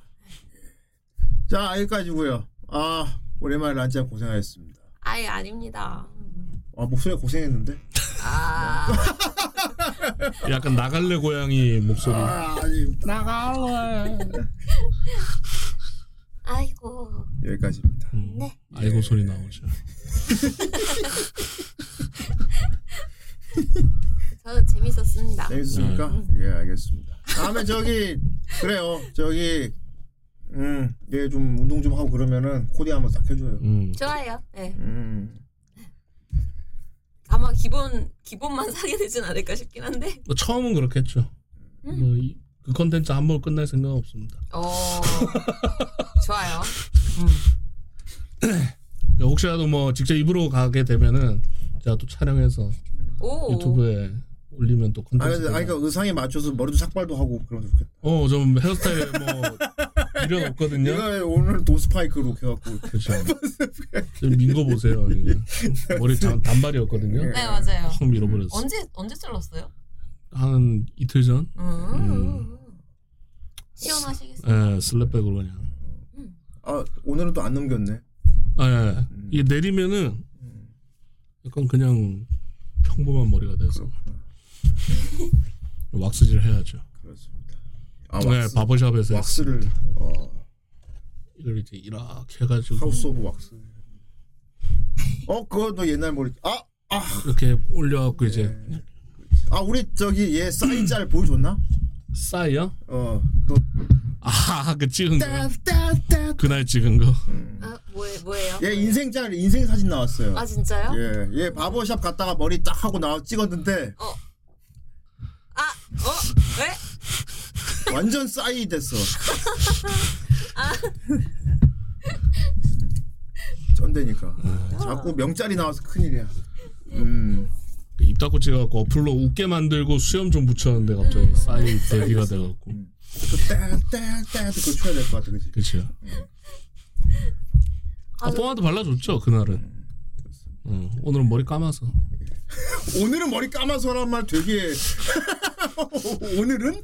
예. 자 여기까지고요. 아 오랜만에 란짱 고생하셨습니다.
아예 아닙니다.
아 목소리 고생했는데?
아.
약간 나갈래 고양이 목소리.
아니
나가워. 아이고.
여기까지입니다.
네.
아이고 음. 소리 나오죠.
저는 재밌었습니다.
재밌습니까? 예 알겠습니다. 다음에 저기 그래요. 저기 음얘좀 운동 좀 하고 그러면은 코디 한번 싹 해줘요.
음.
좋아요. 네.
음.
아마 기본 기본만 사게 되진 않을까 싶긴 한데.
뭐 처음은 그렇겠죠.
음.
뭐 이- 그 컨텐츠 한 번 끝날 생각 은 없습니다.
어. 좋아요.
혹시라도 뭐 직접 입으로 가게 되면은 제가 또 촬영해서
오.
유튜브에 올리면 또
어. 아
컨텐츠.
근데 아이가 의상에 맞춰서 머리도 삭발도 하고 그러면 좋겠다.
어, 좀 헤어스타일 뭐 미련 없거든요.
내가 오늘 도스파이크로 해갖고
그렇죠. 민거 보세요. 이거. 머리 단, 단발이었거든요.
네 맞아요.
확 밀어버렸어.
언제 언제 잘랐어요?
한 이틀 전.
음. 시원하시겠어요.
예, 슬랩백으로 그냥.
아 오늘은 또 안 넘겼네.
아, 예.
음.
이게 내리면은 약간 그냥 평범한 머리가 돼서 왁스질 해야죠.
그렇습니다. 아,
네,
왁스.
바버샵에서
왁스를 어.
이걸 이제 이렇게 해가지고
하우스 오브 왁스. 어 그거 너 옛날 머리. 아 아.
이렇게 올려갖고 이제
아 우리 저기 얘 싸이 짤 보여줬나?
싸이요?
어또
아그 찍은 거 그날 찍은 거
아, 뭐예 뭐예요?
얘 인생 짤 인생 사진 나왔어요.
아 진짜요?
예, 얘 바버샵 갔다가 머리 딱 하고 나와 찍었는데
어? 왜?
완전 싸이 됐어. 전대니까 자꾸 명짤이 나와서 큰일이야. 음.
입 닫고 찍어갖고 어플로 웃게 만들고 수염 좀 붙였는데
음.
갑자기 싸이 대기가 돼갖고
그 떼떼떼 그거 쳐야 될 것 같아 그치?
그치요. 아, 뽕아도 발라줬죠 그날은.
음,
어, 오늘은 머리 감아서.
오늘은 머리 까마서란 말 되게 오늘은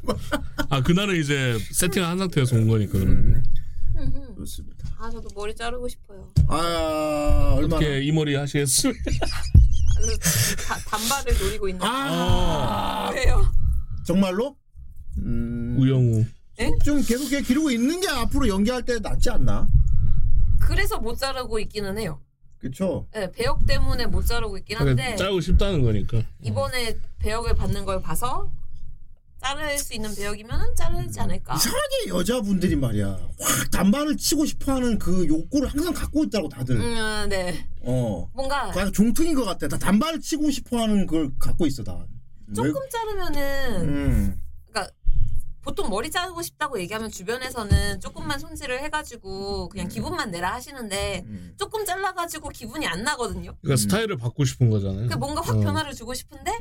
아 그날은 이제 세팅한 상태에서 온 거니까
음,
그런데.
좋습니다.
아 저도 머리 자르고 싶어요.
아
얼마나? 어떻게 이 머리 하시겠습니까?
아, 저 다- 단발을 노리고 있는.
아.
왜요?
정말로? 음,
우영우.
좀 계속 이렇게 기르고 있는 게 앞으로 연기할 때 낫지 않나?
그래서 못 자르고 있기는 해요.
그쵸?
네, 배역 때문에 못 자르고 있긴 한데
그러니까 짜고 싶다는 거니까.
이번에 배역을 받는 걸 봐서 자를 수 있는 배역이면 자르지 않을까.
이상하게 여자분들이 말이야 확 단발을 치고 싶어하는 그 욕구를 항상 갖고 있다고 다들
음, 네.
어
뭔가
그냥 종특인 것 같아 다 단발을 치고 싶어하는 걸 갖고 있어 다
조금 자르면은
음.
그러니까 보통 머리 자르고 싶다고 얘기하면 주변에서는 조금만 손질을 해가지고
음.
그냥 기분만 내라 하시는데 조금 잘라가지고 기분이 안 나거든요.
그러니까 스타일을 바꾸고 싶은 거잖아요.
음.
음.
그러니까 뭔가 확
어.
변화를 주고 싶은데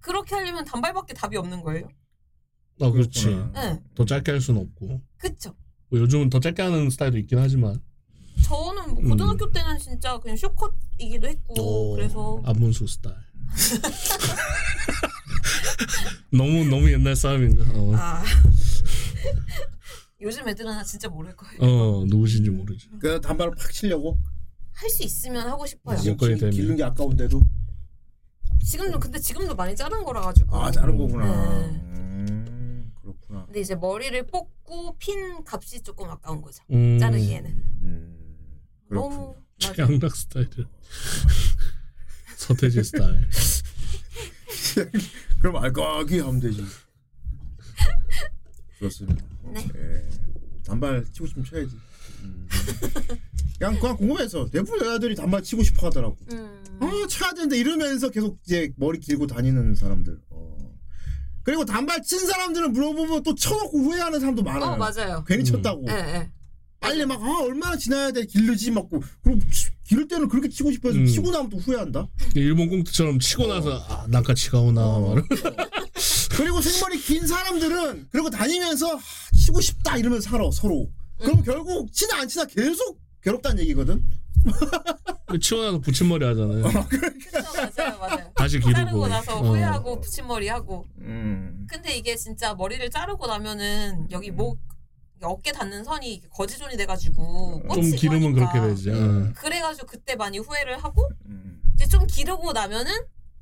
그렇게 하려면 단발밖에 답이 없는 거예요.
아 그렇지.
네.
더 짧게 할 수는 없고.
그쵸.
뭐 요즘은 더 짧게 하는 스타일도 있긴 하지만.
저는 뭐
음.
고등학교 때는 진짜 그냥 쇼컷이기도 했고 그래서
안문수 스타일. 너무 너무 옛날 싸움인가. 어,
아 요즘 애들은 진짜 모를 거예요.
어 누구신지 모르죠.
그 단발을 팍 치려고
할 수 있으면 하고 싶어요.
여건이 되면.
기른 게 아까운데도
지금도 근데 지금도 많이 자른 거라 가지고.
아 자른 거구나
네.
음, 그렇구나
근데 이제 머리를 뽑고 핀 값이 조금 아까운 거죠.
음.
자르기에는
음,
너무
양락 스타일. 서태지 스타일.
그럼 알까기 하면 되지 그렇습니다
네.
예. 단발 치고 싶으면 쳐야지. 음. 그냥 그냥 궁금해서 대부분 여자들이 단발 치고 싶어 하더라고.
음.
아 쳐야 되는데 이러면서 계속 이제 머리 길고 다니는 사람들. 어. 그리고 단발 친 사람들은 물어보면 또 쳐놓고 후회하는 사람도 많아요.
음.
어, 맞아요. 네. 예.
괜히 쳤다고. 빨리 막 아, 얼마나 지나야 돼 길르지 막고 그럼 치- 기를 때는 그렇게 치고 싶어서
음.
치고 나면 또 후회한다.
일본 꽁트처럼
어.
치고 나서 아 낙하치가 오나 막
그리고 생머리 긴 사람들은 그러고 다니면서 하, 치고 싶다 이러면서 살아 서로.
음.
그럼 결국 치나 안 치나 계속 괴롭다는 얘기거든.
이런- 치고 나서 붙임머리 하잖아요.
맞아요, 맞아요.
다시 기르고.
어. 자르고 나서
어.
후회하고 붙임머리 하고.
음.
근데 이게 진짜 머리를 자르고 나면은 여기 목 어깨 닿는 선이 이게 거지존이 돼가지고
음. 좀
꽂히고 네,
기르면
하니까.
그렇게 되지. 어.
그래가지고 그때 많이 후회를 하고 이제 좀 기르고 나면은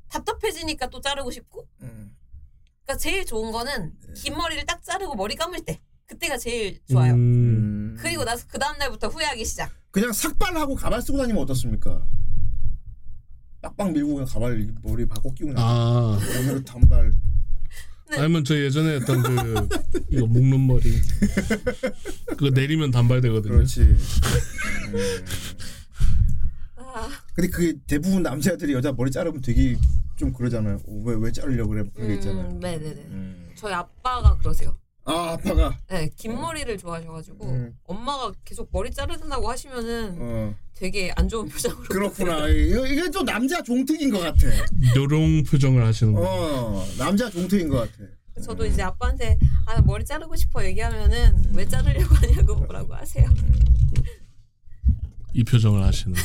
답답해지니까 또 자르고 싶고. 그러니까 제일 좋은 거는 긴 머리를 딱 자르고 머리 감을 때 그때가 제일 좋아요.
음.
그리고 나서 그 다음 날부터 후회하기 시작.
그냥 삭발하고 가발 쓰고 다니면 어떻습니까? 빡빡 밀고 그냥 가발 머리 바꿔 끼우는
아.
오늘 단발
네.
아니면 저 예전에 했던 그 이거 묶는 머리 그거 내리면 단발되거든요.
음.
그렇지. 음. 근데 그게 대부분 남자들이 여자 머리 자르면 되게 좀 그러잖아요 왜왜 자르려고 그래 그런 게 있잖아요
음, 네네네. 저희 아빠가 그러세요.
아 아빠가
네, 긴 머리를 좋아하셔가지고
음.
엄마가 계속 머리 자르신다고 하시면은
어.
되게 안 좋은 표정으로
그렇구나 이거- 이게 좀 남자 종특인 것 같아
요런 표정을 하시는 거.
어 남자 종특인 것 같아
음.
저도 이제 아빠한테 아 머리 자르고 싶어 얘기하면은 왜 자르려고
음.
하냐고 뭐라고 하세요. 아,
이 표정을 하시는. 거.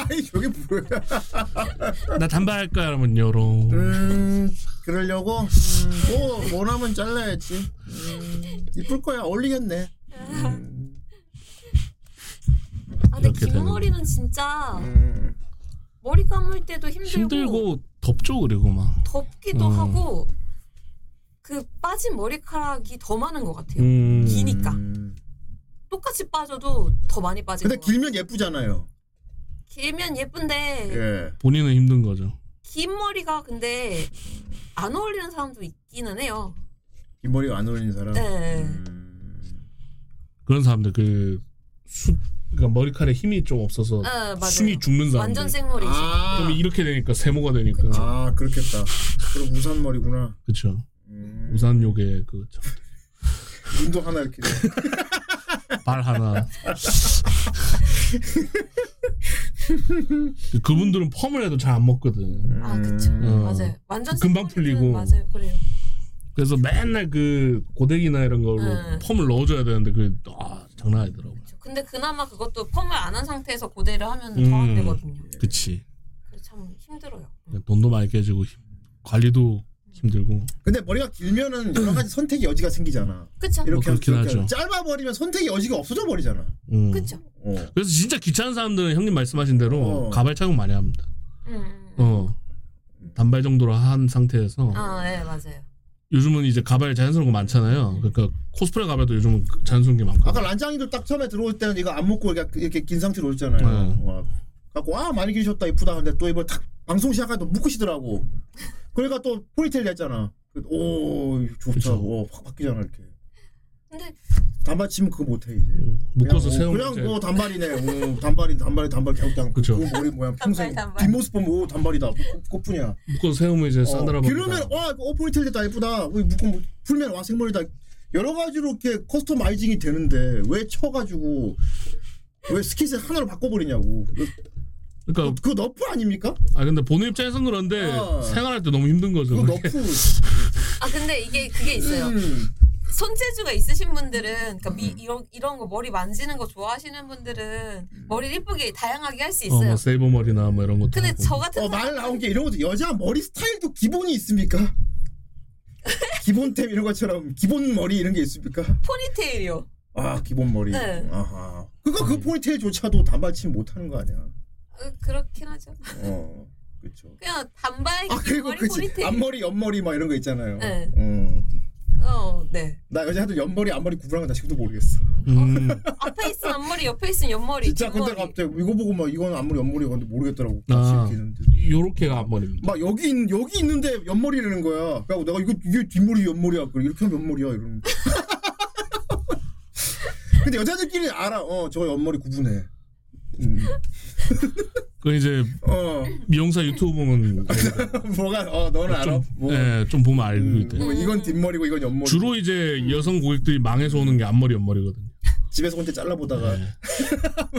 아니 저게 뭐야
나 단발할 거야 그러면 요런.
음 그러려고 음, 뭐 원하면 잘라야지 음, 이쁠 거야 어울리겠네
아, 근데
이렇게
긴
되는
머리는 진짜 그러니까. 머리 감을 때도 힘들고,
힘들고 덥죠 그리고 막.
덥기도
어.
하고 그 빠진 머리카락이 더 많은 것 같아요.
음.
기니까 똑같이 빠져도 더 많이 빠지고
근데 길면 예쁘잖아요
길면 예쁜데
예
본인은 힘든 거죠.
긴 머리가 근데 안 어울리는 사람도 있기는 해요.
이 머리가 안 어울리는 사람 음.
네.
그런 사람들 그 수, 그러니까 머리카락에 힘이 좀 없어서
아, 맞아요.
숨이 죽는 사람들.
완전 생머리.
아.
그럼 이렇게 되니까 세모가 되니까.
아 그렇겠다. 그럼 우산 머리구나. 음.
그렇죠. 우산 요게 그 참,
눈도 하나 이렇게.
발 하나. 그분들은 펌을 해도 잘 안 먹거든.
아 그쵸.
음.
어.
맞아요. 완전
금방 풀리고.
맞아요. 그래요.
그래서 맨날 그 고데기나 이런 걸로
네.
펌을 넣어줘야 되는데 그 아, 장난 아니더라고.
근데 그나마 그것도 펌을 안 한 상태에서 고데기를 하면 더 안
음,
되거든요.
그치.
그래서 참 힘들어요.
돈도 많이 깨지고 힘- 관리도 힘들고.
근데 머리가 길면은 여러 가지 선택의 여지가 생기잖아.
그쵸.
이렇게
뭐
하면
그렇긴
이렇게
하죠.
하면. 짧아 버리면 선택의 여지가 없어져 버리잖아. 어.
음.
그쵸.
그래서 진짜 귀찮은 사람들은 형님 말씀하신 대로 가발 착용 많이 합니다.
음,
어. 단발 정도로 한 상태에서
아, 예, 맞아요.
요즘은 이제 가발 자연스러운 거 많잖아요. 그러니까 코스프레 가발도 요즘은 자연스러운 게 많고.
아까 란장이도 딱 처음에 들어올 때는 이거 안 묶고 이렇게, 이렇게 긴 상태로 오잖아요.
네.
와. 갖고 아 많이 길으셨다 이쁘다 근데 또 이번 탁 방송 시작할 때 묶으시더라고. 그러니까 또 포니테일 했잖아. 그- 오 좋다. 오확 바뀌잖아 이렇게.
근데
단발 치면 그거 못해 이제.
음, 묶어서
그냥,
세우면
오,
이제-
그냥 뭐 단발이네. 오, 단발이 단발이 단발 계속 그냥
그쵸.
그 머리 모양 평생 뒷모습 보면 오 단발이다. 뭐 꽃- 꽃뿐이야.
묶어서 세우면 이제 싸늘하 고
그러면 와 오포리텔 됐다 예쁘다. 왜 묶고 뭐- 풀면 와 생머리다. 여러 가지로 이렇게 커스터마이징이 되는데 왜 쳐가지고 왜 스킷을 하나로 바꿔버리냐고.
그러니까
그거 너프 아닙니까?
아 근데 본인 입장에선 그런데
어.
생활할 때 너무 힘든 거죠.
그거
그게.
너프.
아, 근데 이게 그게 있어요.
음.
손재주가 있으신 분들은 그러니까 미, 이런 이런 거 머리 만지는 거 좋아하시는
음.
분들은 머리를 이쁘게 다양하게 할 수
어,
있어요.
뭐 세이버 머리나 뭐 이런 것도.
근데 저 같은
어, 말 나온 게 이런 것도 여자 머리 스타일도 기본이 있습니까? 기본템 이런 것처럼 기본 머리 이런 게 있습니까?
포니테일이요.
아 기본 머리.
네.
아하. 그러니까 그 포니테일조차도 단발치면 못하는 거 아니야.
어, 그렇긴 하죠.
어. 그렇죠.
그냥 단발
아
긴
그리고
머리
그치
포니테일.
앞머리 옆머리 막 이런 거 있잖아요.
네.
어.
어, 네.
나 여자들 옆머리 앞머리 구분하는 거 지금도 모르겠어.
음.
음.
앞에 있으면 앞머리, 옆에 있으면 옆머리.
진짜 근데 갑자기 이거 보고 막 이건 앞머리 옆머리 건데 모르겠더라고.
아,
같이 이렇게
요렇게가 앞머리입니다.
막 여기 있, 여기 있는데 옆머리라는 거야. 그래고 내가 이거 이게 뒷머리 옆머리야. 그래 이렇게 하면 옆머리야 이러는. 근데 여자들끼리 알아. 어, 저 옆머리 구분해. 음.
그 이제 미용사 유튜브 보면
어. 뭐가 어 너는 아, 알아.
좀, 예, 좀 보면 알고 있대.
뭐 이건 뒷머리고 이건 옆머리.
주로 이제 여성 고객들이 망해서 오는 게 앞머리 옆머리거든요.
집에서 혼자 잘라보다가
예.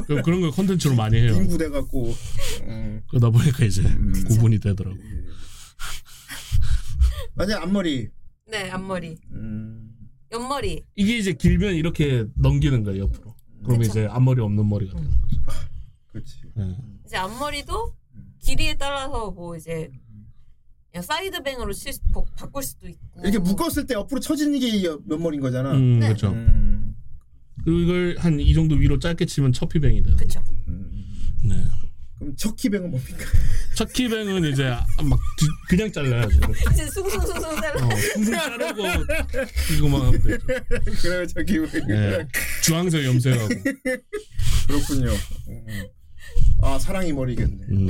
그- 그런 걸 컨텐츠로 많이 해요.
아. 인구돼 음. 갖고. 음.
그러다 보니까 이제 구분이 되더라고.
만약 앞머리.
네 앞머리.
음,
옆머리.
이게 이제 길면 이렇게 넘기는 거예요 옆으로. 그러면 이제 앞머리 없는 머리가 예. 되는 거죠.
그렇지.
음. 이제 앞머리도 길이에 따라서 뭐 이제 그냥 사이드뱅으로 칠 수- 바- 바꿀 수도 있고.
이렇게 묶었을 때 옆으로 처지는 게 옆- 옆머리인 거잖아.
음,
네.
그렇죠. 그리고 이걸 한 이 정도 위로 짧게 치면 첩피뱅이 돼요.
그렇죠.
네.
그럼 척키뱅은 뭡니까?
첩키뱅은 이제 막 뒤- 그냥 잘라야죠. 이렇게.
이제 숭숭숭숭 잘라.
어, 숭숭 자르고 이거만 하면 돼.
그래 저기 예.
네. 주황색 염색하고.
네. 그렇군요. 아 사랑이 머리겠네.
음.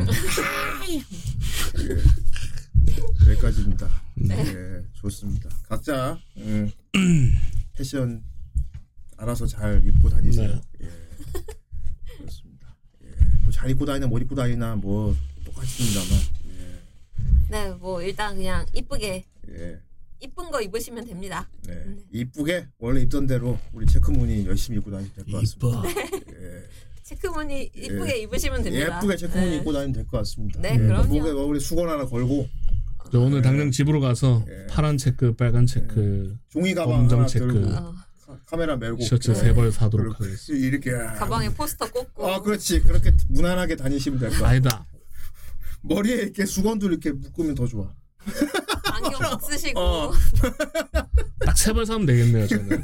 예. 여기까지입니다. 네, 좋습니다. 각자 음, 패션 알아서 잘 입고 다니세요.
네.
예. 그렇습니다. 예. 뭐잘 입고 다니나 못 입고 다니나 뭐 똑같습니다만.
네, 뭐 일단 그냥 이쁘게
예.
이쁜 거 입으시면 됩니다.
네. 이쁘게 원래 입던 대로 우리 체크무늬 열심히 입고 다니면 될 것 같습니다. 예.
체크무늬 이쁘게
예.
입으시면 됩니다.
예쁘게 체크무늬
네.
입고 다니면 될 것 같습니다. 뭐
네, 그럼요.
목에 우리 수건 하나 걸고
저 오늘 당장 집으로 가서 파란 체크, 빨간 체크,
종이 가방 네. 하나
검정 체크,
들고 카- 카메라 메고
셔츠 세 벌 사도록 하겠습니다.
이렇게
가방에 포스터 꽂고.
아 그렇지 그렇게 무난하게 다니시면 될 것 같아요.
아니다.
머리에 이렇게 수건도 이렇게 묶으면 더 좋아.
안경 막 쓰시고
딱 세 벌 사면 되겠네요, 저는.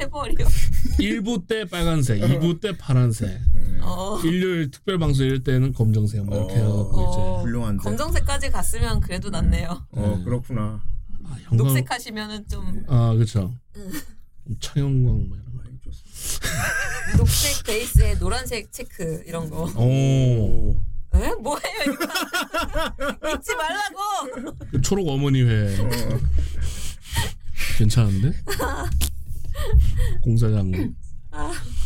해버려.
1부 때 빨간색, 2부 때 파란색.
어.
일요일 특별 방송일 때는 검정색 막 이렇게 해갖고
어.
이제
훌륭한데.
검정색까지 갔으면 그래도 낫네요.
어 그렇구나.
녹색 하시면은 좀
아 그렇죠.
음,
청영광 막 이런 거.
녹색 베이스에 노란색 체크 이런 거.
오.
에? 뭐예요 이거? 잊지 말라고.
그 초록 어머니 회. 괜찮은데? 공사장.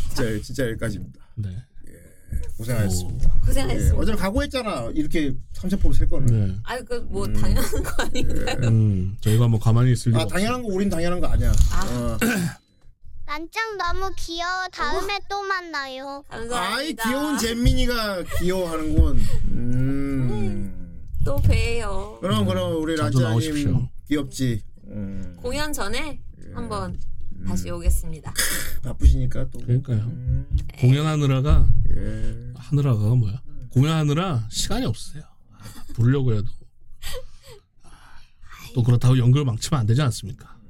진짜 진짜 여기까지입니다.
네.
고생하셨습니다.
고생하셨습니다.
예, 어제 가고했잖아. 이렇게 삼세포로 셀 거는.
네.
아유 그뭐 당연한 거 아닌가요?
음, 저희가 뭐 가만히 있을 리가
아 당연한 거 우린 당연한 거 아니야. 어.
난짱 너무 귀여워. 다음에 또 만나요.
아이 귀여운 잼민이가 귀여워하는군. 음.
또 봬요.
그럼 그럼 우리
자주
라자님
나오십시오.
귀엽지. 음.
공연 전에 한번 다시 오겠습니다.
바쁘시니까 또.
그러니까요. 공연하느라가 하느라가 뭐야? 공연하느라 시간이 없어요. 아, 부르려고 해도 아, 또 그렇다고 연극을 망치면 안 되지 않습니까?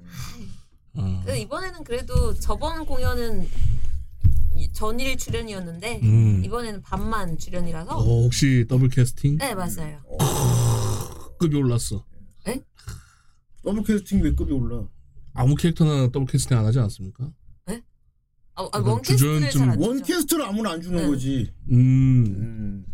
어,
그 이번에는 그래도 저번 공연은 이- 전일 출연이었는데
음.
이번에는 반만 출연이라서
어, 혹시 더블 캐스팅?
네 맞아요.
급이 올랐어.
에?
더블 캐스팅 왜 급이 올라?
아무 캐릭터나 더블 캐스팅 안 하지 않습니까?
아, 아,
그러니까
원캐스트를
주전
잘안
좀-
죠
원캐스트를 아무나 안 주는 거지.
음.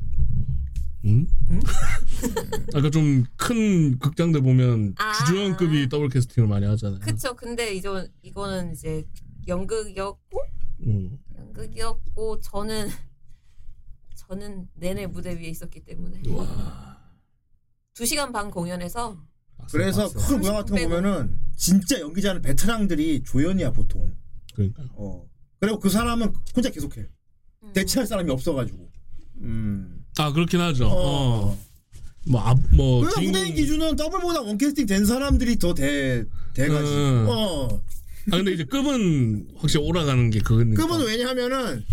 음? 아까 좀 큰 극장들 보면 주주연급이 더블 캐스팅을 많이 하잖아요.
그쵸. 근데 이제 이거는 이제 연극이었고
음.
연극이었고 저는 저는 내내 무대 위에 있었기 때문에 두 시간 반 공연에서
그래서 큰 공연 같은 거 보면은 진짜 연기자는 베테랑들이 조연이야 보통.
그러니까.
어. 그리고 그 사람은 혼자 계속해. 대체할 사람이 없어가지고. 음.
아 그렇긴 하죠.
어.
어. 뭐, 앞, 뭐
그래서 무대인 기준은 더블보다 원캐스팅 된 사람들이 더 대, 대가지.
음.
어.
아 근데 이제 급은 확실히 올라가는 게 그거니까.
급은 왜냐하면은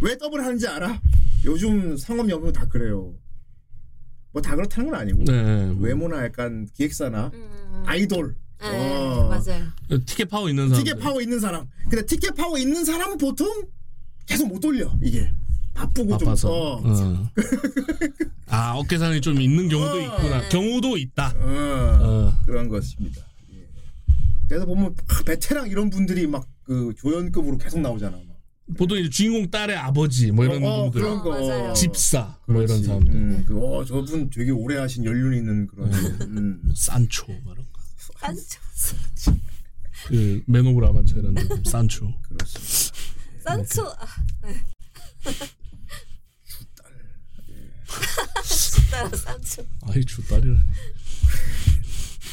왜 더블 하는지 알아? 요즘 상업 여부 다 그래요. 뭐 다 그렇다는 건 아니고
네.
외모나 약간 기획사나 아이돌
음, 네, 맞아요.
티켓 파워 있는 그 사람.
뭐- 티켓 파워 있는 사람. 근데 티켓 파워 있는 사람은 보통 계속 못 돌려 이게 바쁘고
바빠서.
좀. 어.
어. 아 어깨산이 좀 있는 경우도 있구나. 경우도 있다.
어. 그런 것입니다. 예. 그래서 보면 아, 베테랑 이런 분들이 막 그 조연급으로 계속 나오잖아. 막.
보통 이제 주인공 딸의 아버지 뭐 이런
어, 어,
분들,
그런 거. 맞아요.
집사 뭐 이런 사람들,
음, 그, 어, 저분 되게 오래 하신 연륜 있는 그런.
네.
음.
산초 뭐 이런
산초.
그 맨오브라만차 이런 산초.
그렇습니다.
산초 아, 네. 딸 산초
아이 주딸이라.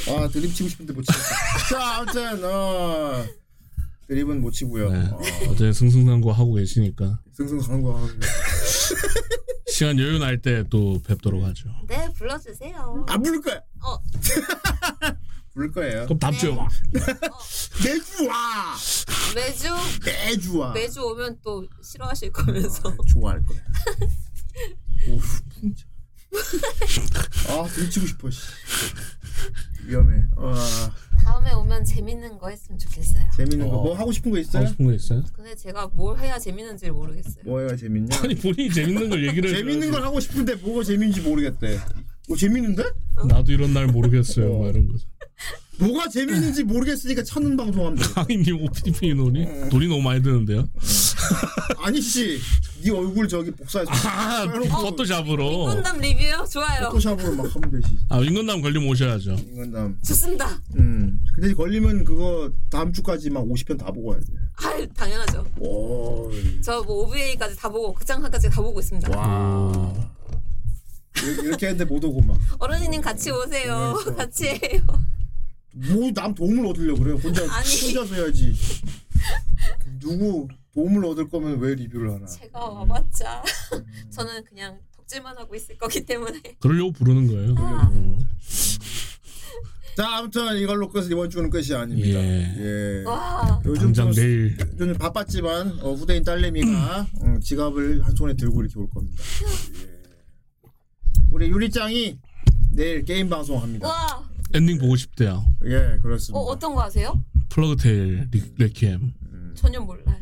아 드립 치고 싶은데 못 치겠다. 자 아무튼 어 드립은 못 치고요.
네. 아.
어,
어제 승승장구 하고 계시니까
승승장구 하고
시간 여유 날 때 또 뵙도록 하죠.
네 불러주세요
안 아, 부를 거야
어
부를 거예요.
그럼 답죠. 네.
매주 와
매주
매주 와
매주 오면 또 싫어하실 거면서
좋아할 거야. 오, 풍자. 아 드립 치고 싶어. 씨. 위험해. 아
다음에 오면 재밌는 거 했으면 좋겠어요
재밌는 거 뭐 하고 싶은 거 있어요?
하고 싶은 거 있어요?
근데 제가 뭘 해야 재밌는지 모르겠어요
뭐가 재밌냐?
아니 본인이 재밌는 걸 얘기를
재밌는
해줘야지.
걸 하고 싶은데 뭐가 재밌는지 모르겠대. 뭐 재밌는데?
나도 이런 날 모르겠어요. 뭐 이런 거.
뭐가 재밌는지 모르겠으니까 찾는 방송합니다.
강인님 OTP 논이 돈이 너무 많이 드는데요.
아니지. 네 얼굴 저기 복사해서
아
어.
포토샵으로.
혼담 리뷰요? 좋아요
포토샵으로 막 하면 되지.
아 인건담 걸리면 오셔야죠.
인건담.
좋습니다
음. 근데 걸리면 그거 다음 주까지 막 50편 다 보고 와야 돼.
아 당연하죠
오.
저 뭐 OVA까지 다 보고 극장판까지 다 보고 있습니다
와.
어,
이렇게- 이렇게 했는데 못 오고 막.
어른이님 같이 오세요
네,
같이 해요
뭐남 도움을 얻으려고 그래요. 혼자
아니.
혼자서 해야지. 누구 도움을 얻을 거면 왜 리뷰를 하나?
제가 와봤자 저는 그냥 덕질만 하고 있을 거기 때문에
그러려고 부르는 거예요. 어,
자 아무튼 이걸로 끝 이번 주는 끝이 아닙니다. 예.
와.
요즘 좀
당장 내일
요즘 바빴지만 어, 후대인 딸내미가 어, 지갑을 한 손에 들고 이렇게 올 겁니다. 예. 우리 유리짱이 내일 게임 방송합니다.
와
엔딩 보고 싶대요.
예 그렇습니다.
어, 어떤 거 아세요?
플러그테일 리- 레퀴엠.
전혀 몰라요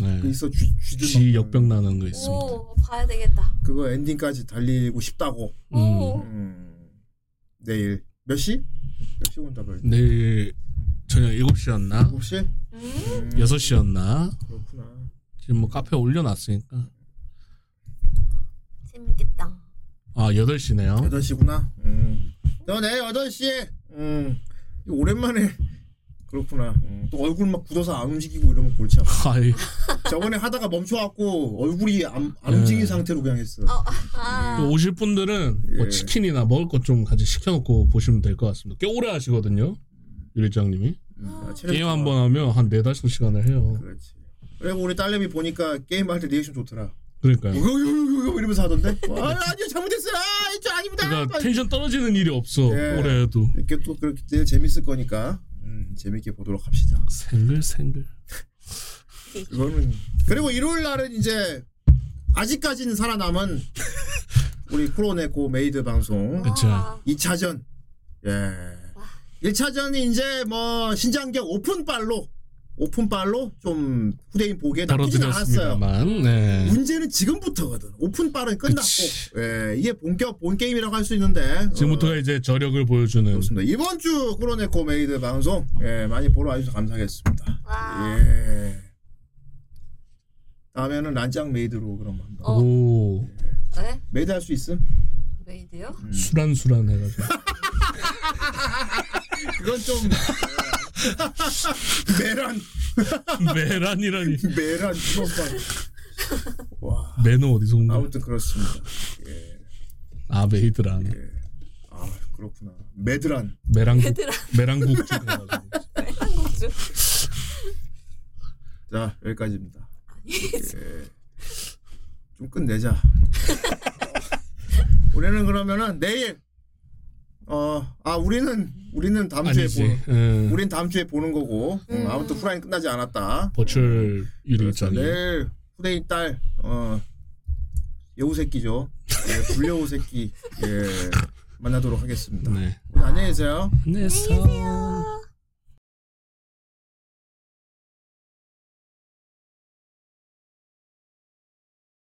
네.
있어
쥐 역병 나는 거 있어.
오 봐야 되겠다
그거 엔딩까지 달리고 싶다고.
오
음. 내일 몇 시? 몇 시 온다 그랬지?
내일 저녁 7시였나?
7시?
음.
6시였나?
그렇구나.
지금 뭐 카페 올려놨으니까.
재밌겠다
아 8시네요.
8시구나. 음. 너 내일 8시에. 음. 이거 오랜만에 그렇구나. 음. 또 얼굴 막 굳어서 안 움직이고 이러면 골치 아파.
아이.
저번에 하다가 멈춰갖고 얼굴이 안, 안
네.
움직인 상태로 그냥 했어.
또 오실 분들은
예.
뭐 치킨이나 먹을 것 좀 같이 시켜놓고 보시면 될 것 같습니다. 꽤 오래 하시거든요. 유리장님이.
음, 아, 체력이
게임 한 번 하면 한 4-5 시간을 해요.
그렇지. 그리고 우리 딸내미 보니까 게임 할 때 리액션 좋더라. 어,
그러니까요.
이거 이거 이거 이러면서 하던데. 아 아니요 잘못했어요. 아 이거 아닙니다.
그러니까 텐션 떨어지는 일이 없어.
예.
오래 해도.
이렇게 또 그렇게 돼 재밌을 거니까 음, 재밌게 보도록 합시다.
생글생글.
이거는 그리고 일요일 날은 이제 아직까지는 살아남은 우리 프로네코 메이드 방송
그쵸.
2차전 예 1차전이 이제 뭐 신장격 오픈발로 오픈발로 좀 후대인 보기에 아, 나쁘진 않았어요.
떨어뜨렸습니다만. 네.
문제는 지금부터거든. 오픈발은 끝났고 예, 이게 본격 본 게임이라고 할 수 있는데 어.
지금부터가 이제 저력을 보여주는.
이번 주 코로네코 메이드 방송 예, 많이 보러 와주셔서 감사하겠습니다. 예. 다음에는 란짱 메이드로 그럼 한번.
오
네?
메이드 할 수 있음?
메이드요?
수란수란 해가지고.
그건 좀 메란
메란이라니.
메란 추억반.
매너 어디서 온 거야?
아무튼 그렇습니다. 예.
아 메이드란.
아 그렇구나. 메드란.
메랑국
메드란.
메랑국
한국주
자 여기까지입니다. 예. 좀 끝내자. 우리는 그러면은 내일 어아 우리는 우리는 다음 주에
아니지.
보는
음.
뭐 우린 다음 주에 보는 거고 음, 아무튼 후라이 끝나지 않았다.
버츄얼
자,
유리장이.
내일 후대인 딸 어, 여우 새끼죠. 예, 불려우 새끼 예, 만나도록 하겠습니다.
네.
오늘 안녕히 계세요.
안녕히 계세요.